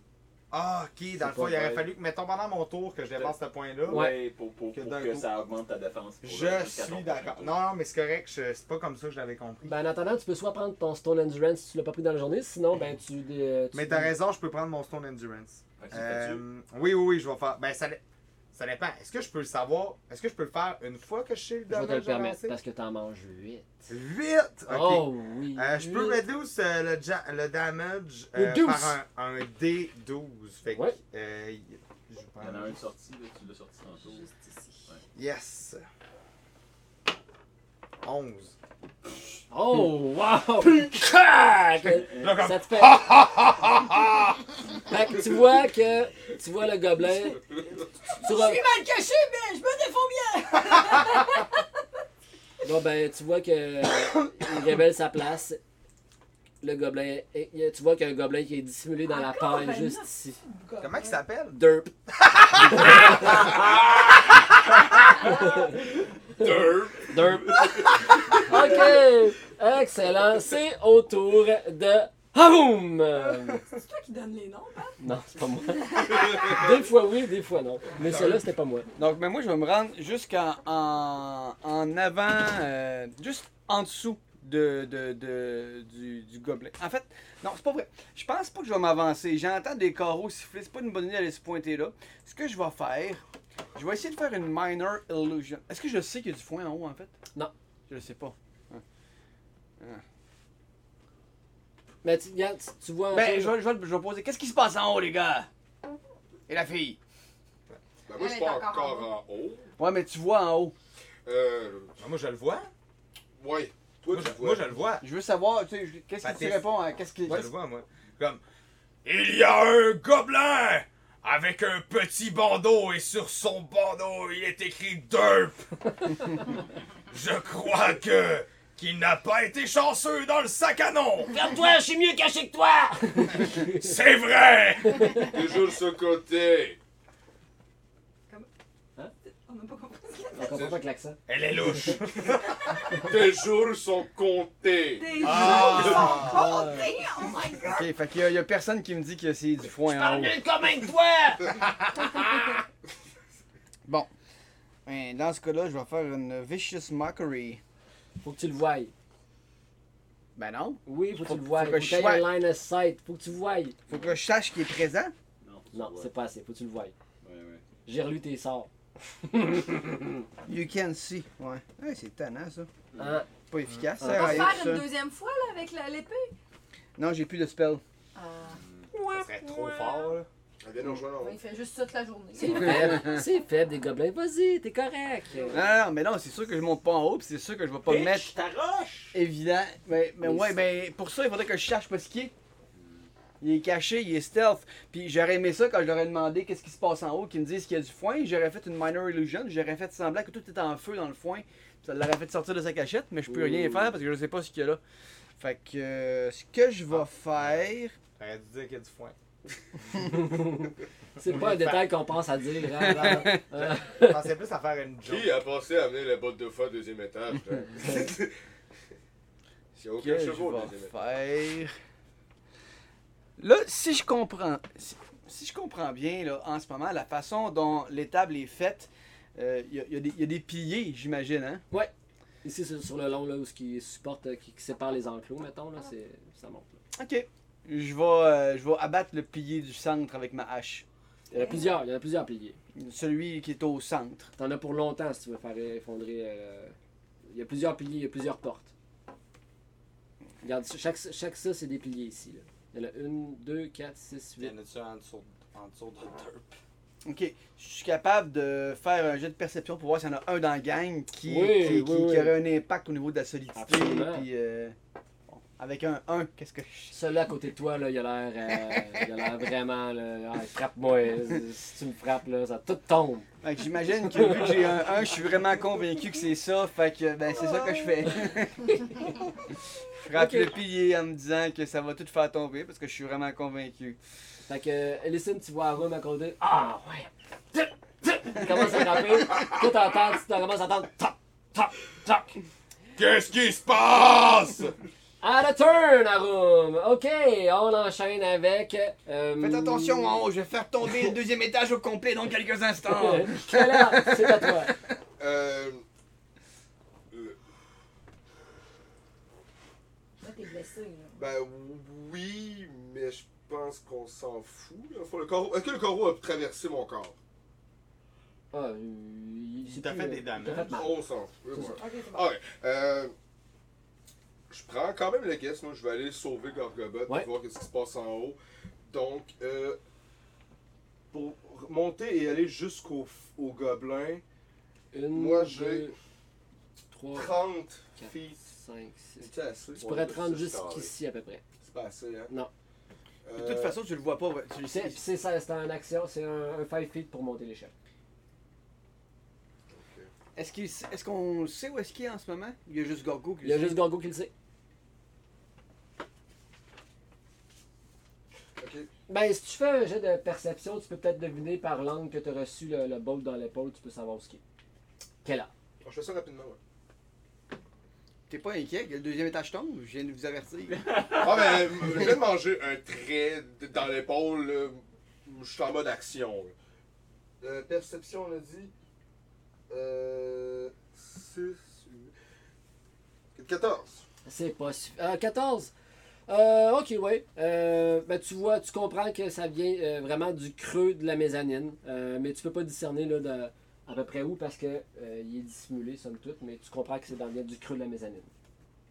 Speaker 2: Ah, ok, dans le
Speaker 3: C'est
Speaker 2: fond,
Speaker 3: pas
Speaker 2: il aurait
Speaker 6: vrai.
Speaker 2: fallu que, mettons, pendant mon tour, que je dépense ce point-là.
Speaker 6: Ouais, pour, pour,
Speaker 2: Que
Speaker 6: pour
Speaker 2: d'un
Speaker 6: que
Speaker 2: coup.
Speaker 6: ça augmente ta défense. pour euh, le-
Speaker 2: Je
Speaker 6: jusqu'à ton
Speaker 2: suis
Speaker 6: prochain
Speaker 2: d'accord.
Speaker 6: tour.
Speaker 2: Non, non, mais c'est correct, je- c'est pas comme ça que je l'avais compris.
Speaker 3: Ben, en attendant, tu peux soit prendre ton Stone Endurance si tu l'as pas pris dans la journée, sinon, ben, tu. euh, tu-
Speaker 2: Mais t'as raison, je peux prendre mon Stone Endurance.
Speaker 6: Fait que c'est
Speaker 2: Euh,
Speaker 6: là-dessus.
Speaker 2: oui, oui, oui, je vais faire. Ben, ça, dé- ça dépend. Est-ce que je peux le savoir Est-ce que je peux le faire une fois que je sais le
Speaker 3: Je vais te le
Speaker 2: dommage
Speaker 3: permettre
Speaker 2: avancé
Speaker 3: parce que t'en manges 8.
Speaker 2: Vite Ok.
Speaker 3: Oh oui.
Speaker 2: Euh, je peux
Speaker 3: huit.
Speaker 2: reduire euh, le, ja- le damage
Speaker 3: Le
Speaker 2: euh,
Speaker 3: douze.
Speaker 2: par un, un D12. Fait que,
Speaker 3: Ouais.
Speaker 2: euh, y-
Speaker 6: Il
Speaker 2: je vais
Speaker 6: y en a
Speaker 2: prendre-
Speaker 6: un de sorti, là, tu l'as sorti tantôt.
Speaker 5: Juste ici.
Speaker 2: Yes. 11.
Speaker 3: Oh, wow! Crac! Ça te fait. fait que tu vois que. Tu vois le gobelin. Tu, tu re-
Speaker 8: mal caché, mais je me défends bien!
Speaker 3: Bon, ben, tu vois que. euh, Il révèle sa place. Le gobelin. et- et tu vois qu'il y a un gobelin qui est dissimulé dans la
Speaker 5: Encore
Speaker 3: paille
Speaker 5: un
Speaker 3: juste
Speaker 5: os.
Speaker 3: ici.
Speaker 2: Comment il s'appelle
Speaker 3: Derp.
Speaker 4: Derp.
Speaker 3: Derp. Ok! Excellent. C'est au tour de. Haroum!
Speaker 5: C'est toi qui donne les noms, hein?
Speaker 3: Non, c'est pas moi. des fois oui, des fois non. Mais celui-là, c'était pas moi.
Speaker 7: Donc, mais moi, je vais me rendre jusqu'en en, en avant, euh, juste en dessous de, de- de- du, du gobelet. En fait, non, c'est pas vrai. Je pense pas que je vais m'avancer. J'entends des carreaux siffler. C'est pas une bonne idée d'aller se pointer là. Ce que je vais faire, je vais essayer de faire une minor illusion. Est-ce que je sais qu'il y a du foin en haut, en fait?
Speaker 3: Non.
Speaker 7: Je le sais pas.
Speaker 3: Mais tu, regarde, tu- tu vois. un peu-
Speaker 7: Ben, je vais, je vais- je vais poser. Qu'est-ce qui se passe en haut, les gars? Et la fille?
Speaker 4: Ben, moi, je
Speaker 5: Elle
Speaker 4: suis
Speaker 5: est
Speaker 4: pas
Speaker 5: encore
Speaker 4: encore
Speaker 5: en
Speaker 4: en haut.
Speaker 7: Ouais, mais tu vois en haut.
Speaker 4: Euh,
Speaker 2: Ah, Moi, je le vois.
Speaker 4: ouais. Toi,
Speaker 2: Moi,
Speaker 4: tu
Speaker 2: je, moi,
Speaker 4: vois.
Speaker 2: je le vois.
Speaker 7: Je veux savoir, tu sais, je- qu'est-ce
Speaker 2: Ben,
Speaker 7: que tu
Speaker 2: t'es-
Speaker 7: réponds à. Qu'est-ce qui.
Speaker 2: Moi, je le vois, moi.
Speaker 9: Il y a un gobelin avec un petit bandeau et sur son bandeau il est écrit DURP. Je crois que qu'il n'a pas été chanceux dans le sac à nom.
Speaker 3: Ferme-toi, je suis mieux caché que toi!
Speaker 9: C'est vrai.
Speaker 4: Toujours de ce côté.
Speaker 5: On n'a pas compris.
Speaker 3: On comprend pas avec l'accent.
Speaker 9: Elle est louche.
Speaker 4: Tes jours sont comptés.
Speaker 5: Des gens qui sont comptés! Oh my god!
Speaker 7: Ok, fait qu'il y a- il y, a personne qui me dit que c'est du foin en haut.
Speaker 3: comme toi!
Speaker 7: Bon. Ben, dans ce cas-là, je vais faire une vicious mockery.
Speaker 3: Faut que tu le voyes.
Speaker 7: Ben non.
Speaker 3: Oui, faut que tu le
Speaker 7: Faut-
Speaker 3: voyes.
Speaker 7: faut
Speaker 3: Faut
Speaker 7: que
Speaker 3: que
Speaker 7: je
Speaker 3: tu aies
Speaker 7: sois-
Speaker 3: un line of sight. Faut que tu le voyes.
Speaker 7: Faut que je sache qu'il est présent.
Speaker 6: Non, tu
Speaker 3: Non,
Speaker 6: vois.
Speaker 3: c'est pas assez. Faut que tu le voyes.
Speaker 6: Ouais, ouais.
Speaker 3: J'ai relu tes sorts.
Speaker 7: You can see. Ouais. Ouais, c'est tannant, ça.
Speaker 3: Hein?
Speaker 7: Pas efficace.
Speaker 5: Euh, On
Speaker 7: ça,
Speaker 5: va
Speaker 7: rien,
Speaker 5: faire une
Speaker 7: ça.
Speaker 5: deuxième fois là, avec la- l'épée. Ah.
Speaker 7: Non, j'ai plus de spell.
Speaker 2: Ça serait trop fort, là.
Speaker 4: Elle vient nous rejoindre en haut.
Speaker 5: Il fait juste ça toute la journée.
Speaker 3: C'est faible. c'est faible, des gobelins. Vas-y, t'es correct.
Speaker 7: Non, non, non, mais non, c'est sûr que je monte pas en haut, pis c'est sûr que je vais pas mettre. Évident. Mais, mais ouais, ben pour ça, il faudrait que je cherche pas ce qu'il est. Il est caché, il est stealth. Puis j'aurais aimé ça quand je leur ai demandé qu'est-ce qui se passe en haut, qu'ils me disent qu'il y a du foin. J'aurais fait une minor illusion, j'aurais fait semblant que tout était en feu dans le foin. Ça l'aurait fait sortir de sa cachette, mais je peux rien
Speaker 3: Ouh.
Speaker 7: faire parce que je sais pas ce qu'il y a là. Fait que euh, ce que je vais faire.
Speaker 2: J'aurais dû dire qu'il y a du foin.
Speaker 3: C'est pas un détail qu'on pense à dire. hein, là. Hein?
Speaker 2: Je pensais plus à faire une joke.
Speaker 4: Qui a pensé à amener la botte de foin au deuxième étage? hein? Il n'y a
Speaker 7: que
Speaker 4: aucun
Speaker 7: je
Speaker 4: chevaux au
Speaker 7: vais
Speaker 4: deuxième étage.
Speaker 7: faire. Là, si je comprends, si, si je comprends bien, là, en ce moment, la façon dont l'étable est faite, euh, il y, a- il y a des- il y a des piliers, j'imagine, hein?
Speaker 3: Ici, sur, sur le long, là, où ce qui supporte, euh, qui, qui sépare les enclos, mettons, là, c'est, ça monte. là.
Speaker 7: Ok. Je vais, euh, je vais abattre le pilier du centre avec ma hache.
Speaker 3: Il y en a plusieurs, il y en a plusieurs piliers.
Speaker 7: Celui qui est au centre.
Speaker 3: T'en as pour longtemps si tu veux faire effondrer. euh, Il y a plusieurs piliers, il y a plusieurs portes. Regarde, chaque, chaque ça, c'est des piliers ici. là. Il y en a une, deux, quatre, six,
Speaker 14: Il y
Speaker 3: huit.
Speaker 14: en a-tu en dessous, en dessous de Derp?
Speaker 7: Ok. Je suis capable de faire un jet de perception pour voir s'il y en a un dans la gang qui,
Speaker 3: Oui,
Speaker 7: qui, qui-
Speaker 3: oui,
Speaker 7: qui
Speaker 3: oui.
Speaker 7: aurait un impact au niveau de la solidité.
Speaker 3: Absolument.
Speaker 7: Puis, euh, bon, Avec un 1, qu'est-ce que je.
Speaker 3: Celui-là à côté de toi, là, il a l'air euh, il a l'air vraiment. là, Ah, frappe-moi. euh, Si tu me frappes, là, ça tout tombe.
Speaker 7: Fait que j'imagine que vu que j'ai un 1, je suis vraiment convaincu que c'est ça. Fait que ben c'est ça que je fais. Frappe
Speaker 3: Ok.
Speaker 7: le pilier en me disant que ça va tout faire tomber parce que je suis vraiment convaincu.
Speaker 3: Fait que, euh, Ellison, tu vois Arum à côté. Ah, ouais. Tic, tic. Il commence à frapper. Toi, t'entends, tu commences à entendre. Toc, toc, toc.
Speaker 9: Qu'est-ce qui se passe?
Speaker 3: À la turn, Arum. OK, on enchaîne avec. euh,
Speaker 10: Faites attention en haut, je vais faire tomber le deuxième étage au complet dans quelques instants.
Speaker 3: Kala, c'est à toi.
Speaker 4: Euh, euh,
Speaker 5: Toi, t'es blessé, là.
Speaker 4: ben oui, mais je pense qu'on s'en fout. là. Faut le corbeau- Est-ce que le corbeau a traversé mon corps?
Speaker 3: Ah, euh, il euh,
Speaker 2: t'a fait des
Speaker 3: dames.
Speaker 2: damages.
Speaker 4: On s'en fout. voilà.
Speaker 5: Ok, c'est bon.
Speaker 4: Ah ouais. Euh, je prends quand même le guess, moi je vais aller sauver Gorgobot
Speaker 3: Ouais.
Speaker 4: pour voir ce qui se passe en haut. Donc, euh, pour monter et aller jusqu'au f- au gobelin,
Speaker 3: Une,
Speaker 4: Moi,
Speaker 3: deux,
Speaker 4: j'ai-
Speaker 3: trois,
Speaker 4: 30
Speaker 3: Quatre.
Speaker 4: feet.
Speaker 3: cinq, six.
Speaker 4: C'est assez.
Speaker 3: Tu pourrais te rendre jusqu'ici à peu près.
Speaker 4: C'est pas assez, hein?
Speaker 3: Non.
Speaker 4: Euh,
Speaker 7: De toute façon, tu le vois pas. Tu le
Speaker 3: C'est
Speaker 7: sais.
Speaker 3: puis c'est ça, c'est en action, c'est un 5 feet pour monter l'échelle.
Speaker 7: Est-ce qu'il s- est-ce qu'on sait où est-ce qu'il est en ce moment Il y a juste Gorgo qui
Speaker 3: Il y a
Speaker 7: le sait.
Speaker 3: juste Gorgo qui le sait.
Speaker 4: Euh, ok.
Speaker 3: Ben, si tu fais un jet de perception, tu peux peut-être deviner par l'angle que tu as reçu le, le bolt dans l'épaule, tu peux savoir ce qui est. Quel a
Speaker 4: Je fais ça rapidement, ouais.
Speaker 7: T'es pas inquiet que le deuxième étage tombe Je viens de vous avertir.
Speaker 4: Ah, ben, je viens de manger un trait d- dans l'épaule. là. Je suis en mode action. là. Euh, perception, on a dit. Euh. 6, 8. 14.
Speaker 3: C'est pas suffisant. 14. Euh, ok, ouais. Euh, ben, tu vois, tu comprends que ça vient euh, vraiment du creux de la mezzanine. Euh, mais tu peux pas discerner là, de- à peu près où parce que euh, il est dissimulé, somme toute. Mais tu comprends que c'est dans le du creux de la mezzanine.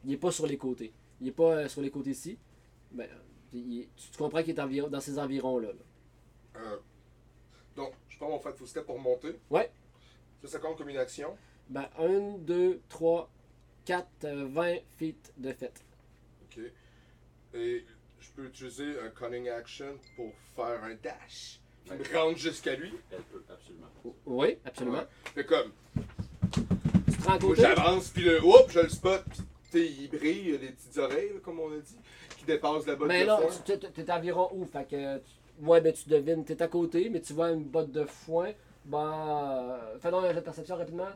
Speaker 3: Il est pas sur les côtés. Il est pas euh, sur les côtés ici. Ben, il est- tu, tu comprends qu'il est environ, dans ces environs-là. là.
Speaker 4: Euh, donc, je prends mon fat footstep pour monter.
Speaker 3: Ouais.
Speaker 4: Ça, ça compte comme une action.
Speaker 3: Ben, 1, 2, 3, 4, 20 euh, feet de fête.
Speaker 4: Ok. Et je peux utiliser un cunning action pour faire un dash. Puis me rendre jusqu'à lui.
Speaker 6: Elle peut, absolument.
Speaker 3: Oui, absolument.
Speaker 4: Fait comme.
Speaker 3: Tu te rends
Speaker 4: Moi,
Speaker 3: compte?
Speaker 4: j'avance, puis le oups, je le spot, puis tu sais, il brille, il a des petites oreilles, là, comme on a dit, qui dépassent la botte
Speaker 3: Mais
Speaker 4: de
Speaker 3: là,
Speaker 4: foin.
Speaker 3: tu t'es- t'es environ où? Fait que, tu- ouais, ben tu devines, t'es à côté, mais tu vois une botte de foin. Ben, euh, fais donc un jet de perception rapidement.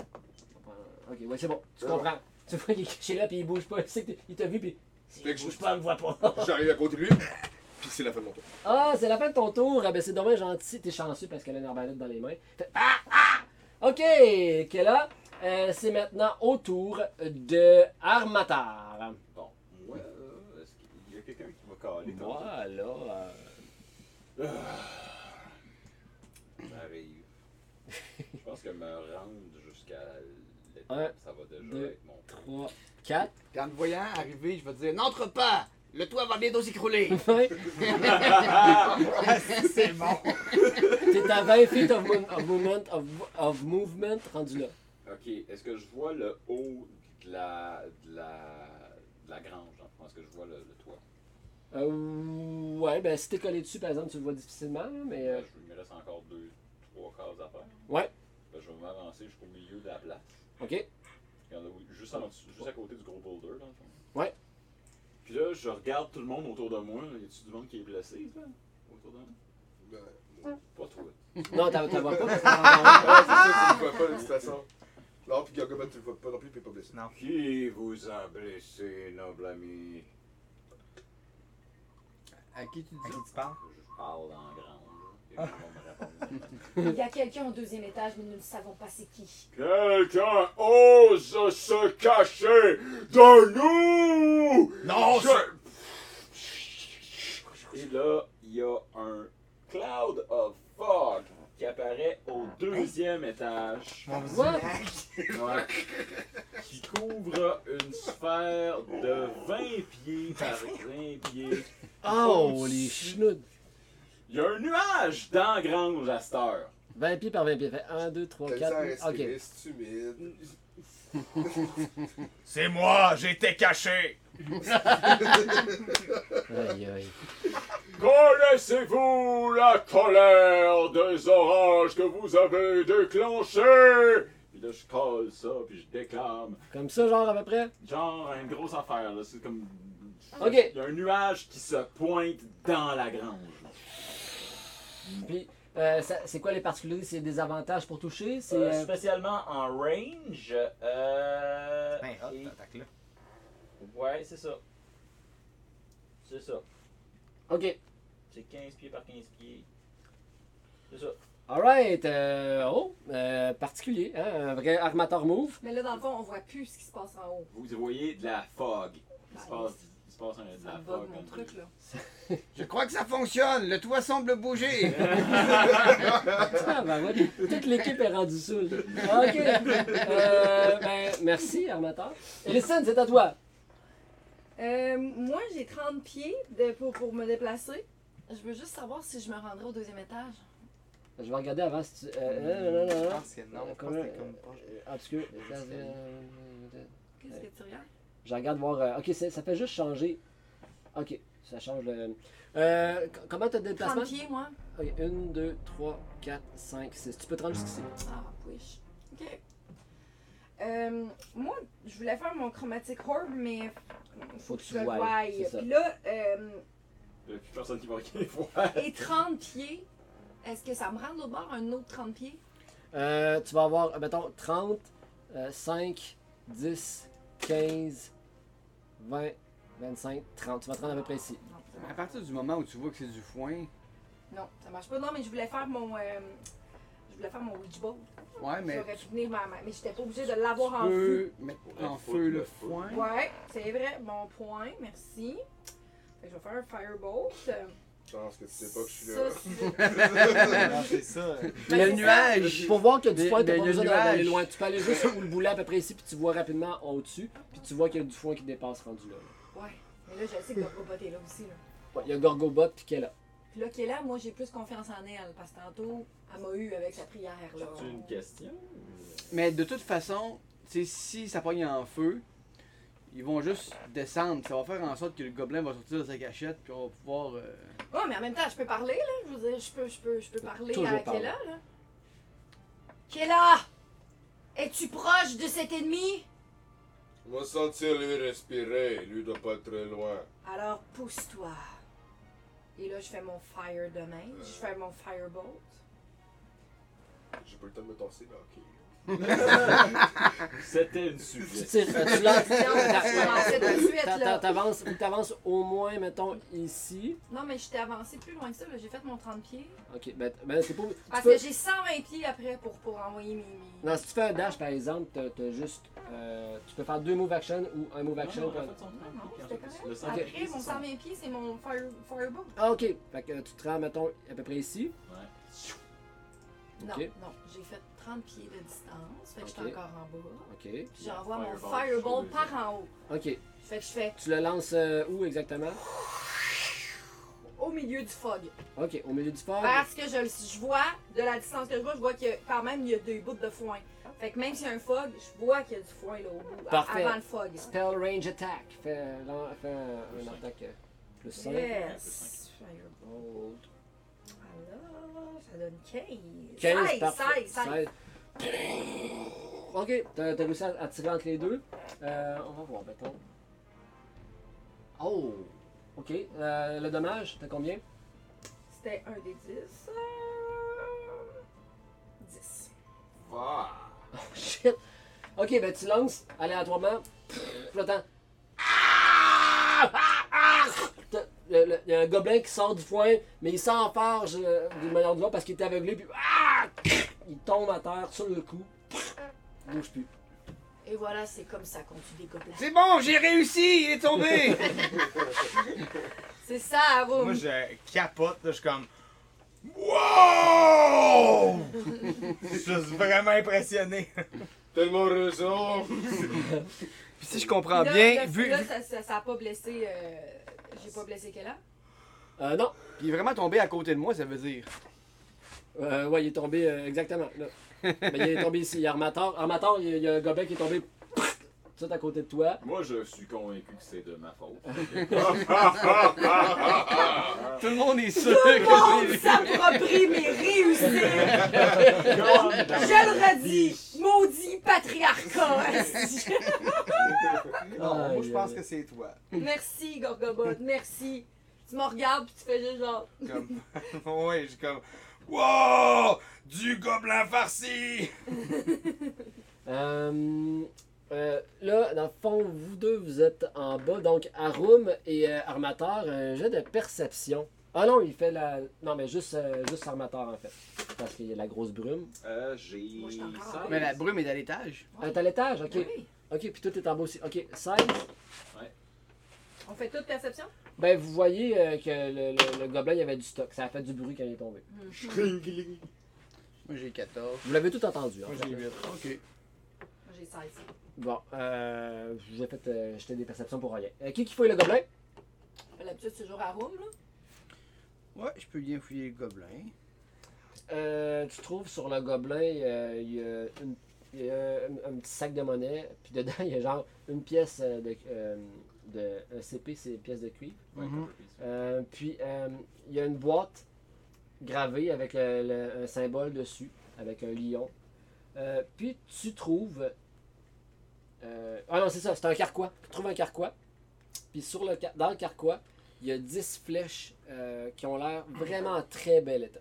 Speaker 3: Euh, Ok, ouais, c'est bon, tu
Speaker 4: C'est
Speaker 3: comprends. Tu vois, il est caché là, puis il bouge pas. Il sait que t'es- il t'a vu, puis
Speaker 4: Fait que
Speaker 3: il bouge pas, il me voit pas.
Speaker 4: J'arrive à côté de lui, puis c'est la fin de mon tour.
Speaker 3: Ah, c'est la fin de ton tour. Ah, ben, c'est dommage gentil. T'es chanceux parce qu'elle a une arbalète dans les mains. Fait- Ah, ah! OK, Kella, euh, c'est maintenant au tour de Armatar.
Speaker 6: Bon, moi, euh, est-ce qu'il y a quelqu'un qui va caler tantôt?
Speaker 3: Moi, là... euh,
Speaker 6: Ça arrive. Je pense que me rendre jusqu'à
Speaker 3: Un,
Speaker 6: l'étape, ça va déjà
Speaker 3: deux,
Speaker 6: être mon
Speaker 3: 3, 4,
Speaker 7: Puis en me voyant arriver, je vais te dire N'entre pas Le toit va bientôt s'écrouler
Speaker 3: 20.
Speaker 2: C'est bon.
Speaker 3: T'es à 20 feet of, mo- of movement, of, of movement rendu là.
Speaker 6: Ok, est-ce que je vois le haut de la, de la, de la grange, dans le fond? Est-ce que je vois le, le toit?
Speaker 3: Euh, ouais, ben, si t'es collé dessus, par exemple, tu le vois difficilement, là, mais... euh,
Speaker 6: Ben, je- il me reste encore deux, trois cases à faire.
Speaker 3: Ouais.
Speaker 6: Ben, je vais m'avancer jusqu'au milieu de la place.
Speaker 3: OK.
Speaker 6: Il y en a où- juste, en dessous- juste à côté du gros boulder, dans le fond.
Speaker 3: Ouais.
Speaker 6: Puis là, je regarde tout le monde autour de moi. Y a-tu du monde qui est blessé, là, autour de moi?
Speaker 4: Ben,
Speaker 6: Pas trop.
Speaker 3: Non, t'en t'en vois pas parce que t'en vois un.
Speaker 4: ah, c'est ça, tu le vois pas, de toute façon. Non, puis Gorgobat, tu le vois pas non plus, puis il est pas blessé.
Speaker 6: Qui vous a blessé, noble ami?
Speaker 7: À qui tu
Speaker 2: À
Speaker 7: dis
Speaker 2: qui tu parles?
Speaker 6: Je parle en grange. là. Quelqu'un va me répondre.
Speaker 8: Il y a quelqu'un au deuxième étage, mais nous ne savons pas c'est qui.
Speaker 4: Quelqu'un ose se cacher de nous!
Speaker 2: Non, c'est-
Speaker 6: Et là, il y a un cloud of fog qui apparaît au deuxième étage.
Speaker 3: What?
Speaker 6: Ouais. Qui couvre une sphère de 20 pieds par 20 pieds.
Speaker 3: Oh, les chenoudes.
Speaker 6: Il y a un nuage dans la grange à cette heure.
Speaker 3: 20 pieds par 20 pieds. Fait 1, 2, 3,
Speaker 4: T'as le sang
Speaker 3: 4... OK.
Speaker 4: respiré, c'est humide.
Speaker 9: C'est moi, j'étais caché.
Speaker 3: Aïe, aïe.
Speaker 6: Connaissez-vous la colère des orages que vous avez déclenchés? Puis là, je colle ça, puis je déclame.
Speaker 3: Comme ça, genre, à peu près?
Speaker 6: Genre, une grosse affaire, là. C'est comme.
Speaker 3: Ok.
Speaker 6: Il y a un nuage qui se pointe dans la grange.
Speaker 3: Puis, euh, ça- c'est quoi les particularités? C'est des avantages pour toucher? C'est.
Speaker 15: Euh,
Speaker 3: euh,
Speaker 15: spécialement en range. Euh,
Speaker 2: Ben, hop,
Speaker 15: et-
Speaker 2: t'attaques là.
Speaker 15: Ouais, c'est ça. C'est ça.
Speaker 3: Ok.
Speaker 15: C'est 15 pieds par 15 pieds. C'est ça.
Speaker 3: Alright. euh, Oh, euh, particulier, hein? Un vrai armateur move.
Speaker 5: Mais là, dans le fond, on voit plus ce qui se passe en haut.
Speaker 6: Vous voyez de la fog. Il se passe, il se passe un- de
Speaker 5: Ça
Speaker 6: la
Speaker 5: me bug
Speaker 6: fog.
Speaker 5: mon truc, là.
Speaker 10: Je crois que ça fonctionne. Le toit semble bouger.
Speaker 3: Ah, ben ouais, Toute l'équipe est rendue saoule. Ok. Euh, ben, merci, armateur. Ellison, c'est à toi.
Speaker 5: Euh, moi, j'ai 30 pieds de- pour, pour me déplacer. Je veux juste savoir si je me rendrai au deuxième étage.
Speaker 3: Je vais regarder avant si tu. Euh, non, non,
Speaker 14: Je
Speaker 3: non, non.
Speaker 14: pense que non, je pense
Speaker 3: Comment-
Speaker 14: que c'est comme pas.
Speaker 3: euh, ah, parce que- euh,
Speaker 5: Qu'est-ce que tu regardes?
Speaker 3: Je regarde voir. euh, ok, c'est- ça fait juste changer. Ok, ça change le. Euh, c- comment t'as de
Speaker 5: 30
Speaker 3: déplacement
Speaker 5: pieds, moi.
Speaker 3: 1, 2, 3, 4, 5, 6. Tu peux te rendre jusqu'ici.
Speaker 5: Ah, push. OK. Euh, moi, je voulais faire mon chromatic orb, mais
Speaker 3: Faut que tu
Speaker 5: le
Speaker 3: voies,
Speaker 5: voie.
Speaker 3: c'est ça.
Speaker 5: Puis là, euh,
Speaker 6: Il n'y a plus personne qui va regarder les voir.
Speaker 5: et 30 pieds, est-ce que ça me rend de l'autre bord un autre 30 pieds?
Speaker 3: Euh, tu vas avoir, euh, mettons, 30, euh, 5, 10, 15, 20, 25, 30. Tu vas te rendre à peu près ici.
Speaker 5: Non, ça
Speaker 7: À
Speaker 5: marche.
Speaker 7: partir du moment où tu vois que c'est du foin,
Speaker 5: non, ça marche pas. Non, mais je voulais faire mon... euh, je voulais faire mon Ouija board.
Speaker 7: ouais, Ah, mais
Speaker 5: J'aurais pu venir ma main, mais j'étais pas obligée de
Speaker 7: tu
Speaker 5: l'avoir en feu.
Speaker 7: peux mettre en feu le foin.
Speaker 5: Ouais, c'est vrai. Bon point, merci. Fait que je vais faire un firebolt.
Speaker 4: Je pense que tu sais pas que je suis là.
Speaker 5: Ça, c'est-
Speaker 14: Non, c'est ça.
Speaker 7: Le
Speaker 5: Ben, c'est ça.
Speaker 7: nuage.
Speaker 3: Pour voir que du
Speaker 7: Mais-
Speaker 3: foin, t'as
Speaker 7: mais
Speaker 3: pas
Speaker 7: le
Speaker 3: besoin d'a- d'aller
Speaker 7: nuage.
Speaker 3: loin. Tu peux aller juste où le boulet à peu près ici, puis tu vois rapidement en au-dessus, puis tu vois qu'il y a du foin qui dépasse rendu là.
Speaker 5: Ouais, mais là, je sais que Gorgobot est là aussi. Là.
Speaker 3: Ouais, il y a Gorgobot, puis qu'elle a.
Speaker 5: Puis là, qui est là, moi, j'ai plus confiance en elle, parce que tantôt, elle m'a eu avec sa prière. Là.
Speaker 6: C'est une question.
Speaker 7: Mais de toute façon, tu sais, si ça pogne en feu, ils vont juste descendre. Ça va faire en sorte que le gobelin va sortir de sa cachette, puis on va pouvoir. euh,
Speaker 5: Ouais, mais en même temps, je peux parler, là. Je veux dire, je peux, je peux, je peux parler
Speaker 3: Toujours
Speaker 5: à
Speaker 3: parler.
Speaker 5: Kéla, là.
Speaker 8: Kella, es-tu proche de cet ennemi
Speaker 4: On va sentir lui respirer, lui doit pas être très loin.
Speaker 5: Alors, pousse-toi. Et là, je fais mon fire domain. Je fais mon firebolt.
Speaker 4: J'ai pas le temps de me tasser, mais ok.
Speaker 6: C'était une
Speaker 3: Tu
Speaker 6: suggestion.
Speaker 3: tires, euh, tu lances.
Speaker 5: commençait tout de suite,
Speaker 3: T'a-
Speaker 5: là.
Speaker 3: t'a- T'avances, t'avances au moins, mettons, ici.
Speaker 5: Non, mais j'étais avancée plus loin que ça, là. J'ai fait mon 30 pieds.
Speaker 3: Ok, ben, t- ben, c'est pas. tu
Speaker 5: Parce
Speaker 3: peux-
Speaker 5: que j'ai 120 pieds après pour, pour envoyer mes. mes-
Speaker 3: Non, si tu fais un dash par exemple, t'as t'as juste. euh, tu peux faire deux move action ou un move action.
Speaker 6: Non,
Speaker 3: pour-
Speaker 6: non, elle a fait son
Speaker 5: Non,
Speaker 6: truc,
Speaker 5: non,
Speaker 6: puis
Speaker 5: c'était
Speaker 6: elle a fait
Speaker 5: correct.
Speaker 6: le sang.
Speaker 5: Après,
Speaker 6: Ok.
Speaker 5: mon 120 pieds, c'est mon fire, firebolt.
Speaker 3: Ah, ok. Fait que tu te rends, mettons, à peu près ici.
Speaker 5: Non,
Speaker 3: Ok.
Speaker 5: non, j'ai fait 30 pieds de distance, fait que j'étais
Speaker 3: Ok.
Speaker 5: encore en bas.
Speaker 3: Ok.
Speaker 5: Puis j'envoie mon
Speaker 6: Fireball,
Speaker 5: fireball
Speaker 6: je
Speaker 5: par en haut.
Speaker 3: Ok.
Speaker 5: Fait que je fais
Speaker 3: Tu le lances euh, où exactement
Speaker 5: au milieu du fog.
Speaker 3: Ok, au milieu du fort.
Speaker 5: Parce que je, le- je vois, de la distance que je vois, je vois que quand même il y a deux bouts de foin. Fait que même s'il y a un fog, je vois qu'il y a du foin là au bout, a-
Speaker 3: Parfait.
Speaker 5: avant le fog.
Speaker 3: Spell range attack. Fais, euh, lan- fais un, un attaque euh, plus 5.
Speaker 5: Yes! Fireball. Alors, ça donne 15. 16, 16, 16.
Speaker 3: Ok, t'as t'as réussi à, à tirer entre les deux. Euh, on va voir, mettons. Oh Ok, euh, le dommage, t'as combien
Speaker 5: C'était un des euh, 10. 10.
Speaker 3: Shit. Ok, ben tu lances aléatoirement. Flottant. Il y a un gobelin qui sort du foin, mais il s'enfarge euh, d'une manière ou de l'autre parce qu'il est aveuglé, puis ah, il tombe à terre sur le cou. Il bouge plus.
Speaker 8: Et voilà, c'est comme ça qu'on tue des gobelins.
Speaker 10: C'est bon, j'ai réussi, il est tombé.
Speaker 5: C'est ça, Arum.
Speaker 14: Moi, je capote, là, je suis comme. Wow! je suis vraiment impressionné.
Speaker 4: Tellement raison!
Speaker 7: Puis si je comprends
Speaker 5: Là,
Speaker 7: bien,
Speaker 5: là,
Speaker 7: vu.
Speaker 5: Là, ça, ça, ça a pas blessé. euh, J'ai pas blessé Kella.
Speaker 3: Euh, non.
Speaker 7: Puis il est vraiment tombé à côté de moi, ça veut dire.
Speaker 3: Euh, ouais, il est tombé euh, exactement. Là. Ben, il est tombé ici. Il y a Armator. Armator, il y a- il y a un gobelin qui est tombé tout à côté de toi.
Speaker 6: Moi, je suis convaincu que c'est de ma faute. Ah,
Speaker 7: Tout le monde est sûr
Speaker 5: Tout le
Speaker 7: que
Speaker 5: monde
Speaker 7: c'est-
Speaker 5: s'approprie mes réussites. Je le redis, maudit patriarcat. esti.
Speaker 2: Non, moi,
Speaker 3: Aïe,
Speaker 2: je pense
Speaker 3: aïe.
Speaker 2: que c'est toi.
Speaker 5: merci, Gorgobot, merci. Tu me regardes puis tu fais juste genre.
Speaker 2: Comme... ouais, j'ai comme...
Speaker 9: Wow! Du gobelin farci!
Speaker 3: Euh, euh, là, dans le fond, vous deux, vous êtes en bas. Donc, Arum et euh, Armateur, un jet de perception. Ah non, il fait la. Non, mais juste, euh, juste Armateur, en fait. Parce qu'il y a la grosse brume.
Speaker 6: Euh, j'ai. ça.
Speaker 7: Mais la brume est à l'étage.
Speaker 3: Euh, T'as l'étage, ok. Ok, puis tout est en bas aussi. Ok, 16.
Speaker 5: On fait toute perception?
Speaker 3: Ben, vous voyez euh, que le, le- le gobelin, il y avait du stock. Ça a fait du bruit quand il est tombé.
Speaker 7: Moi j'ai 14.
Speaker 3: Vous l'avez tout entendu. en
Speaker 7: Moi
Speaker 3: fait.
Speaker 7: j'ai 8. Ok.
Speaker 5: Moi, J'ai 16.
Speaker 3: Bon, euh, je vous ai fait euh, jeter des perceptions pour rien. Euh, qui qui fouille le gobelin?
Speaker 5: L'habitude, c'est toujours à Room, là.
Speaker 7: Ouais, je peux bien fouiller le gobelin.
Speaker 3: Euh, tu trouves sur le gobelin, euh, il y a, une- il y a un, un petit sac de monnaie, puis dedans, il y a genre une pièce euh, de, euh, de un CP, c'est une pièce de cuivre. Euh, puis euh, il y a une boîte gravée avec le- le- un symbole dessus, avec un lion. Euh, puis tu trouves. euh, ah non, c'est ça, c'est un carquois. Tu trouves un carquois. Puis sur le, car- dans le carquois, il y a 10 flèches euh, qui ont l'air vraiment en très bel état.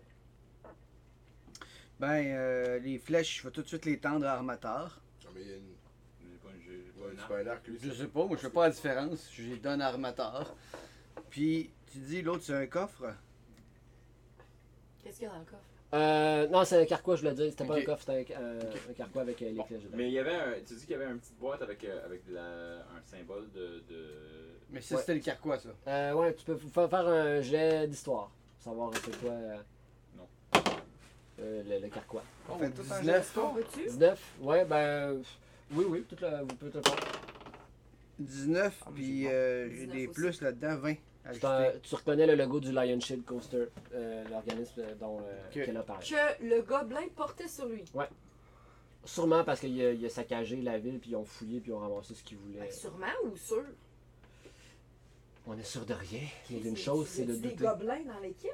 Speaker 7: Ben, euh, les flèches, je vais tout de suite les tendre à Armateur.
Speaker 4: Non, mais il y a une.
Speaker 6: J'ai pas- j'ai pas
Speaker 4: ouais,
Speaker 6: une
Speaker 4: C'est
Speaker 6: arme.
Speaker 4: pas un arc, lui.
Speaker 7: Je
Speaker 4: ça.
Speaker 7: sais pas, moi je fais pas la différence. Je les donne à Armateur. Puis, tu dis, l'autre c'est un coffre.
Speaker 5: Qu'est-ce qu'il y a dans le coffre?
Speaker 3: Euh, non, c'est un carquois, je voulais dire. C'était pas
Speaker 7: Ok.
Speaker 3: un coffre, c'était un, un- un carquois avec euh, les
Speaker 6: Bon,
Speaker 3: flèches dedans.
Speaker 6: Mais il y avait un, tu dis qu'il y avait une petite boîte avec, euh, avec de la- un symbole de. de...
Speaker 7: Mais ça
Speaker 3: Ouais.
Speaker 7: c'était le carquois ça.
Speaker 3: Euh, ouais, tu peux f- fa- faire un jet d'histoire. pour Savoir c'est quoi. euh,
Speaker 6: Non.
Speaker 3: euh, le, le carquois.
Speaker 7: On
Speaker 2: Oh,
Speaker 7: fait
Speaker 2: tout un
Speaker 7: 19,
Speaker 5: On veut-tu?
Speaker 3: 19, ouais, ben. pff, Oui, oui, tout le, vous pouvez tout le faire.
Speaker 7: 19,
Speaker 2: Ah, mais
Speaker 7: puis
Speaker 2: j'ai
Speaker 7: euh, j'ai
Speaker 5: 19
Speaker 7: des
Speaker 5: aussi.
Speaker 7: plus là-dedans, 20.
Speaker 3: C'est
Speaker 7: ajoutés.
Speaker 3: un- tu reconnais le logo du Lion Shield Coaster, euh, l'organisme dont euh,
Speaker 7: Ok.
Speaker 3: qu'elle opère.
Speaker 5: Que le gobelin portait sur lui.
Speaker 3: Sûrement parce qu'il a, il a saccagé la ville, puis ils ont fouillé, puis ils ont ramassé ce qu'ils voulaient.
Speaker 5: Fait que Sûrement ou sûr?
Speaker 3: On est sûr de rien, mais d'une chose, c'est de
Speaker 5: des
Speaker 3: douter.
Speaker 5: gobelins dans l'équipe?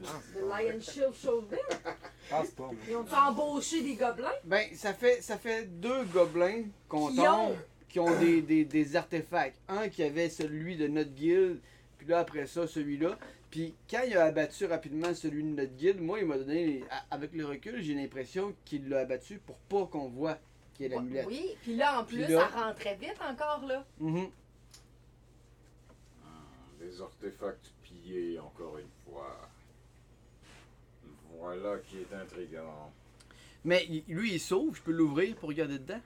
Speaker 5: Le Lion Shield Showbiz?
Speaker 2: Ah, Je pense pas, moi.
Speaker 5: Ils ont embauché des gobelins?
Speaker 7: Ben, ça fait, ça fait deux gobelins qu'on
Speaker 5: Qui
Speaker 7: tombe,
Speaker 5: ont-
Speaker 7: qui ont des, des, des artefacts. Un qui avait celui de notre guilde, puis là, après ça, celui-là. Puis quand il a abattu rapidement celui de notre guilde, moi, il m'a donné, les- a- avec le recul, j'ai l'impression qu'il l'a abattu pour pas qu'on voit qu'il y a l'amulette.
Speaker 5: Oui, puis là, en
Speaker 7: Puis
Speaker 5: plus,
Speaker 7: là-
Speaker 5: ça rentrait vite encore, là.
Speaker 7: Mhm.
Speaker 6: Ah, des artefacts pillés encore une fois. Voilà qui est intriguant.
Speaker 7: Mais il- lui, il sauve, je peux l'ouvrir pour regarder dedans.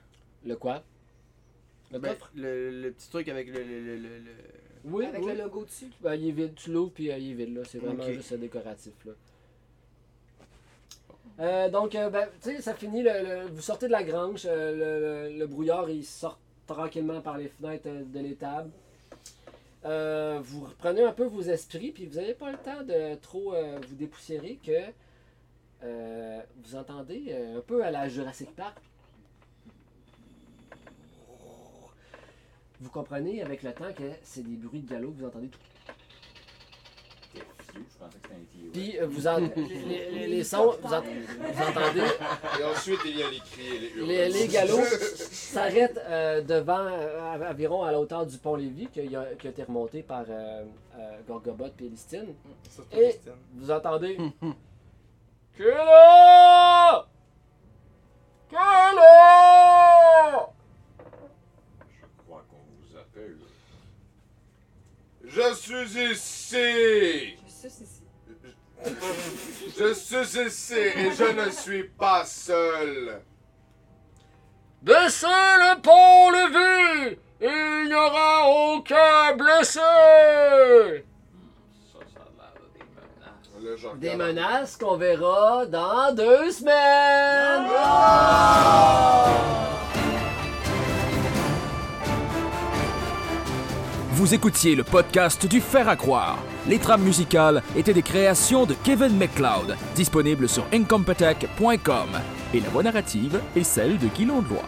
Speaker 3: Le quoi Le
Speaker 7: Ben,
Speaker 3: coffre
Speaker 7: le, le petit truc avec le. le, le, le- le-
Speaker 3: Oui,
Speaker 5: avec
Speaker 3: oui.
Speaker 5: le logo dessus.
Speaker 3: Ben, il est vide, tu l'ouvres puis euh, il est vide là, c'est vraiment
Speaker 7: Ok.
Speaker 3: juste euh, décoratif là. Euh, donc, euh, ben, tu sais, ça finit, le, le- vous sortez de la grange, euh, le, le- le brouillard il sort tranquillement par les fenêtres euh, de l'étable. Euh, vous reprenez un peu vos esprits, puis vous n'avez pas le temps de trop euh, vous dépoussiérer que euh, vous entendez euh, un peu à la Jurassic Park. Vous comprenez avec le temps que c'est des bruits de galop que vous entendez
Speaker 6: T'es fiou, je pensais que c'était un tio.
Speaker 3: Puis euh, vous en- les, les- les sons, vous, en- vous entendez,
Speaker 4: Et ensuite, il y a les cris et les hurlements.
Speaker 3: les, les galops s'arrêtent euh, devant, euh, à- environ à la hauteur du pont-Lévis qui a, qui a été remonté par euh, euh, Gorgobot et Listine.
Speaker 2: Surtout
Speaker 3: Et-
Speaker 2: Christine.
Speaker 3: Vous entendez Que là Que là
Speaker 6: Je crois qu'on vous appelle.
Speaker 4: Je suis ici!
Speaker 5: Je sais, c'est ici.
Speaker 4: Je suis ici et je ne suis pas seul!
Speaker 3: Baissez le pont-Lévis Il n'y aura aucun blessé
Speaker 6: Ça, ça a l'air de des menaces.
Speaker 4: Là, je regarde.
Speaker 3: Des menaces qu'on verra dans deux semaines Ah!
Speaker 1: Vous écoutiez le podcast du Fer à croire. Les trames musicales étaient des créations de Kevin McLeod, disponibles sur incompetech.com. Et la voix narrative est celle de Guy Londois.